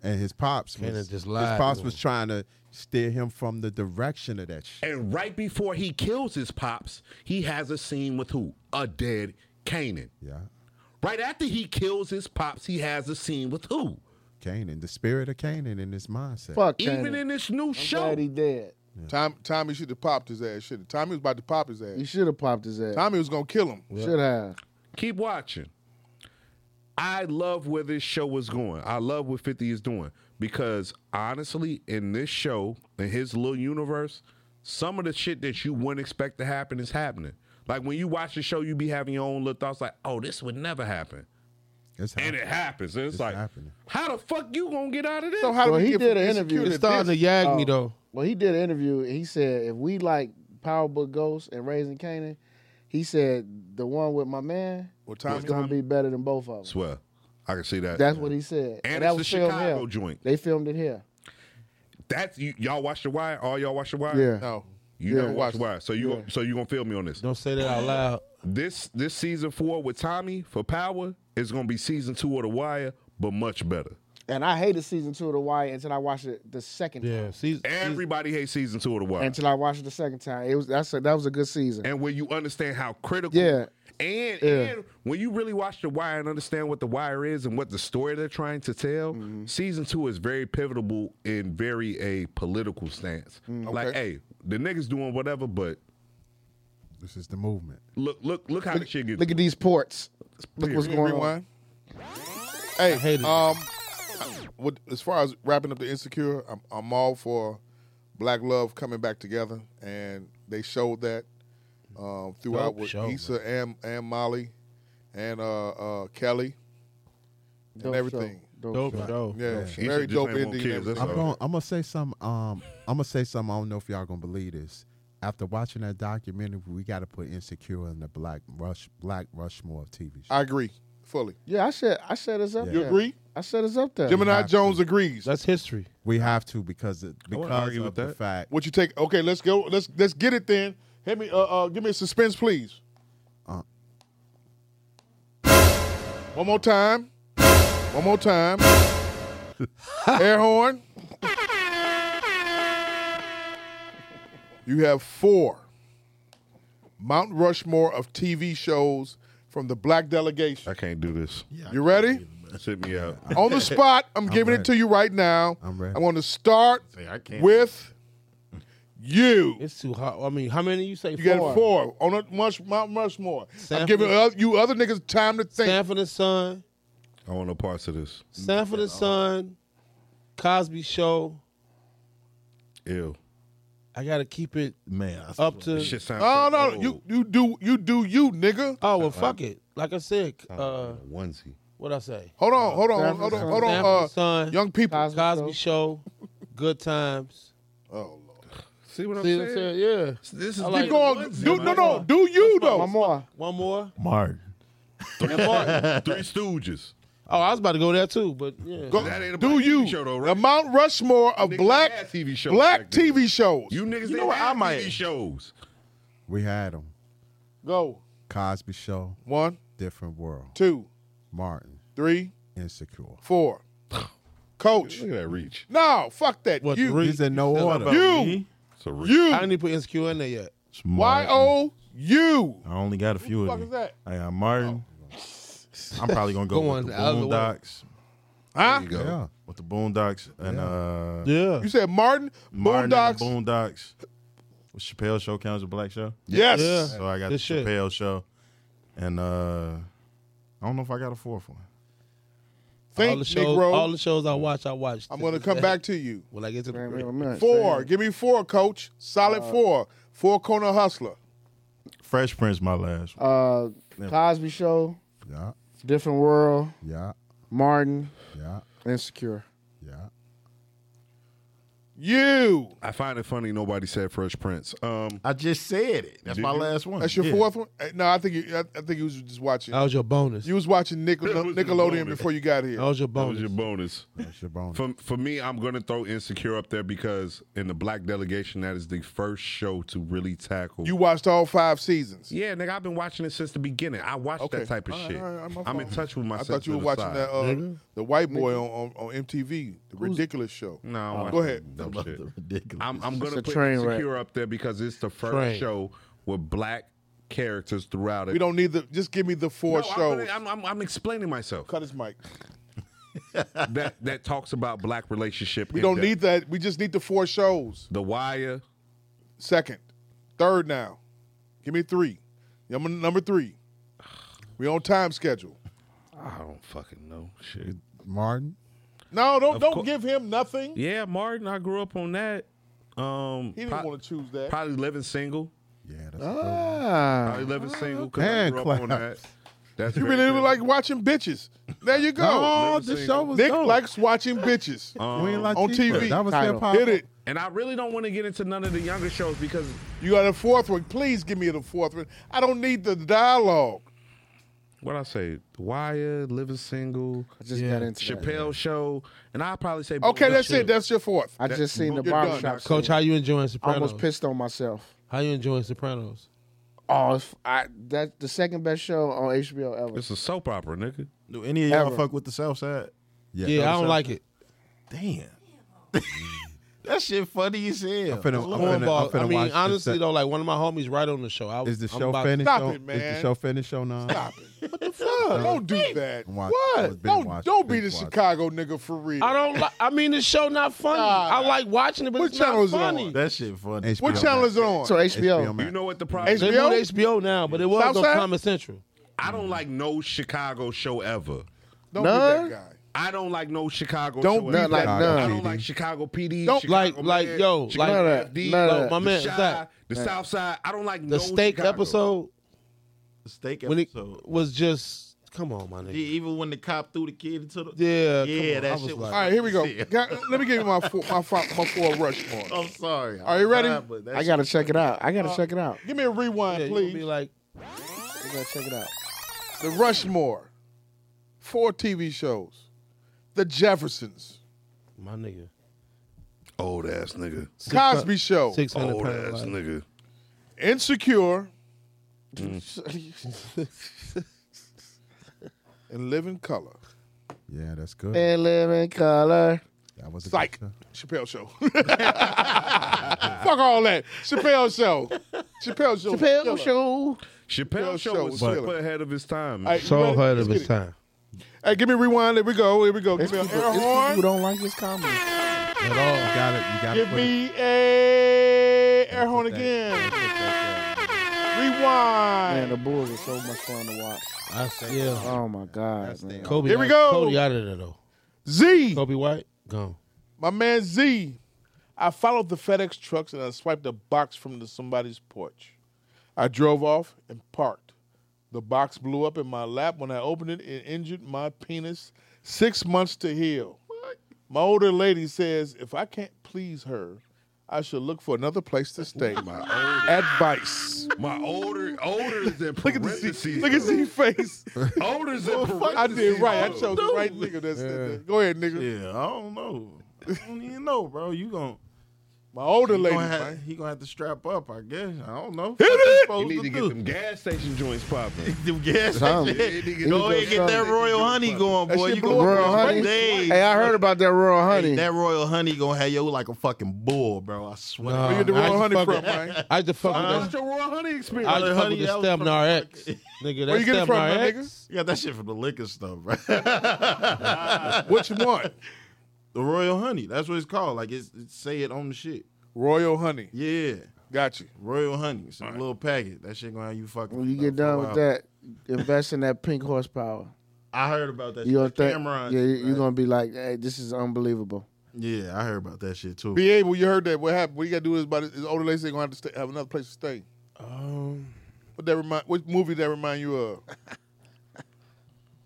Speaker 3: And his pops
Speaker 2: Canaan
Speaker 3: was
Speaker 2: just lied
Speaker 3: his pops
Speaker 2: to
Speaker 3: was
Speaker 2: him.
Speaker 3: trying to steer him from the direction of that shit.
Speaker 1: And right before he kills his pops, he has a scene with who? A dead Canaan.
Speaker 3: Yeah.
Speaker 1: Right after he kills his pops, he has a scene with who?
Speaker 3: Canaan, the spirit of Canaan in his mindset.
Speaker 5: Fuck
Speaker 1: Even
Speaker 5: Cannon.
Speaker 1: in this new
Speaker 5: I'm
Speaker 1: show.
Speaker 5: glad he dead.
Speaker 4: Tom, Tommy should have popped his ass. Should have. Tommy was about to pop his
Speaker 5: He
Speaker 4: ass.
Speaker 5: should have popped his ass.
Speaker 4: Tommy was gonna kill him.
Speaker 5: Should have.
Speaker 1: keep watching. I love where this show is going. I love what 50 is doing because honestly, in this show, in his little universe, some of the shit that you wouldn't expect to happen is happening. Like when you watch the show, you be having your own little thoughts like, oh, this would never happen.
Speaker 3: It's
Speaker 1: And it happens. And it's,
Speaker 3: It's
Speaker 1: like,
Speaker 3: happening.
Speaker 1: how the fuck you gonna get out of this?
Speaker 4: So how
Speaker 5: Well,
Speaker 4: did
Speaker 5: he
Speaker 4: he, get
Speaker 5: did
Speaker 4: from
Speaker 5: an interview.
Speaker 4: insecure
Speaker 5: It's
Speaker 2: It's
Speaker 4: to
Speaker 2: starting to
Speaker 4: this?
Speaker 2: yag me
Speaker 5: Oh.
Speaker 2: though.
Speaker 5: Well, he did an interview. and He said if we like Power Book Ghost and Raising Canaan, he said the one with my man
Speaker 4: Well, Tommy,
Speaker 5: is gonna be better than both of them.
Speaker 1: Swear. I can see that.
Speaker 5: That's what he said.
Speaker 1: and
Speaker 5: that
Speaker 1: it's the
Speaker 5: was filmed
Speaker 1: Chicago
Speaker 5: here.
Speaker 1: joint.
Speaker 5: They filmed it here.
Speaker 1: That's you, y'all watch the wire. All y'all watch the wire.
Speaker 5: Yeah.
Speaker 4: No.
Speaker 1: You
Speaker 5: Yeah.
Speaker 1: never watched the wire, so you so you gonna feel me on this.
Speaker 2: Don't say that out loud.
Speaker 1: This this season four with Tommy for Power is gonna be season two of the Wire, but much better.
Speaker 5: And I hated season two of The Wire until I watched it the second time.
Speaker 2: Yeah, see,
Speaker 1: Everybody hates season two of the Wire,
Speaker 5: Until I watched it the second time, it was that's a, that was a good season.
Speaker 1: and when you understand how critical,
Speaker 5: Yeah.
Speaker 1: and and when you really watch the Wire and understand what the Wire is and what the story they're trying to tell,
Speaker 5: Mm-hmm.
Speaker 1: season two is very pivotal in very a political stance.
Speaker 5: Mm.
Speaker 1: Like, hey, the niggas doing whatever, but
Speaker 3: This is the movement.
Speaker 1: look look look how the shit gets.
Speaker 5: Look at these ports. Look what's
Speaker 1: Period.
Speaker 5: going on.
Speaker 4: Rewind. Hey,
Speaker 2: hate it.
Speaker 4: um, what, as far as wrapping up the insecure, I'm, I'm all for black love coming back together, and they showed that um, throughout
Speaker 2: Dope
Speaker 4: with
Speaker 2: show,
Speaker 4: Issa and and Molly and uh, uh, Kelly and
Speaker 5: Dope
Speaker 4: everything.
Speaker 5: show. Dope
Speaker 2: Oh, dope
Speaker 5: show.
Speaker 2: show.
Speaker 4: Yeah,
Speaker 1: Issa
Speaker 4: very
Speaker 1: just
Speaker 4: dope
Speaker 1: ain't want
Speaker 4: ending.
Speaker 1: kids,
Speaker 4: and everything.
Speaker 1: that's
Speaker 3: I'm
Speaker 1: Okay.
Speaker 3: going. I'm gonna say some. Um, I'm gonna say something. I don't know if y'all gonna believe this. After watching that documentary, we got to put Insecure in the Black Rush Black Rushmore of TV show.
Speaker 4: I agree fully.
Speaker 5: Yeah, I said I said it's up.
Speaker 3: You
Speaker 5: there.
Speaker 4: agree?
Speaker 5: I said it's up there.
Speaker 4: Gemini
Speaker 3: have to.
Speaker 4: Jones agrees.
Speaker 2: That's history.
Speaker 3: we have to because it,
Speaker 1: wouldn't
Speaker 3: because
Speaker 1: argue
Speaker 3: of
Speaker 1: with
Speaker 3: the
Speaker 1: that.
Speaker 3: fact.
Speaker 4: What you take? Okay, let's go. Let's let's get it then. Hit me. Uh, uh give me a suspense, please.
Speaker 3: Uh.
Speaker 4: One more time. One more time. Air horn. You have four Mount Rushmore of TV shows from the black delegation.
Speaker 1: I can't do this.
Speaker 4: You ready?
Speaker 1: Sit me out.
Speaker 4: On the spot, I'm giving it to you right now.
Speaker 3: I'm ready.
Speaker 4: I want to start
Speaker 6: Say, I can't.
Speaker 4: with you.
Speaker 2: It's too hot. I mean, how many you say?
Speaker 4: You got four on a much Mount Rushmore. I'm
Speaker 2: Sanford.
Speaker 4: giving oth- you other niggas time to think.
Speaker 2: Sanford and Son,
Speaker 1: I want no parts of this.
Speaker 2: Sanford and Son, Cosby Show.
Speaker 1: Ew.
Speaker 2: I gotta keep it
Speaker 6: Man, I
Speaker 2: up
Speaker 1: This
Speaker 2: to.
Speaker 1: shit sounds.
Speaker 4: Oh
Speaker 1: so
Speaker 4: no, no, you
Speaker 1: old.
Speaker 4: you do you do you nigga.
Speaker 2: Oh well, fuck it. Like I said, uh,
Speaker 1: onesie.
Speaker 2: what I say?
Speaker 4: Hold on, hold on,
Speaker 5: Sanford
Speaker 4: hold on,
Speaker 5: Son.
Speaker 4: hold
Speaker 2: Sanford and
Speaker 4: on. Uh,
Speaker 2: Son,
Speaker 4: young people.
Speaker 5: Cosby
Speaker 2: Cosby Show, Good Times.
Speaker 4: Oh lord.
Speaker 1: See what I'm
Speaker 2: See what I'm
Speaker 1: saying?
Speaker 2: saying? Yeah.
Speaker 1: This is
Speaker 2: I like
Speaker 4: Keep going.
Speaker 1: onesie,
Speaker 4: Do,
Speaker 1: man.
Speaker 4: no, no, do you
Speaker 5: One
Speaker 4: though?
Speaker 5: more.
Speaker 2: One more.
Speaker 6: Martin.
Speaker 2: And Martin.
Speaker 1: Three Stooges.
Speaker 2: Oh, I was about to go there too, but yeah.
Speaker 4: Go-
Speaker 1: That ain't a
Speaker 4: do
Speaker 1: black
Speaker 4: you?
Speaker 1: TV show, though, right?
Speaker 4: The Mount Rushmore of
Speaker 1: Niggas
Speaker 4: black
Speaker 1: had TV shows
Speaker 4: black
Speaker 1: back then.
Speaker 4: TV shows.
Speaker 1: You niggas
Speaker 6: know
Speaker 1: didn't
Speaker 6: what? I
Speaker 1: have
Speaker 6: might-
Speaker 1: TV shows.
Speaker 3: We had them.
Speaker 4: go
Speaker 3: Cosby Show,
Speaker 4: one,
Speaker 3: Different World,
Speaker 4: two,
Speaker 3: Martin,
Speaker 4: three,
Speaker 3: Insecure.
Speaker 4: four. Coach.
Speaker 1: Look at that reach.
Speaker 4: No, fuck that.
Speaker 2: What,
Speaker 4: you
Speaker 2: three?
Speaker 3: These in no order.
Speaker 4: you
Speaker 1: It's a reach.
Speaker 4: you
Speaker 2: I didn't even put insecure in there yet.
Speaker 4: Y O U.
Speaker 6: I only got a few
Speaker 4: the fuck
Speaker 6: of them.
Speaker 4: is that?
Speaker 6: I got Martin. I'm probably gonna go,
Speaker 2: Go on,
Speaker 6: with the
Speaker 2: the other one.
Speaker 6: Boondocks.
Speaker 4: Huh?
Speaker 1: go.
Speaker 3: Yeah,
Speaker 6: With the Boondocks and uh,
Speaker 2: Yeah.
Speaker 4: You said Martin,
Speaker 6: Martin
Speaker 4: Boondocks.
Speaker 6: And the Boondocks. Was Chappelle Show counts as a black show?
Speaker 4: yes.
Speaker 2: Yeah.
Speaker 6: So I got
Speaker 2: Good
Speaker 6: the
Speaker 2: shit.
Speaker 6: Chappelle Show, and uh, I don't know if I got a fourth one.
Speaker 4: Think,
Speaker 2: all the shows,
Speaker 4: Negro.
Speaker 2: all the shows I watch, I watch.
Speaker 4: I'm going to come back to you.
Speaker 2: When I get to the
Speaker 5: Wait, wait a minute.
Speaker 4: Four. Give me four, coach. Solid four. Four corner hustler.
Speaker 6: Fresh Prince, my last. One.
Speaker 5: Uh, Cosby Show,
Speaker 3: yeah,
Speaker 5: Different World,
Speaker 3: yeah,
Speaker 5: Martin,
Speaker 3: yeah,
Speaker 5: Insecure.
Speaker 3: yeah.
Speaker 4: You.
Speaker 1: I find it funny nobody said Fresh Prince. Um,
Speaker 6: I just said it. That's my last one.
Speaker 4: That's your
Speaker 6: Yeah.
Speaker 4: fourth one? Eh, No, I think you, I, I think you was just watching.
Speaker 2: that was your bonus.
Speaker 4: you was watching Nickel-
Speaker 1: That was
Speaker 4: Nickelodeon
Speaker 1: your bonus.
Speaker 4: before you got here.
Speaker 2: that was your
Speaker 1: that was
Speaker 2: bonus.
Speaker 1: your bonus.
Speaker 3: That's your bonus.
Speaker 1: For, for me, I'm going to throw Insecure up there because in the black delegation, that is the first show to really tackle.
Speaker 4: You watched all five seasons.
Speaker 1: yeah, nigga, I've been watching it since the beginning. I watched
Speaker 4: Okay.
Speaker 1: that type of
Speaker 4: All right,
Speaker 1: shit.
Speaker 4: all right, my
Speaker 1: I'm in
Speaker 4: fault.
Speaker 1: touch with
Speaker 4: I
Speaker 1: myself.
Speaker 4: thought you
Speaker 1: to
Speaker 4: were
Speaker 1: the
Speaker 4: watching
Speaker 1: side.
Speaker 4: that uh, the white boy on, on, on MTV, the ridiculous show.
Speaker 1: No, I don't
Speaker 4: Go
Speaker 1: watch
Speaker 4: ahead.
Speaker 1: that dumb shit.
Speaker 6: Ridiculous.
Speaker 1: I'm, I'm
Speaker 5: It's
Speaker 1: gonna
Speaker 5: a
Speaker 1: put
Speaker 5: train wreck.
Speaker 1: Secure up there because it's the first
Speaker 2: Train.
Speaker 1: show with black characters throughout it.
Speaker 4: We don't need the. Just give me the four
Speaker 1: No, I'm,
Speaker 4: shows.
Speaker 1: gonna- I'm, I'm, I'm explaining myself
Speaker 4: Cut his mic.
Speaker 1: that that talks about black relationship.
Speaker 4: We don't need that. We just need the four shows.
Speaker 1: the Wire.
Speaker 4: Second, third now. Give me three. Number number three. We on time schedule.
Speaker 1: I don't fucking know shit.
Speaker 3: Martin,
Speaker 4: No, don't don't
Speaker 1: cour-
Speaker 4: give him nothing.
Speaker 1: Yeah, Martin, I grew up on that. Um,
Speaker 4: He didn't
Speaker 1: pro-
Speaker 4: want to choose that.
Speaker 1: probably living single.
Speaker 3: yeah,
Speaker 4: Uh,
Speaker 3: that's a good one.
Speaker 5: Ah,
Speaker 1: Probably living single because I
Speaker 3: Man,
Speaker 1: grew up on that.
Speaker 3: claps.
Speaker 1: That's
Speaker 4: you
Speaker 1: very
Speaker 4: really
Speaker 1: true.
Speaker 4: like watching bitches. There you go.
Speaker 3: Oh,
Speaker 1: Never
Speaker 3: the
Speaker 1: seen
Speaker 3: show
Speaker 1: it.
Speaker 3: was
Speaker 4: Nick
Speaker 3: dope.
Speaker 4: likes watching bitches.
Speaker 1: Um,
Speaker 3: We ain't like
Speaker 4: on
Speaker 3: T-shirt.
Speaker 4: TV.
Speaker 3: That was their
Speaker 5: Title.
Speaker 3: pop.
Speaker 4: Hit it.
Speaker 1: and I really don't want to get into none of the younger shows because
Speaker 4: You got a fourth one. Please give me the fourth one. I don't need the dialogue.
Speaker 1: what I say, The Wire, Living Single,
Speaker 5: I just got into that.
Speaker 1: Chappelle Show, and I'll probably say
Speaker 4: Okay,
Speaker 1: Boondock
Speaker 4: that's it.
Speaker 1: Chef.
Speaker 4: That's your fourth.
Speaker 5: I just seen the
Speaker 4: you're done,
Speaker 5: barbershop.
Speaker 4: Doc.
Speaker 2: Coach, how you enjoying
Speaker 5: I
Speaker 2: Sopranos?
Speaker 5: almost pissed on myself.
Speaker 2: How you enjoying Sopranos?
Speaker 5: Oh, if I, that the second best show on HBO ever.
Speaker 1: It's a soap opera, nigga.
Speaker 6: Do any of y'all
Speaker 5: Ever.
Speaker 6: fuck with the South Side?
Speaker 3: Yeah,
Speaker 2: Yeah, I don't like it.
Speaker 6: Damn. that shit funny as hell.
Speaker 3: I'm finna, I'm finna, I'm
Speaker 2: Cornball. I
Speaker 3: finna watch
Speaker 2: mean,
Speaker 3: the
Speaker 2: honestly
Speaker 3: se-
Speaker 2: though, like one of my homies right on the show. I was,
Speaker 3: is the
Speaker 2: I'm
Speaker 3: show
Speaker 2: about-
Speaker 3: finished?
Speaker 4: Stop
Speaker 3: on-
Speaker 4: it,
Speaker 3: Is
Speaker 4: man.
Speaker 3: the show finished on uh, now?
Speaker 4: Stop it. What the fuck? Don't do that.
Speaker 3: I'm watching- I was
Speaker 4: What?
Speaker 3: binge
Speaker 4: Don't
Speaker 3: watching-
Speaker 4: don't be the
Speaker 3: binge watching.
Speaker 4: Chicago nigga for real.
Speaker 2: I don't. Li- I mean, the show not funny. I like watching it, but
Speaker 4: What
Speaker 2: it's
Speaker 4: channel
Speaker 2: not
Speaker 4: is it on?
Speaker 2: funny.
Speaker 6: That shit funny.
Speaker 3: HBO
Speaker 4: What channel
Speaker 3: Max.
Speaker 4: is it on?
Speaker 5: so HBO.
Speaker 3: HBO
Speaker 1: You
Speaker 3: Max.
Speaker 1: know what the problem
Speaker 2: They
Speaker 1: is?
Speaker 4: HBO?
Speaker 2: moved HBO now, but it was
Speaker 4: Southside?
Speaker 2: on Comedy Central.
Speaker 1: I don't like no Chicago show ever.
Speaker 4: don't
Speaker 5: None?
Speaker 4: be that guy.
Speaker 1: I don't like no Chicago show
Speaker 4: Don't be
Speaker 1: ever.
Speaker 5: Not like
Speaker 3: Chicago
Speaker 1: I
Speaker 5: none.
Speaker 1: don't like Chicago PD.
Speaker 4: Don't-
Speaker 1: Chicago
Speaker 2: Like- like,
Speaker 1: Med,
Speaker 2: yo,
Speaker 1: Chicago
Speaker 5: like-
Speaker 1: FD,
Speaker 5: none of
Speaker 1: like
Speaker 5: that.
Speaker 1: my man,
Speaker 2: Zach.
Speaker 1: the South Side. I don't like
Speaker 2: The
Speaker 1: no
Speaker 2: steak
Speaker 1: Chicago.
Speaker 2: episode
Speaker 6: The steak
Speaker 2: when it
Speaker 6: episode.
Speaker 2: was just come on, my
Speaker 6: Yeah,
Speaker 2: nigga.
Speaker 6: even when the cop threw the kid into the.
Speaker 2: Yeah,
Speaker 6: Yeah,
Speaker 2: come on.
Speaker 6: that
Speaker 2: I
Speaker 6: shit was-
Speaker 2: like,
Speaker 4: All right, here we go.
Speaker 6: Yeah.
Speaker 4: Got- let me give you my four, my four, my four rush
Speaker 2: Uh,
Speaker 4: points.
Speaker 6: I'm sorry.
Speaker 4: Are you ready?
Speaker 5: I gotta check it out. I gotta check it out.
Speaker 4: Give me a rewind,
Speaker 2: yeah, you gonna
Speaker 4: please.
Speaker 2: be like,
Speaker 5: I gotta check it out.
Speaker 4: The Rushmore, four TV shows, The Jeffersons,
Speaker 2: my nigga,
Speaker 1: Old ass nigga.
Speaker 4: Cosby Show,
Speaker 2: six hundred
Speaker 1: Old ass
Speaker 2: pounds.
Speaker 1: nigga.
Speaker 4: Insecure,
Speaker 2: Mm.
Speaker 4: and Living Color.
Speaker 3: Yeah, that's good.
Speaker 5: And live in color.
Speaker 3: That was a
Speaker 4: Psych.
Speaker 3: good
Speaker 4: Chappelle Show. Fuck all that. Chappelle Show. Chappelle Show.
Speaker 5: Chappelle show.
Speaker 1: Chappelle show
Speaker 4: show
Speaker 1: was
Speaker 4: was
Speaker 1: super
Speaker 4: killer.
Speaker 1: ahead of his time.
Speaker 4: All right, you ready? Let's get it.
Speaker 2: time.
Speaker 4: Hey, give me rewind. There we go. Here we go.
Speaker 5: It's
Speaker 4: Give me
Speaker 5: people,
Speaker 4: an air
Speaker 5: it's people who
Speaker 4: horn.
Speaker 5: don't like his comedy.
Speaker 3: show. You got it. You got
Speaker 4: Give
Speaker 3: it.
Speaker 4: me a air horn again.
Speaker 5: Man,
Speaker 4: Rewind.
Speaker 5: the Bulls are so much fun to watch.
Speaker 2: I see. Yeah,
Speaker 5: Oh my god, man.
Speaker 2: Kobe.
Speaker 4: Here we
Speaker 2: out-
Speaker 4: go.
Speaker 2: Kobe out of there though.
Speaker 4: Z.
Speaker 2: Kobe White gone.
Speaker 4: My man Z, I followed the FedEx trucks and I swiped a box from the somebody's porch. I drove off and parked. The box blew up in my lap when I opened it. It injured my penis. Six months to heal. My older lady says if I can't please her, I should look for another place to stay.
Speaker 1: My older,
Speaker 4: Advice.
Speaker 1: my older, older is in
Speaker 4: Look at the Z.
Speaker 1: parentheses.
Speaker 4: Look at Z face.
Speaker 1: Older's in parentheses.
Speaker 4: I did right. I
Speaker 1: though.
Speaker 4: chose the right nigga. That's Go ahead, nigga.
Speaker 6: Yeah, I don't know. I don't even know, bro. You gon'
Speaker 4: My older
Speaker 6: you
Speaker 4: lady.
Speaker 6: gonna have,
Speaker 4: man.
Speaker 6: he gonna have to strap up, I guess. I don't know.
Speaker 4: Hit it!
Speaker 1: You need to get them gas station joints popping.
Speaker 6: them gas.
Speaker 5: Some.
Speaker 6: Go ahead
Speaker 1: Go
Speaker 6: and get that royal honey going,
Speaker 4: That
Speaker 6: boy.
Speaker 4: shit
Speaker 6: You
Speaker 4: blew
Speaker 6: gonna
Speaker 4: up in
Speaker 5: Royal
Speaker 4: his
Speaker 5: honey?
Speaker 6: Days.
Speaker 5: Hey, I heard about that rural honey.
Speaker 6: That royal honey gonna have you like a fucking bull, bro. I swear.
Speaker 2: Nah.
Speaker 4: Where you get the
Speaker 2: I
Speaker 4: royal
Speaker 2: just
Speaker 4: honey
Speaker 2: fuck
Speaker 4: from,
Speaker 2: with-
Speaker 4: man?
Speaker 2: I had to fuck
Speaker 1: How
Speaker 2: with
Speaker 1: was
Speaker 2: that.
Speaker 1: your royal honey experience?
Speaker 2: I had to fuck
Speaker 6: honey,
Speaker 2: with the
Speaker 6: that was from
Speaker 2: Stamina RX, nigga.
Speaker 4: Where
Speaker 2: That
Speaker 4: you get it from,
Speaker 2: Stamina
Speaker 4: my
Speaker 2: RX.
Speaker 4: nigga?
Speaker 6: You got that shit from the liquor store, bro.
Speaker 4: Which one?
Speaker 6: the royal honey. That's what it's called. Like it's, it's say it on the shit.
Speaker 4: Royal honey.
Speaker 6: Yeah,
Speaker 4: Got you.
Speaker 6: royal honey. It's a little packet. That shit gonna have you fucking.
Speaker 5: when you
Speaker 6: up
Speaker 5: get
Speaker 6: for a
Speaker 5: done with
Speaker 6: while.
Speaker 5: that, invest in that pink horsepower.
Speaker 6: I heard about that.
Speaker 5: You gonna
Speaker 6: shit.
Speaker 5: think,
Speaker 6: Cameron.
Speaker 5: yeah, you're
Speaker 6: right?
Speaker 5: gonna be like, hey, this is unbelievable.
Speaker 6: Yeah, I heard about that shit too.
Speaker 4: Be able. You heard that. What happened? What you got to do is about his older lady. They gonna have to stay, have another place to stay.
Speaker 2: Um,
Speaker 4: What that remind? What movie that remind you of?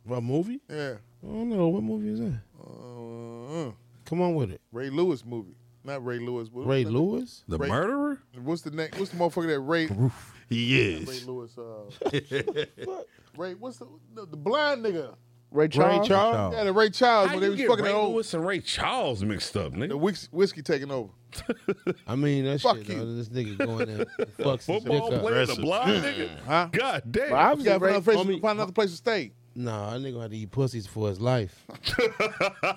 Speaker 2: what movie?
Speaker 4: Yeah.
Speaker 2: I don't know what movie is that.
Speaker 4: Uh,
Speaker 2: Come on with it.
Speaker 4: Ray Lewis movie. Not Ray Lewis. What,
Speaker 2: Ray
Speaker 4: what's
Speaker 2: Lewis.
Speaker 1: The
Speaker 4: Right.
Speaker 1: murderer?
Speaker 4: the- What's the name? What's the motherfucker that Ray?
Speaker 6: He
Speaker 4: Ray
Speaker 6: is.
Speaker 4: Lewis. Uh, Ray. What's the, the the blind nigga?
Speaker 5: Ray Charles.
Speaker 2: Ray Charles.
Speaker 4: Yeah, the Ray Charles
Speaker 1: How
Speaker 4: when they
Speaker 1: you
Speaker 4: was
Speaker 1: get
Speaker 4: fucking
Speaker 1: Ray
Speaker 4: that old.
Speaker 1: Lewis and Ray Charles mixed up,
Speaker 4: The
Speaker 1: nigga?
Speaker 4: whis- whiskey taking over.
Speaker 2: I mean, that
Speaker 4: Fuck
Speaker 2: shit.
Speaker 4: you.
Speaker 2: though, This nigga going there, fucks his dick
Speaker 1: Football
Speaker 2: up.
Speaker 1: player, the
Speaker 6: Aggressive.
Speaker 1: blind nigga?
Speaker 4: Huh?
Speaker 1: God damn.
Speaker 5: But I
Speaker 4: You
Speaker 5: was
Speaker 4: got another
Speaker 5: Ray,
Speaker 4: place.
Speaker 2: homie-
Speaker 4: Find another place to stay.
Speaker 2: Nah, that nigga had to eat pussies for his life.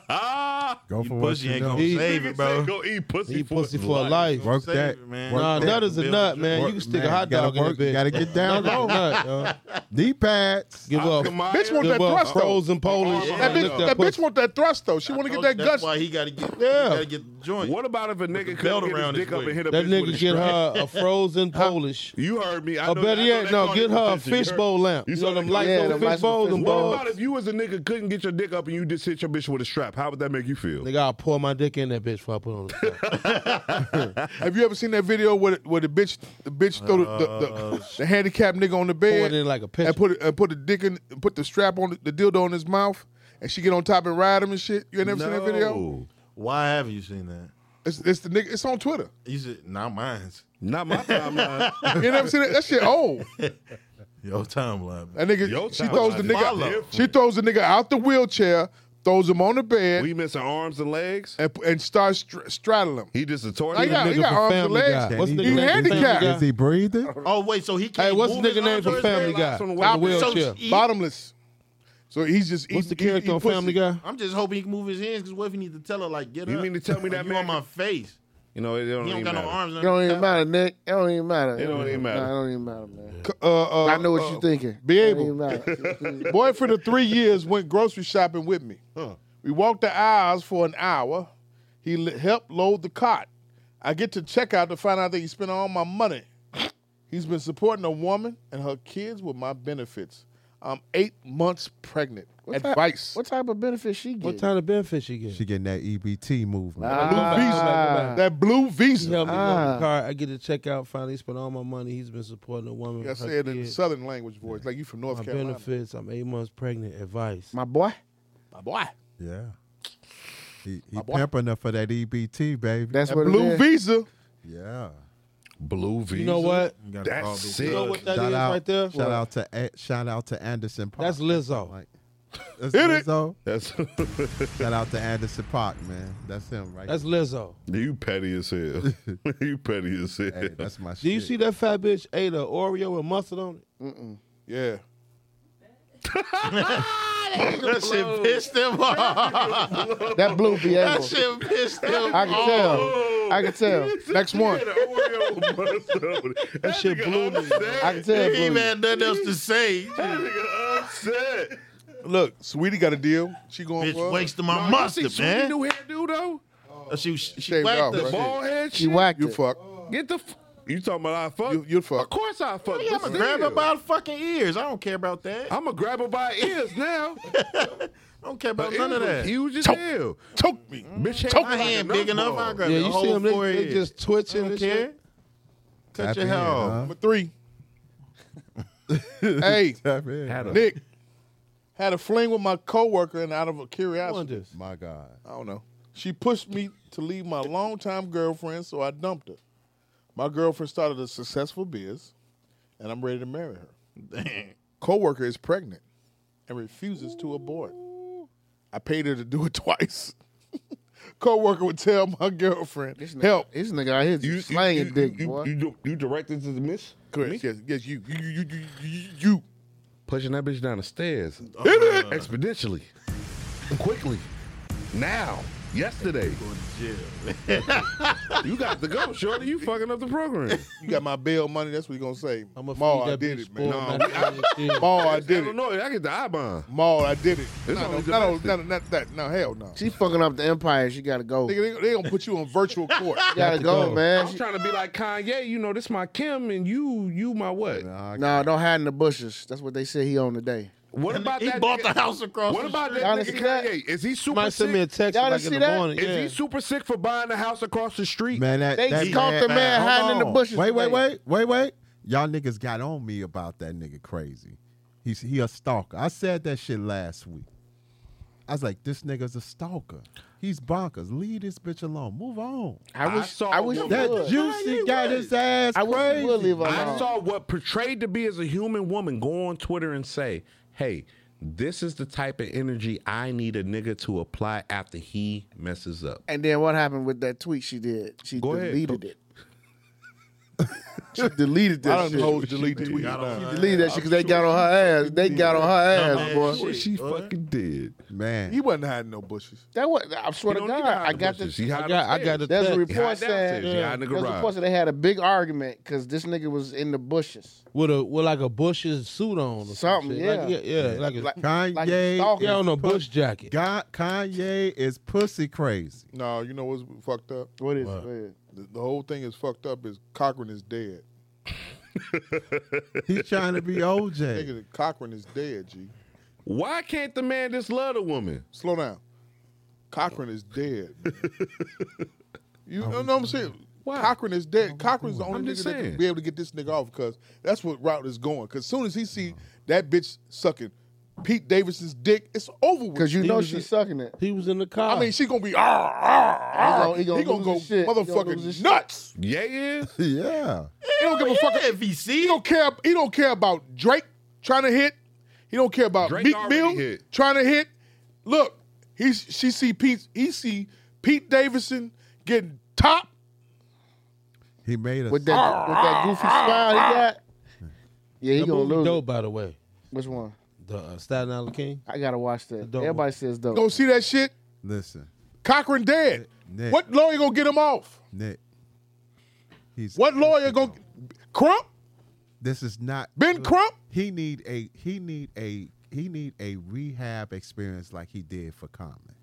Speaker 1: Ah,
Speaker 3: Go
Speaker 6: You
Speaker 3: for what
Speaker 6: pussy
Speaker 3: you
Speaker 6: ain't
Speaker 3: know.
Speaker 6: gonna
Speaker 2: He-
Speaker 6: save
Speaker 1: nigga
Speaker 6: it, bro.
Speaker 1: said Go eat pussy,
Speaker 2: He
Speaker 1: for
Speaker 2: pussy for a life.
Speaker 3: Work
Speaker 6: Save
Speaker 3: that,
Speaker 6: it, man.
Speaker 3: Work
Speaker 2: Nah,
Speaker 3: that.
Speaker 2: nut is a
Speaker 6: Build
Speaker 2: nut,
Speaker 6: it.
Speaker 2: man.
Speaker 3: Work-
Speaker 2: you can stick a
Speaker 3: man,
Speaker 2: hot
Speaker 3: you gotta
Speaker 2: dog in
Speaker 3: work-
Speaker 2: that
Speaker 3: You
Speaker 2: bitch.
Speaker 3: gotta get down
Speaker 2: Nut is a
Speaker 3: low.
Speaker 2: nut, yo.
Speaker 3: Knee pads.
Speaker 2: Give up.
Speaker 1: Kamaya.
Speaker 4: Bitch want that
Speaker 2: Give up.
Speaker 4: thrust though.
Speaker 2: Frozen Polish.
Speaker 1: Yeah.
Speaker 4: That
Speaker 2: Lick
Speaker 4: bitch, that
Speaker 2: pussy.
Speaker 4: bitch want that thrust though. She want to get that
Speaker 6: That's
Speaker 4: guts.
Speaker 6: why he gotta get.
Speaker 2: Yeah.
Speaker 6: Yeah, gotta get the joint.
Speaker 1: What about if a nigga could
Speaker 6: belt
Speaker 1: get his
Speaker 6: around his
Speaker 1: dick up and
Speaker 6: waist.
Speaker 1: hit a
Speaker 2: That
Speaker 1: bitch with
Speaker 2: nigga
Speaker 1: a
Speaker 2: get
Speaker 1: strap?
Speaker 2: her a frozen Polish.
Speaker 1: You heard me. I
Speaker 2: Or
Speaker 1: know,
Speaker 2: better
Speaker 1: I know
Speaker 2: yet,
Speaker 1: they
Speaker 2: no,
Speaker 1: call
Speaker 2: get
Speaker 1: it
Speaker 2: her a
Speaker 1: attention. You
Speaker 2: fish
Speaker 1: heard-
Speaker 2: bowl lamp.
Speaker 1: You
Speaker 2: You
Speaker 1: saw
Speaker 2: know them
Speaker 1: that-
Speaker 2: lights,
Speaker 5: Yeah,
Speaker 2: those
Speaker 5: them
Speaker 2: fish
Speaker 5: lights with
Speaker 2: bowls,
Speaker 5: the
Speaker 2: them
Speaker 5: fish
Speaker 1: What
Speaker 5: balls.
Speaker 2: balls.
Speaker 1: about if you as a nigga couldn't get your dick up and you just hit your bitch with a strap? How would that make you feel?
Speaker 2: Nigga, I'll pour my dick in that bitch before I put on the strap.
Speaker 4: Have you ever seen that video where the, where the bitch the bitch throw the, the, the, the handicapped nigga on the
Speaker 2: pour it
Speaker 4: bed
Speaker 2: in like a
Speaker 4: and
Speaker 2: pitcher.
Speaker 4: put it- and put the dick in put the strap on the, the dildo on his mouth and she get on top and ride him and shit? You ain't never seen that video?
Speaker 1: No.
Speaker 6: Why have you seen that?
Speaker 4: It's, it's the nigga. It's on Twitter.
Speaker 6: You said not mine's.
Speaker 1: Not my timeline.
Speaker 4: You ain't never seen that? That shit old.
Speaker 6: Your timeline.
Speaker 4: That nigga,
Speaker 1: Yo,
Speaker 4: she
Speaker 1: time
Speaker 4: throws
Speaker 1: is
Speaker 4: the nigga,
Speaker 1: follow.
Speaker 4: she throws the nigga out the wheelchair, throws him on the bed,
Speaker 1: We missing arms and legs.
Speaker 4: and, and starts str- straddling him.
Speaker 1: He just a tornado.
Speaker 4: I
Speaker 2: He the
Speaker 4: got, he
Speaker 2: nigga
Speaker 4: got
Speaker 2: from
Speaker 4: arms and
Speaker 2: Family
Speaker 4: legs.
Speaker 2: Guy. What's
Speaker 3: He
Speaker 2: the
Speaker 4: He
Speaker 2: nigga name from
Speaker 4: handicapped.
Speaker 2: Family
Speaker 3: Is he breathing?
Speaker 6: Oh wait, so he can't.
Speaker 2: Hey, what's the
Speaker 6: move his
Speaker 2: nigga name
Speaker 6: arms
Speaker 2: from
Speaker 6: or his leg
Speaker 2: Family Guy?
Speaker 6: locks on the
Speaker 2: With the
Speaker 6: way? So
Speaker 2: wheelchair.
Speaker 6: he-
Speaker 4: Bottomless. So he's just.
Speaker 2: What's the
Speaker 4: eating-
Speaker 2: character
Speaker 4: eating
Speaker 2: on
Speaker 4: pussy.
Speaker 2: Family Guy?
Speaker 6: I'm just hoping he can move his hands because what if he need to tell her like get
Speaker 1: You
Speaker 6: up?
Speaker 1: mean to tell me that
Speaker 6: you
Speaker 1: man-
Speaker 6: on my face?
Speaker 1: You know, it don't,
Speaker 6: He don't
Speaker 1: even
Speaker 6: got
Speaker 1: matter.
Speaker 6: no arms.
Speaker 5: It don't even matter, Nick. It don't even matter.
Speaker 1: It don't even matter.
Speaker 5: Nah, it don't even matter, man.
Speaker 4: Uh, uh,
Speaker 5: I know what
Speaker 4: uh,
Speaker 5: you're thinking.
Speaker 4: be
Speaker 5: It
Speaker 4: able.
Speaker 5: don't even matter.
Speaker 4: Boyfriend of three years went grocery shopping with me. We walked the aisles for an hour. He l- helped load the cart. I get to checkout to find out that he spent all my money. He's been supporting a woman and her kids with my benefits. I'm eight months pregnant.
Speaker 5: What type-
Speaker 4: Advice.
Speaker 5: What type of benefit she get?
Speaker 2: What kind of benefit she get?
Speaker 3: She getting that EBT movement.
Speaker 4: Blue
Speaker 5: Ah.
Speaker 4: visa. That blue
Speaker 2: He
Speaker 4: visa.
Speaker 2: helped me load
Speaker 5: Ah.
Speaker 2: the car. I get to check out. Finally, spent all my money. He's been supporting a woman.
Speaker 4: I
Speaker 2: with her
Speaker 4: said in
Speaker 2: kids.
Speaker 4: southern language voice, like you from North
Speaker 2: my
Speaker 4: Carolina.
Speaker 2: benefits. I'm eight months pregnant. Advice.
Speaker 5: My boy.
Speaker 4: My boy.
Speaker 3: Yeah. He, he
Speaker 4: boy.
Speaker 3: pampering her for that EBT, baby.
Speaker 5: That's
Speaker 4: That
Speaker 5: what
Speaker 4: blue
Speaker 5: it is.
Speaker 4: visa.
Speaker 3: yeah.
Speaker 1: Blue V.
Speaker 2: you know what?
Speaker 1: That's sick.
Speaker 2: You know what that is
Speaker 3: Shout out,
Speaker 2: right there?
Speaker 3: Shout out to A- shout out to Anderson Park.
Speaker 2: That's Lizzo.
Speaker 3: Like, that's
Speaker 4: Hit it.
Speaker 3: Lizzo.
Speaker 1: That's
Speaker 3: Shout out to Anderson Park, man. That's him right.
Speaker 2: That's Lizzo.
Speaker 1: you petty as hell. you petty as hell.
Speaker 3: there. Hey, that's my.
Speaker 2: Do you
Speaker 3: shit.
Speaker 2: see that fat bitch ate a Oreo with mustard on it?
Speaker 4: Yeah.
Speaker 6: That shit pissed him off.
Speaker 5: That blue be
Speaker 6: That
Speaker 5: able.
Speaker 6: shit pissed him
Speaker 5: I can
Speaker 6: off.
Speaker 5: tell. I can tell.
Speaker 4: Next one.
Speaker 1: that, shit blew me.
Speaker 5: I can tell.
Speaker 6: He
Speaker 5: blue.
Speaker 6: ain't had nothing else to say.
Speaker 1: nigga upset.
Speaker 4: Look, Sweetie got a deal. She going for
Speaker 6: Bitch
Speaker 4: it.
Speaker 6: wasted my mustard,
Speaker 1: Sweetie
Speaker 6: man.
Speaker 1: new hairdo though.
Speaker 6: She she, she
Speaker 4: Shaved off,
Speaker 6: whacked
Speaker 4: right?
Speaker 6: the
Speaker 1: Ball head
Speaker 5: She
Speaker 1: shit.
Speaker 5: whacked
Speaker 4: You
Speaker 5: it.
Speaker 4: fuck.
Speaker 1: Get the. F- you talking about I fuck?
Speaker 4: You, you
Speaker 1: of
Speaker 4: fuck.
Speaker 1: course I fuck.
Speaker 6: I'm gonna grab her by the fucking ears. I don't care about that. I
Speaker 1: I'm gonna grab her by ears now.
Speaker 6: don't care about none of that.
Speaker 1: Huge as
Speaker 4: Choke.
Speaker 1: hell.
Speaker 4: Choke me.
Speaker 1: Bitch, had
Speaker 6: My hand big enough. I grab
Speaker 2: Yeah,
Speaker 6: the
Speaker 2: you
Speaker 6: whole
Speaker 2: see them? They, they
Speaker 6: forehead.
Speaker 2: just twitching
Speaker 6: don't
Speaker 2: and
Speaker 6: care.
Speaker 2: shit.
Speaker 6: Cut
Speaker 3: Tap
Speaker 6: your
Speaker 3: in,
Speaker 6: hair off.
Speaker 3: huh?
Speaker 4: Number three. hey,
Speaker 3: Tap in.
Speaker 1: Had a-
Speaker 4: Nick. Had a fling with my coworker and out of a curiosity.
Speaker 2: Wonders.
Speaker 3: My God.
Speaker 4: I don't know. She pushed me to leave my longtime girlfriend, so I dumped her. My girlfriend started a successful biz, and I'm ready to marry her.
Speaker 6: Damn.
Speaker 4: Coworker is pregnant and refuses to abort. I paid her to do it twice. Coworker would tell my girlfriend,
Speaker 5: This nigga,
Speaker 4: "Help,
Speaker 5: This nigga out here
Speaker 1: You
Speaker 5: slanging
Speaker 1: you,
Speaker 5: dick,
Speaker 1: you,
Speaker 5: boy.
Speaker 1: You, you, you directed to the miss?
Speaker 4: Chris, yes, yes, you, you, you, you, you, you.
Speaker 1: Pushing that bitch down the stairs.
Speaker 6: Oh,
Speaker 4: Hit it.
Speaker 1: Exponentially. Quickly. Now. Yesterday. you got to go, Shorty. You fucking up the program.
Speaker 4: You got my bail money. That's what you gonna say.
Speaker 2: I'm gonna
Speaker 4: Ma,
Speaker 2: feed
Speaker 4: I
Speaker 2: that
Speaker 4: did
Speaker 2: bitch
Speaker 4: it, man.
Speaker 2: spoiled
Speaker 1: No,
Speaker 2: macaroni and cheese.
Speaker 4: Ma, I
Speaker 1: I
Speaker 4: did
Speaker 1: don't
Speaker 4: it.
Speaker 1: know. I get the eye bomb.
Speaker 4: Ma, I did it.
Speaker 1: It's
Speaker 4: No, no,
Speaker 1: only
Speaker 4: no, no, no, not that. No, hell no.
Speaker 5: She fucking up the empire. She gotta go.
Speaker 4: Nigga, they, they gonna put you on virtual court.
Speaker 5: gotta go, man.
Speaker 1: I'm trying to be like Kanye. You know, this my Kim, and you, you my what?
Speaker 3: Nah, I-
Speaker 5: No, don't hide in the bushes. That's what they said he on today.
Speaker 1: What about
Speaker 6: he
Speaker 1: that?
Speaker 6: bought
Speaker 1: nigga-
Speaker 6: the house across.
Speaker 1: What
Speaker 6: the
Speaker 1: about
Speaker 6: street.
Speaker 1: that
Speaker 5: Y'all
Speaker 1: nigga
Speaker 5: see that?
Speaker 1: Kanye? Is he super
Speaker 2: Might send me a
Speaker 1: sick?
Speaker 2: text
Speaker 5: Y'all done
Speaker 2: like in
Speaker 5: see
Speaker 2: the
Speaker 5: that?
Speaker 2: morning.
Speaker 1: Is he
Speaker 2: Yeah.
Speaker 1: super sick for buying the house across the street?
Speaker 3: Man, that,
Speaker 5: They
Speaker 3: that
Speaker 5: just caught the man
Speaker 3: hold
Speaker 5: hiding in the
Speaker 3: on.
Speaker 5: bushes
Speaker 3: Wait, wait,
Speaker 5: today.
Speaker 3: wait, wait, wait. Y'all niggas got on me about that nigga crazy. He's he a stalker. I said that shit last week. I was like, this nigga's a stalker. He's bonkers. Leave this bitch alone. Move on.
Speaker 5: I wish. I,
Speaker 1: saw
Speaker 5: wish.
Speaker 1: one-
Speaker 5: That
Speaker 3: That
Speaker 5: would.
Speaker 3: juicy got his ass
Speaker 5: I wish
Speaker 3: crazy.
Speaker 5: you would leave her alone.
Speaker 1: I saw what portrayed to be as a human woman go on Twitter and say, "Hey, this is the type of energy I need a nigga to apply after he messes up."
Speaker 5: And then what happened with that tweet she did? She
Speaker 1: Go ahead,
Speaker 5: deleted it. she deleted
Speaker 4: I
Speaker 5: that
Speaker 4: don't
Speaker 5: shit.
Speaker 4: know. Delete tweet.
Speaker 5: She deleted that shit because they got on her ass. They got on her ass, boy.
Speaker 1: What she fucking did?
Speaker 3: Man,
Speaker 4: He wasn't hiding no bushes.
Speaker 5: That was. I swear to
Speaker 1: You don't
Speaker 5: God,
Speaker 1: need to hide
Speaker 5: I
Speaker 1: the
Speaker 5: got
Speaker 1: bushes.
Speaker 5: the.
Speaker 1: He hide
Speaker 2: I got, I
Speaker 1: upstairs.
Speaker 2: got a
Speaker 5: There's a
Speaker 2: text
Speaker 1: He hide
Speaker 5: report
Speaker 1: downstairs.
Speaker 5: saying.
Speaker 1: He hide in the
Speaker 5: There's a
Speaker 1: garage.
Speaker 5: report saying they had a big argument because this nigga was in the bushes.
Speaker 2: with a with like a Bush's suit on or some
Speaker 5: Something,
Speaker 2: shit.
Speaker 5: yeah.
Speaker 2: Like, yeah, yeah, like a
Speaker 5: Like,
Speaker 3: Kanye
Speaker 5: like a stalker.
Speaker 2: yeah on a Bush jacket.
Speaker 3: God, Kanye is pussy crazy.
Speaker 4: No, you know what's fucked up?
Speaker 5: What is it? What is it?
Speaker 4: The, the whole thing is fucked up. Is Cochran is dead.
Speaker 3: He's trying to be OJ.
Speaker 4: Nigga, Cochran is dead. G.
Speaker 1: Why can't the man just love the woman?
Speaker 4: Slow down. Cochran is dead. you
Speaker 1: Oh,
Speaker 4: know what I'm saying? Cochran is dead. Cochran's the
Speaker 1: I'm
Speaker 4: only nigga
Speaker 1: just
Speaker 4: that can
Speaker 1: saying.
Speaker 4: be able to get this nigga off because that's what route is going. Because soon as he see
Speaker 1: Uh-huh.
Speaker 4: that bitch sucking Pete Davidson's dick, it's over with.
Speaker 5: Because you know
Speaker 2: was
Speaker 5: she's
Speaker 2: just-
Speaker 5: sucking it.
Speaker 2: He was in the car.
Speaker 4: I mean, she gonna be ah ah ah.
Speaker 5: He gonna- he gonna
Speaker 4: go
Speaker 5: lose his shit. He gonna lose
Speaker 4: motherfucking
Speaker 5: his shit.
Speaker 4: nuts.
Speaker 1: Yeah, yeah.
Speaker 3: Yeah.
Speaker 4: He don't give a fuck.
Speaker 6: Yeah, if he
Speaker 4: He
Speaker 6: see
Speaker 4: don't care. He don't care about Drake. trying to hit. He don't care about
Speaker 1: Drake
Speaker 4: Meek
Speaker 1: already
Speaker 4: Mill
Speaker 1: hit.
Speaker 4: trying to hit. Look, he's she see Pete. He see Pete Davidson getting top.
Speaker 3: He made us.
Speaker 5: With that, with that goofy smile he got. Yeah, he
Speaker 2: That
Speaker 5: gonna
Speaker 2: movie
Speaker 5: lose.
Speaker 2: dope, by the way.
Speaker 5: Which one?
Speaker 2: The uh, Staten Island King.
Speaker 5: I gotta watch that.
Speaker 2: dope
Speaker 5: Everybody says dope.
Speaker 4: Go see that shit.
Speaker 3: Listen,
Speaker 4: Cochran dead.
Speaker 3: Nick.
Speaker 4: What lawyer gonna get him off?
Speaker 3: Nick. He's
Speaker 4: What lawyer gonna Crump?
Speaker 3: This is not
Speaker 4: Ben
Speaker 3: good.
Speaker 4: Crump?
Speaker 3: He need a he need a he need a rehab experience like he did for Common.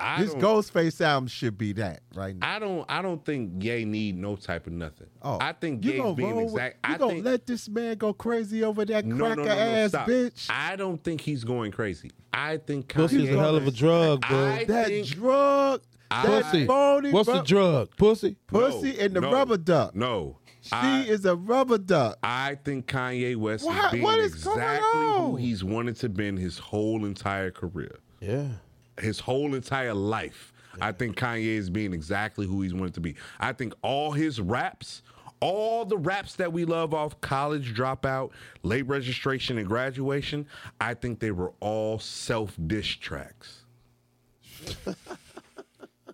Speaker 1: I
Speaker 3: His
Speaker 1: don't-
Speaker 3: Ghostface album should be that right now.
Speaker 1: I don't. I don't think Ye need no type of nothing.
Speaker 3: Oh,
Speaker 1: I think
Speaker 3: you
Speaker 1: Ye's
Speaker 3: gonna
Speaker 1: being
Speaker 3: roll with-
Speaker 1: exact.
Speaker 3: You
Speaker 1: I
Speaker 3: gonna
Speaker 1: think
Speaker 3: let this man go crazy over that
Speaker 1: no, no,
Speaker 3: cracker
Speaker 1: no, no,
Speaker 3: ass
Speaker 1: stop.
Speaker 3: bitch?
Speaker 1: I don't think he's going crazy. I think
Speaker 2: Pussy's a
Speaker 1: Kanye.
Speaker 2: hell of a drug, bro.
Speaker 1: I
Speaker 3: that
Speaker 1: think-
Speaker 3: drug,
Speaker 2: Pussy.
Speaker 3: that phony
Speaker 2: What's
Speaker 3: ru-
Speaker 2: the drug? Pussy.
Speaker 3: pussy
Speaker 1: No,
Speaker 3: and the
Speaker 1: no,
Speaker 3: rubber duck.
Speaker 1: No,
Speaker 3: She
Speaker 1: I,
Speaker 3: is a rubber duck.
Speaker 1: I think Kanye West
Speaker 3: Why-
Speaker 1: is being
Speaker 3: what is going
Speaker 1: exactly who
Speaker 3: on?
Speaker 1: he's wanted to been his whole entire career,
Speaker 2: Yeah.
Speaker 1: his whole entire life. I think Kanye is being exactly who he's wanted to be. I think all his raps, all the raps that we love off college dropout, late registration, and graduation, I think they were all self diss tracks.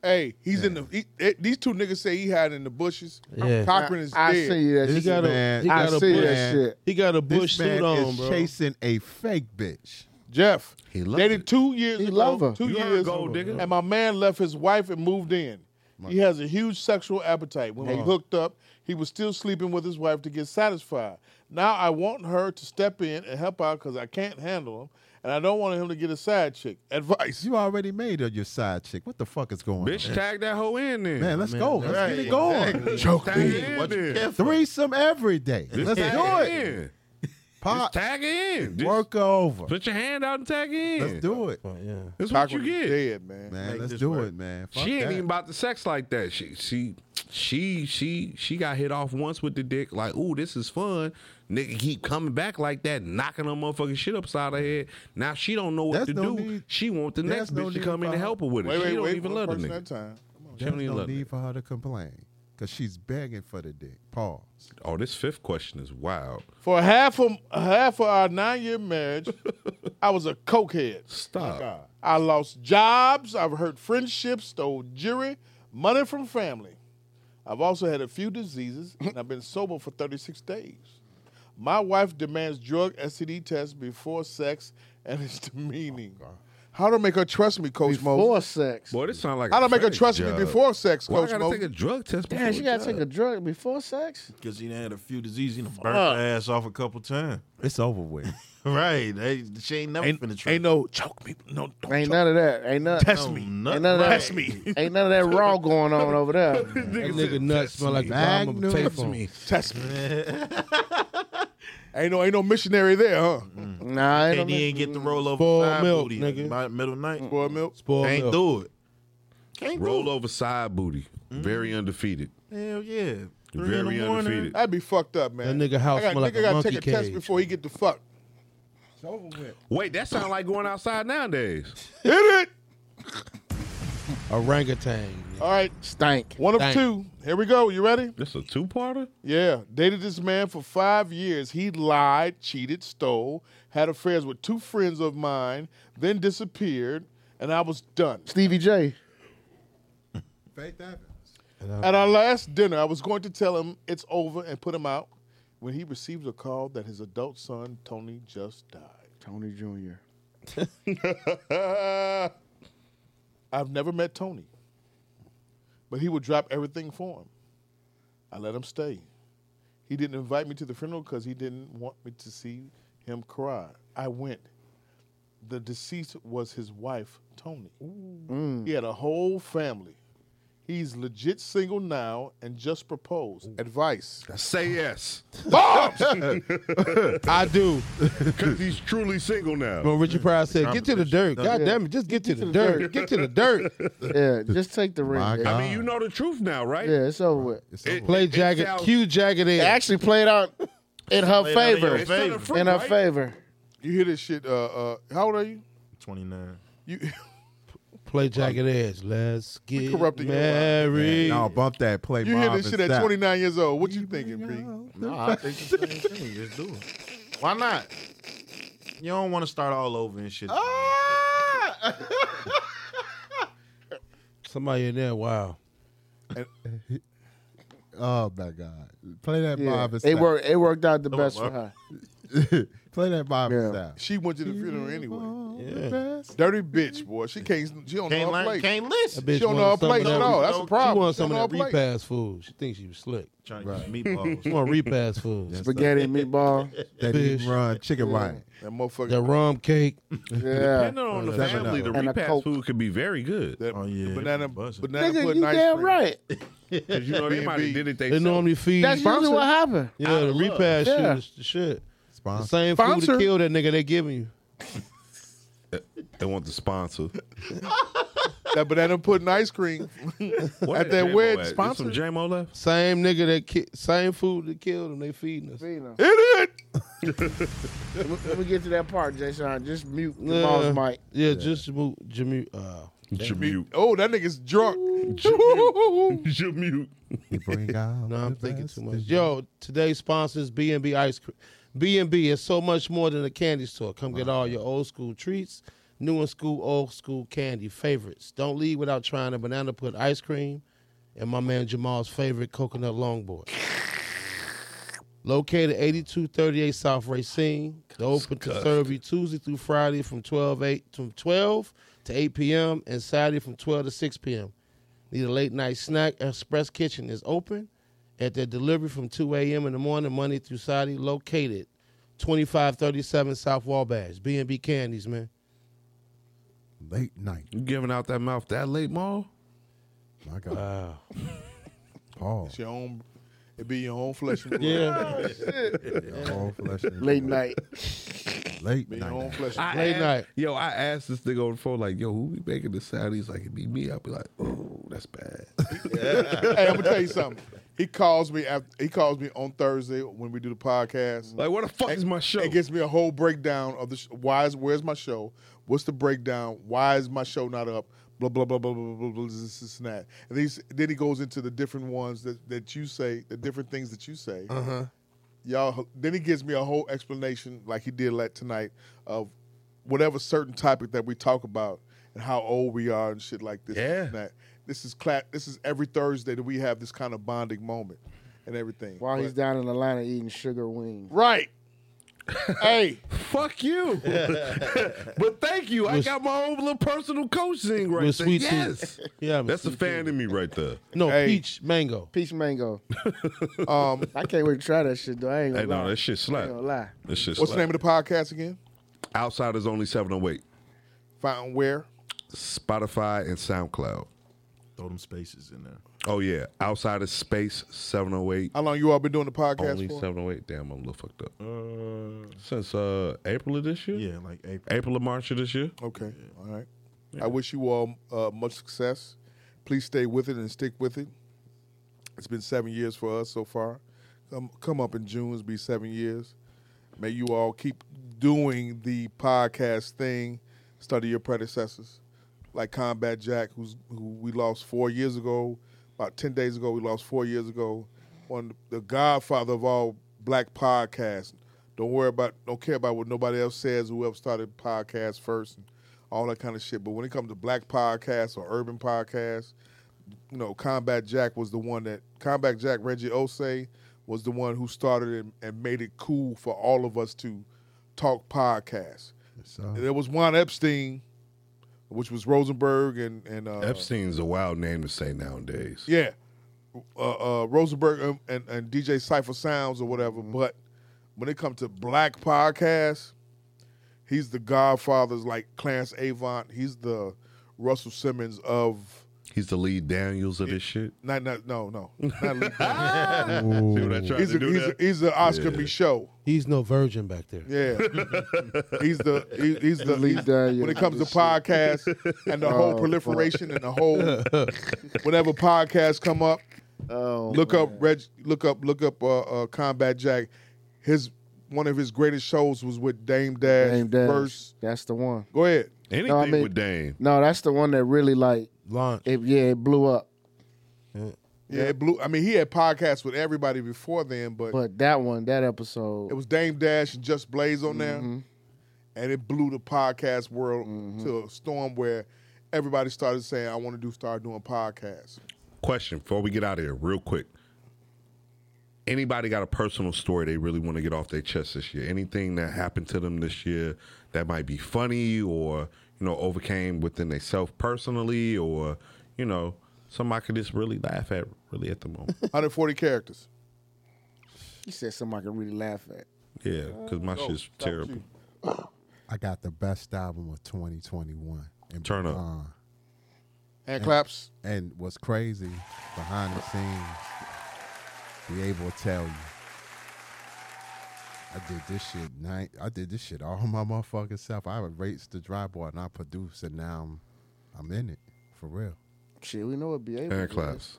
Speaker 4: Hey, he's in the. He, eh, these two niggas say he hiding in the bushes.
Speaker 2: Yeah.
Speaker 4: Cochran is
Speaker 5: I
Speaker 4: dead.
Speaker 5: see you that
Speaker 3: This
Speaker 5: shit.
Speaker 2: got a-
Speaker 3: man,
Speaker 2: he got
Speaker 5: I
Speaker 2: a
Speaker 5: see
Speaker 2: bush.
Speaker 5: that shit.
Speaker 2: He got a
Speaker 3: this
Speaker 2: bush
Speaker 3: man
Speaker 2: suit on,
Speaker 3: is
Speaker 2: bro.
Speaker 3: chasing a fake bitch.
Speaker 4: Jeff.
Speaker 1: He loved
Speaker 4: dated
Speaker 1: it.
Speaker 4: two years
Speaker 5: He
Speaker 4: ago.
Speaker 5: love her.
Speaker 4: Two
Speaker 1: You heard
Speaker 4: years
Speaker 1: gold digger.
Speaker 4: And my man left his wife and moved in. He has a huge sexual appetite. When we hooked up, he was still sleeping with his wife to get satisfied. Now I want her to step in and help out because I can't handle him, and I don't want him to get a side chick. Advice.
Speaker 3: You already made her your side chick. What the fuck is going
Speaker 1: Bitch,
Speaker 3: on?
Speaker 1: tag that hoe in then.
Speaker 3: Man, let's go. Let's get it going.
Speaker 1: Choke tag
Speaker 3: me.
Speaker 1: her in
Speaker 6: What you
Speaker 1: then.
Speaker 6: care for?
Speaker 3: Threesome every day. Let's
Speaker 1: tag
Speaker 3: do
Speaker 1: her
Speaker 3: it.
Speaker 1: in.
Speaker 3: Pop,
Speaker 1: Tag her in. Just
Speaker 3: work her over.
Speaker 1: Put your hand out and tag her in.
Speaker 3: Let's do it,
Speaker 2: Oh, yeah.
Speaker 1: That's what
Speaker 4: Cochran
Speaker 1: you
Speaker 4: is
Speaker 1: get.
Speaker 4: Dead man.
Speaker 3: man.
Speaker 6: Make
Speaker 3: Let's
Speaker 6: this
Speaker 3: do
Speaker 6: work.
Speaker 3: it, man. Fuck
Speaker 1: She ain't
Speaker 3: that.
Speaker 1: even about the sex like that. She she she she she got hit off once with the dick. Like, ooh, this is fun. Nigga keep coming back like that, knocking her motherfucking shit upside her head. Now she don't know what
Speaker 3: There's
Speaker 1: to
Speaker 3: no
Speaker 1: do.
Speaker 3: need-
Speaker 1: she want the
Speaker 3: there's
Speaker 1: next
Speaker 3: no
Speaker 1: bitch to
Speaker 3: need
Speaker 1: come in and
Speaker 3: for her-
Speaker 1: help her with it.
Speaker 4: Wait,
Speaker 1: she
Speaker 4: wait,
Speaker 1: don't
Speaker 4: wait.
Speaker 1: even
Speaker 4: one
Speaker 1: love the
Speaker 4: person
Speaker 1: nigga.
Speaker 4: at a time.
Speaker 1: She
Speaker 3: There's
Speaker 1: don't even
Speaker 3: no
Speaker 1: love the
Speaker 3: need
Speaker 1: nigga.
Speaker 3: for her to complain because she's begging for the dick. Pause.
Speaker 1: Oh, this fifth question is wild.
Speaker 4: For half of half of our nine year marriage, I was a cokehead. Oh,
Speaker 1: Stop.
Speaker 4: I lost jobs. I've hurt friendships, stole jewelry, money from family. I've also had a few diseases, and I've been sober for 36 days. My wife demands drug STD tests before sex, and it's demeaning.
Speaker 2: Oh,
Speaker 4: How to make her trust me, Coach Mo?
Speaker 5: Before sex.
Speaker 1: Boy, this sound like
Speaker 4: How
Speaker 1: a
Speaker 4: to make her
Speaker 1: sex
Speaker 4: trust
Speaker 1: job.
Speaker 4: me before sex,
Speaker 1: Why I
Speaker 4: Coach
Speaker 1: gotta
Speaker 4: Mo?
Speaker 1: take a drug test.
Speaker 5: Damn, she
Speaker 1: before
Speaker 5: gotta take a drug before sex.
Speaker 6: Because he done had a few diseases. He done burnt her ass off a couple times.
Speaker 3: It's over with.
Speaker 6: Right. They, she ain't never
Speaker 4: Ain't,
Speaker 6: finna try.
Speaker 4: ain't no choke me. No, don't
Speaker 5: Ain't
Speaker 4: choke.
Speaker 5: none of that. Ain't none.
Speaker 4: Test
Speaker 6: no
Speaker 4: me.
Speaker 6: nut-
Speaker 5: Ain't none of that.
Speaker 6: right.
Speaker 4: Test me.
Speaker 5: Ain't none of that raw going on over there.
Speaker 2: That nigga nuts smell like the bottom of a
Speaker 3: Magnum.
Speaker 2: tape phone.
Speaker 4: Test me. ain't no ain't no missionary there, huh?
Speaker 5: Nah, ain't no
Speaker 6: And he ain't
Speaker 5: nothing.
Speaker 6: get the rollover
Speaker 2: Spoiled
Speaker 6: side
Speaker 2: milk,
Speaker 6: booty
Speaker 2: nigga.
Speaker 6: by middle night.
Speaker 4: Boy, milk.
Speaker 2: Spoiled
Speaker 6: Can't
Speaker 2: milk.
Speaker 6: do it. Can't
Speaker 1: Roll
Speaker 6: do
Speaker 1: over side booty.
Speaker 4: Mm-hmm.
Speaker 1: Very undefeated.
Speaker 6: it. Hell yeah. Three in
Speaker 1: Very
Speaker 6: the morning.
Speaker 1: undefeated.
Speaker 4: That'd be fucked up, man.
Speaker 2: That nigga house
Speaker 4: I got,
Speaker 2: smell like
Speaker 4: nigga
Speaker 2: a
Speaker 4: gotta
Speaker 2: monkey
Speaker 4: take a test
Speaker 2: cage.
Speaker 4: before he get the fuck.
Speaker 3: It's over with.
Speaker 1: Wait, that sound like going outside nowadays.
Speaker 4: Hit it.
Speaker 2: Orangutan.
Speaker 4: All right,
Speaker 5: stank.
Speaker 4: one of
Speaker 2: Dang.
Speaker 4: two. Here we go. You ready?
Speaker 1: This a two parter?
Speaker 4: Yeah. Dated this man for five years. He lied, cheated, stole, had affairs with two friends of mine, then disappeared, and I was done.
Speaker 5: Stevie J.
Speaker 3: Faith happens.
Speaker 4: At our last dinner, I was going to tell him it's over and put him out when he received a call that his adult son, Tony, just died.
Speaker 5: Tony Jr.
Speaker 4: I've never met Tony, but he would drop everything for him. I let him stay. He didn't invite me to the funeral because he didn't want me to see him cry. I went. The deceased was his wife, Tony. He had a whole family. He's legit single now and just proposed. Advice.
Speaker 1: Say yes.
Speaker 2: I do.
Speaker 1: Because he's truly single now.
Speaker 2: But Richard Pryor said, get to the dirt. God damn it, just get to the dirt. Get to the dirt.
Speaker 5: Yeah, just take the ring.
Speaker 3: My
Speaker 5: nigga.
Speaker 3: God.
Speaker 1: I mean, you know the truth now, right?
Speaker 5: Yeah, it's over with.
Speaker 3: It's
Speaker 1: It-
Speaker 3: over with.
Speaker 2: Play
Speaker 1: it
Speaker 2: jagged,
Speaker 1: sounds-
Speaker 2: cue jagged
Speaker 5: It
Speaker 2: edge.
Speaker 5: actually played out in her
Speaker 6: Played out in
Speaker 5: favor.
Speaker 6: your
Speaker 1: It's still the fruit,
Speaker 5: In her
Speaker 1: right?
Speaker 5: favor.
Speaker 4: You hear this shit? Uh, uh, how old are you?
Speaker 6: 29.
Speaker 4: You
Speaker 2: Play Jagged Edge. Let's get
Speaker 4: corrupted your mind.
Speaker 2: married.
Speaker 3: No, bump that play.
Speaker 4: You hear
Speaker 3: Marvin,
Speaker 4: this shit at
Speaker 3: stop.
Speaker 4: 29 years old. What you thinking, P?
Speaker 6: No, I think the same thing. Just do it. Why not? You don't want to start all over and shit.
Speaker 2: Somebody in there, wow.
Speaker 3: Oh my god, play that
Speaker 5: Yeah.
Speaker 3: Marvin.
Speaker 5: It
Speaker 3: style.
Speaker 5: worked. It worked out the
Speaker 6: Oh,
Speaker 5: best for
Speaker 6: well.
Speaker 5: her.
Speaker 3: play that Marvin
Speaker 5: Yeah.
Speaker 3: style.
Speaker 4: She went to the funeral anyway.
Speaker 3: Yeah.
Speaker 4: Dirty bitch, boy. She can't. She don't
Speaker 6: Can't
Speaker 4: know her
Speaker 6: learn.
Speaker 4: place.
Speaker 6: Can't
Speaker 2: That
Speaker 6: listen.
Speaker 2: bitch
Speaker 4: She don't know
Speaker 2: wanted
Speaker 4: her
Speaker 2: some
Speaker 4: place
Speaker 2: of
Speaker 4: at
Speaker 2: that-
Speaker 4: all. That's
Speaker 6: She
Speaker 4: the
Speaker 6: wanted
Speaker 2: She
Speaker 4: problem.
Speaker 2: wants
Speaker 4: She don't
Speaker 2: some
Speaker 4: know
Speaker 2: of that
Speaker 4: her place.
Speaker 2: repass food. She thinks she was slick.
Speaker 6: Trying to get meatballs.
Speaker 2: She want repass food.
Speaker 5: Spaghetti and meatball.
Speaker 2: Fish.
Speaker 3: That didn't run chicken riot.
Speaker 4: That
Speaker 2: That
Speaker 4: motherfucker.
Speaker 2: rum cake.
Speaker 5: Yeah.
Speaker 1: Depending on the
Speaker 3: Seven up.
Speaker 1: family, the
Speaker 5: And a
Speaker 1: repast
Speaker 5: Coke.
Speaker 1: food could be very good.
Speaker 4: That
Speaker 6: Oh, yeah.
Speaker 4: banana,
Speaker 6: Buzzing.
Speaker 4: banana
Speaker 5: Nigga,
Speaker 4: pudding
Speaker 5: you
Speaker 4: ice
Speaker 5: damn
Speaker 4: cream.
Speaker 5: right.
Speaker 1: Because you know they might have did it
Speaker 2: They
Speaker 1: themselves.
Speaker 2: normally feed.
Speaker 5: That's usually what happened.
Speaker 2: yeah, the repass
Speaker 5: Yeah.
Speaker 2: shit is the shit. The
Speaker 3: Sponsor.
Speaker 2: same food
Speaker 4: Uh, Sponsor.
Speaker 2: to kill that nigga they giving you.
Speaker 1: They want the sponsor.
Speaker 4: That banana pudding ice cream.
Speaker 1: Where
Speaker 4: At that
Speaker 1: Jamo
Speaker 4: weird
Speaker 1: at? Is
Speaker 4: sponsor?
Speaker 1: Some Jamo left.
Speaker 2: Same nigga that ki- same food that killed them they feeding us.
Speaker 5: You know.
Speaker 4: Idiot.
Speaker 5: Let me get to that part, Jason. Just mute the
Speaker 2: Yeah.
Speaker 5: boss mic.
Speaker 2: Yeah, just Jamu Jamu. Uh,
Speaker 1: Jamute.
Speaker 4: Oh, that nigga's drunk.
Speaker 1: Jamute.
Speaker 3: You bring
Speaker 2: no,
Speaker 3: out. the
Speaker 2: I'm thinking too
Speaker 3: best
Speaker 2: much.
Speaker 3: in
Speaker 2: Yo, today's sponsor is B and B Ice Cream. B and B is so much more than a candy store. Come get all your old school treats, new and school, old school candy favorites. Don't leave without trying a banana put ice cream, and my man Jamal's favorite coconut longboard. Located 8238 South Racine. They're open to serve you Tuesday through Friday from 12, 8, from 12 to 8 p.m. and Saturday from 12 to 6 p.m. Need a late night snack? Express Kitchen is open at their delivery from 2 a.m. in the morning, Monday through Saturday. Located 2537 South Wabash. B&B Candies, man.
Speaker 3: Late night.
Speaker 1: You giving out that mouth that late, Maul?
Speaker 3: My God. Paul.
Speaker 4: It's your own. It be your own flesh. And blood.
Speaker 2: Yeah.
Speaker 3: Paul flesh and
Speaker 5: Late
Speaker 3: blood.
Speaker 5: night.
Speaker 3: Late
Speaker 4: Be your
Speaker 3: night.
Speaker 4: own flesh.
Speaker 1: I
Speaker 2: Late
Speaker 1: asked-
Speaker 2: night.
Speaker 1: Yo, I asked this nigga on the phone, like, yo, who we making the sound? He's like, it'd be me. I'll be like, oh, that's bad.
Speaker 4: hey, I'm gonna tell you something. He calls me after he calls me on Thursday when we do the podcast.
Speaker 1: like, what the fuck is my show?
Speaker 4: It gives me a whole breakdown of the sh- why is where's my show? What's the breakdown? Why is my show not up? Blah blah blah blah blah blah blah. This, this and that. And then, he's, then he goes into the different ones that, that you say, the different things that you say. Uh
Speaker 1: Uh-huh.
Speaker 4: huh. Y'all. Then he gives me a whole explanation, like he did like tonight, of whatever certain topic that we talk about and how old we are and shit like this.
Speaker 1: Yeah.
Speaker 4: And that. This is cla- This is every Thursday that we have this kind of bonding moment and everything.
Speaker 5: While he's down in Atlanta eating sugar wings.
Speaker 4: right. hey.
Speaker 1: Fuck you. but thank you. I
Speaker 2: With-
Speaker 1: got my own little personal coaching right
Speaker 2: With
Speaker 1: there.
Speaker 2: sweet tea.
Speaker 1: yes.
Speaker 2: Yeah,
Speaker 1: That's a
Speaker 2: the
Speaker 1: fan in me right there.
Speaker 2: No,
Speaker 4: Hey.
Speaker 2: peach mango.
Speaker 5: Peach mango.
Speaker 4: Um,
Speaker 5: I can't wait to try that shit though. I ain't
Speaker 1: Hey,
Speaker 5: gonna lie.
Speaker 1: no, that shit
Speaker 5: I
Speaker 1: slap.
Speaker 5: ain't gonna lie.
Speaker 1: That shit
Speaker 4: What's the
Speaker 1: slap.
Speaker 4: name of the podcast again?
Speaker 1: Outside is only 708.
Speaker 4: Fountain Where?
Speaker 1: Spotify and SoundCloud.
Speaker 6: Throw them spaces in there.
Speaker 1: Oh, yeah. Outside is space 708.
Speaker 4: How long you all been doing the podcast
Speaker 1: Only
Speaker 4: for?
Speaker 1: 708. Damn, I'm a little fucked up.
Speaker 6: Uh,
Speaker 1: Since uh, April of this year?
Speaker 6: yeah, like April.
Speaker 1: April or March of this year?
Speaker 4: Okay, all right. I wish you all uh, much success. Please stay with it and stick with it. It's been seven years for us so far. Come, come up in June, it'll be seven years. May you all keep doing the podcast thing. Study your predecessors, like Combat Jack, who's who we lost four years ago. About ten days ago, we lost four years ago. One, the Godfather of all black podcasts. Don't worry about, don't care about what nobody else says. Whoever started podcasts first, and all that kind of shit. But when it comes to black podcasts or urban podcasts, you know, Combat Jack was the one that Combat Jack Reggie Osei was the one who started it and made it cool for all of us to talk podcasts.
Speaker 3: So,
Speaker 4: There was Juan Epstein, which was Rosenberg and and uh,
Speaker 1: Epstein's a wild name to say nowadays.
Speaker 4: yeah, uh, uh, Rosenberg and, and, and DJ Cipher Sounds or whatever. But when it comes to black podcasts, he's the Godfather's like Clarence Avant. He's the Russell Simmons of
Speaker 1: He's the lead Daniels of this shit.
Speaker 4: not not no no not Lee Daniels.
Speaker 1: See what I tried
Speaker 4: he's
Speaker 1: to
Speaker 4: a,
Speaker 1: do
Speaker 4: he's,
Speaker 1: there?
Speaker 4: a, he's the Oscar Michaud.
Speaker 2: He's no virgin back there.
Speaker 4: Yeah, he's the he, he's the
Speaker 5: Lee
Speaker 4: he's-
Speaker 5: Daniels
Speaker 4: when it comes to
Speaker 5: and shit. Oh,
Speaker 4: podcasts and the whole proliferation and the whole whenever podcasts come up,
Speaker 5: Oh,
Speaker 4: look up Reg, look up look up uh, uh, Combat Jack. His one of his greatest shows was with Dame Dash
Speaker 5: Dame Dash.
Speaker 4: first.
Speaker 5: That's the one.
Speaker 4: Go ahead.
Speaker 7: Anything
Speaker 5: No, I mean-
Speaker 7: with Dame.
Speaker 5: No, that's the one that really like
Speaker 2: Launch.
Speaker 5: it. Yeah, it blew up.
Speaker 4: Yeah, it blew. I mean, he had podcasts with everybody before then, but,
Speaker 5: But that one, that episode,
Speaker 4: it was Dame Dash and Just Blaze on there,
Speaker 1: Mm-hmm.
Speaker 4: and it blew the podcast world to a storm where everybody started saying, "I want to do start doing podcasts."
Speaker 1: Question before we get out of here, real quick. Anybody got a personal story they really want to get off their chest this year? Anything that happened to them this year that might be funny or, you know, overcame within themselves personally or, you know, something I could just really laugh at really at the moment.
Speaker 4: 140 characters.
Speaker 5: he said something I could really laugh at.
Speaker 1: yeah, because my shit's terrible.
Speaker 3: I got the best album of 2021. And,
Speaker 1: Turn up.
Speaker 3: uh,
Speaker 4: Hand claps.
Speaker 3: and what's crazy behind the scenes, be able to tell you, I did this shit night. I did this shit all my motherfucking self. I erased the dry bar and I produced, and now I'm, I'm in it for real.
Speaker 5: Shit, we know what be able.
Speaker 1: And claps.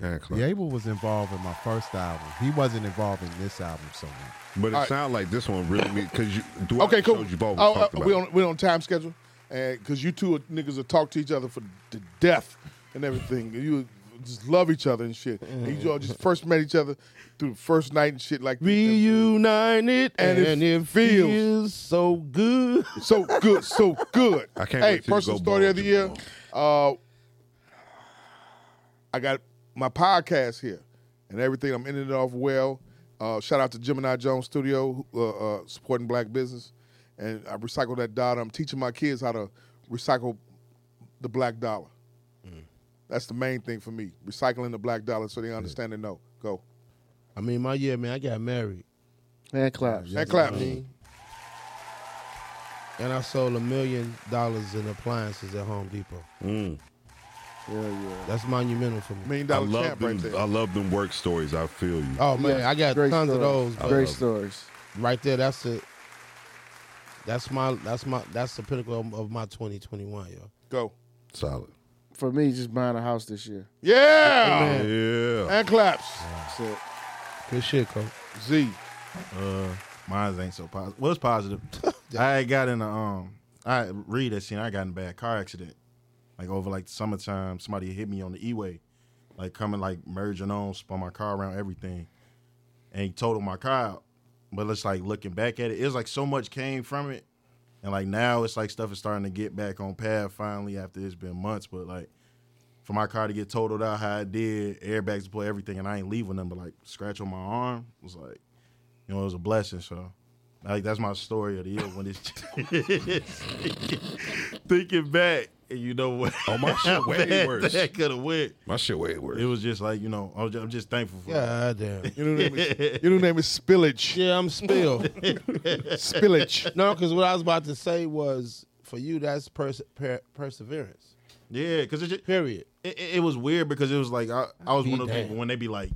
Speaker 1: And claps.
Speaker 3: Be able was involved in my first album. He wasn't involved in this album so much.
Speaker 1: But it
Speaker 4: All right.
Speaker 1: sounds like this one really because you throughout
Speaker 4: Okay,
Speaker 1: the
Speaker 4: cool.
Speaker 1: shows you both
Speaker 4: Oh,
Speaker 1: talked
Speaker 4: uh,
Speaker 1: about.
Speaker 4: we
Speaker 1: it.
Speaker 4: on we on time schedule, and because you two are, niggas will talk to each other for to death and everything. You just love each other and shit. And you all just first met each other through the first night and shit like
Speaker 2: Reunited
Speaker 4: And
Speaker 2: and,
Speaker 4: it
Speaker 2: it
Speaker 4: feels-
Speaker 2: feels, so good.
Speaker 4: So good, so good.
Speaker 1: I can't
Speaker 4: Hey,
Speaker 1: wait till you
Speaker 4: personal
Speaker 1: go
Speaker 4: story
Speaker 1: bald,
Speaker 4: of the year. Uh, I got my podcast here and everything. I'm ending it off well. Uh, shout out to Gemini Jones Studio uh, uh, supporting Black business, and I recycle that dollar. I'm teaching my kids how to recycle the black dollar.
Speaker 1: Mm.
Speaker 4: That's the main thing for me. Recycling the black dollar so they understand and know. Go.
Speaker 2: I mean, my year, man, I got married
Speaker 5: Hand claps.
Speaker 4: And clap.
Speaker 2: and I sold a million dollars in appliances at Home Depot.
Speaker 1: Mm.
Speaker 5: Yeah, yeah.
Speaker 2: That's monumental for me.
Speaker 4: Million
Speaker 1: I
Speaker 4: dollar
Speaker 1: love
Speaker 4: champ right
Speaker 1: them.
Speaker 4: there.
Speaker 1: I love them work stories. I feel you.
Speaker 2: Oh man, I got
Speaker 5: Great
Speaker 2: tons of those. But
Speaker 5: stories. Great stories.
Speaker 2: right there, that's it. That's my that's my that's the pinnacle of, of my 2021, yo.
Speaker 4: Go.
Speaker 1: Solid.
Speaker 5: For me, just buying a house this year.
Speaker 4: Yeah.
Speaker 1: Yeah.
Speaker 4: And claps.
Speaker 5: That's it.
Speaker 2: Good shit, coach.
Speaker 4: Z.
Speaker 6: Uh, mine ain't so positive. Well, it's positive. I had got in a um, I read that scene. I got in a bad car accident, like over like the summertime. Somebody hit me on the e-way, like coming like merging on, spun my car around everything, and he totaled my car out. But it's like looking back at it, it was like so much came from it, and like now it's like stuff is starting to get back on path finally after it's been months. But like for my car to get totaled out, how it did, airbags deploy everything, and I ain't leaving them, but like scratch on my arm was like you know, it was a blessing. So, like, that's my story of the year when it's thinking back, and you know what?
Speaker 1: Oh, my shit
Speaker 6: how
Speaker 1: way
Speaker 6: bad
Speaker 1: worse.
Speaker 6: That could have went.
Speaker 1: My shit way worse.
Speaker 6: It was just like you know, I was just, I'm just thankful for.
Speaker 2: God damn.
Speaker 4: Your new name is, your new name is Spillage.
Speaker 2: Yeah, I'm spilled.
Speaker 4: Spillage.
Speaker 2: no, because what I was about to say was for you, that's perse- per- perseverance.
Speaker 6: Yeah, because it, just- it,
Speaker 2: Period.
Speaker 6: it it was weird because it was like I, I was one of those
Speaker 2: damned.
Speaker 6: people when they be like,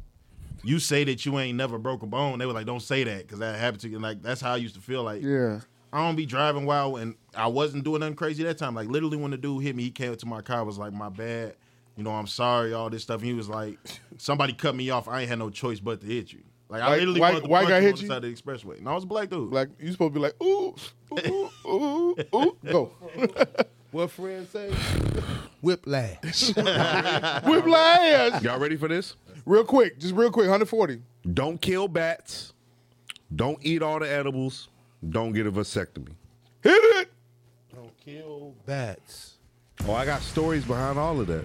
Speaker 6: you say that you ain't never broke a bone, they were like, don't say that because that happened to you. And, like that's how I used to feel like.
Speaker 5: Yeah.
Speaker 6: I don't be driving wild, and I wasn't doing nothing crazy that time. Like literally, when the dude hit me, he came up to my car, was like, "My bad, you know, I'm sorry, all this stuff." And he was like, "Somebody cut me off. I ain't had no choice but to hit you." Like, I
Speaker 4: Like,
Speaker 6: literally
Speaker 4: white-
Speaker 6: wanted to
Speaker 4: white
Speaker 6: punch
Speaker 4: guy
Speaker 6: him
Speaker 4: hit
Speaker 6: on
Speaker 4: you?
Speaker 6: the side of the expressway. No, I was a black dude.
Speaker 4: Like you supposed to be like, ooh, ooh, ooh, ooh, ooh. Go.
Speaker 2: What friend say? Whiplash.
Speaker 4: Whiplash.
Speaker 1: Y'all ready for this?
Speaker 4: Real quick, just real quick, 140.
Speaker 1: Don't kill bats. Don't eat all the edibles. Don't get a vasectomy.
Speaker 4: Hit it.
Speaker 2: Don't kill bats.
Speaker 1: Oh, I got stories behind all of that.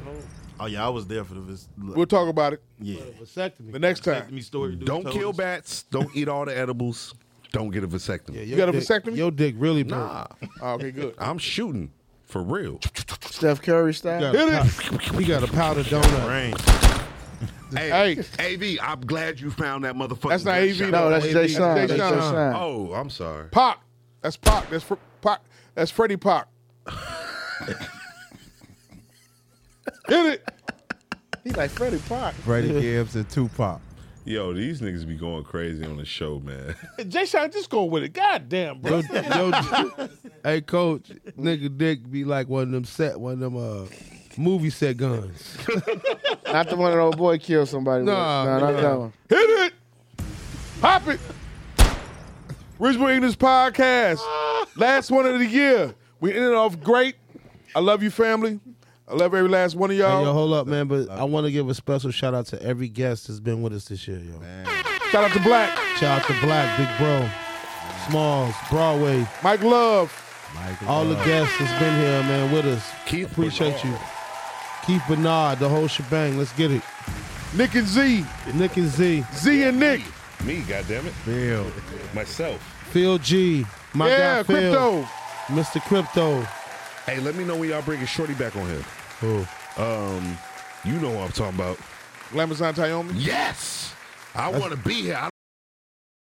Speaker 6: oh yeah, I was there for the vis-
Speaker 4: We'll talk about it
Speaker 6: yeah.
Speaker 4: the
Speaker 2: Vasectomy.
Speaker 4: next time.
Speaker 6: Me story. dude
Speaker 1: Don't
Speaker 6: told
Speaker 1: kill
Speaker 6: us.
Speaker 1: bats. Don't eat all the edibles. Don't get a vasectomy.
Speaker 2: Yeah,
Speaker 4: You
Speaker 2: your
Speaker 4: got a
Speaker 2: dick-
Speaker 4: vasectomy?
Speaker 2: Your dick really big.
Speaker 1: Nah,
Speaker 4: Oh, okay, good.
Speaker 1: I'm shooting for real.
Speaker 5: Steph Curry
Speaker 2: You
Speaker 5: style.
Speaker 2: got, a pow- you got a powder donut.
Speaker 6: Rain.
Speaker 1: Hey,
Speaker 4: Hey.
Speaker 1: AV, I'm glad you found that motherfucker.
Speaker 4: That's not AV,
Speaker 5: No, that's
Speaker 2: Baby.
Speaker 5: Jay Sean.
Speaker 4: Jay
Speaker 5: That's Jay
Speaker 4: Sean.
Speaker 5: Sean.
Speaker 1: Oh, I'm sorry.
Speaker 4: Pac. That's Pac. That's fr- Pac. That's Freddie Pac. Hit it.
Speaker 5: He like Freddie Park.
Speaker 3: Freddie Gibbs and Tupac.
Speaker 1: Yo, these niggas be going crazy on the show, man.
Speaker 4: Jay Sean just go with it. God damn, bro.
Speaker 2: Yo, yo, hey, coach, nigga dick be like one of them set, one of them uh, movie set guns.
Speaker 5: Not the one that old boy killed somebody
Speaker 2: Nah,
Speaker 5: with. No, not
Speaker 2: man.
Speaker 5: that one.
Speaker 4: Hit it. Pop it. Richmond English Podcast. Last one of the year. We ended off great. I love you, family. I love every last one of
Speaker 2: Hey,
Speaker 4: y'all.
Speaker 2: yo, hold up, man. But I want to give a special shout out to every guest that's been with us this year, yo.
Speaker 4: Shout out to Black,
Speaker 2: Shout out to Black, Big Bro, Smalls, Broadway,
Speaker 4: Mike Love,
Speaker 2: all the guests that's been here, man, with us. Keith, appreciate you. Keith Bernard, the whole shebang. Let's get it.
Speaker 4: Nick and Z,
Speaker 2: Nick and Z,
Speaker 4: Z and Nick.
Speaker 1: Me, goddammit. Myself.
Speaker 2: Phil G, my
Speaker 4: yeah,
Speaker 2: guy Phil,
Speaker 4: crypto.
Speaker 2: Mr. Crypto.
Speaker 1: Hey, let me know when y'all bringing Shorty back on here.
Speaker 2: Who?
Speaker 1: Um, you know what I'm talking about.
Speaker 4: Glamazon Tyomi.
Speaker 1: Yes! I want to be here. I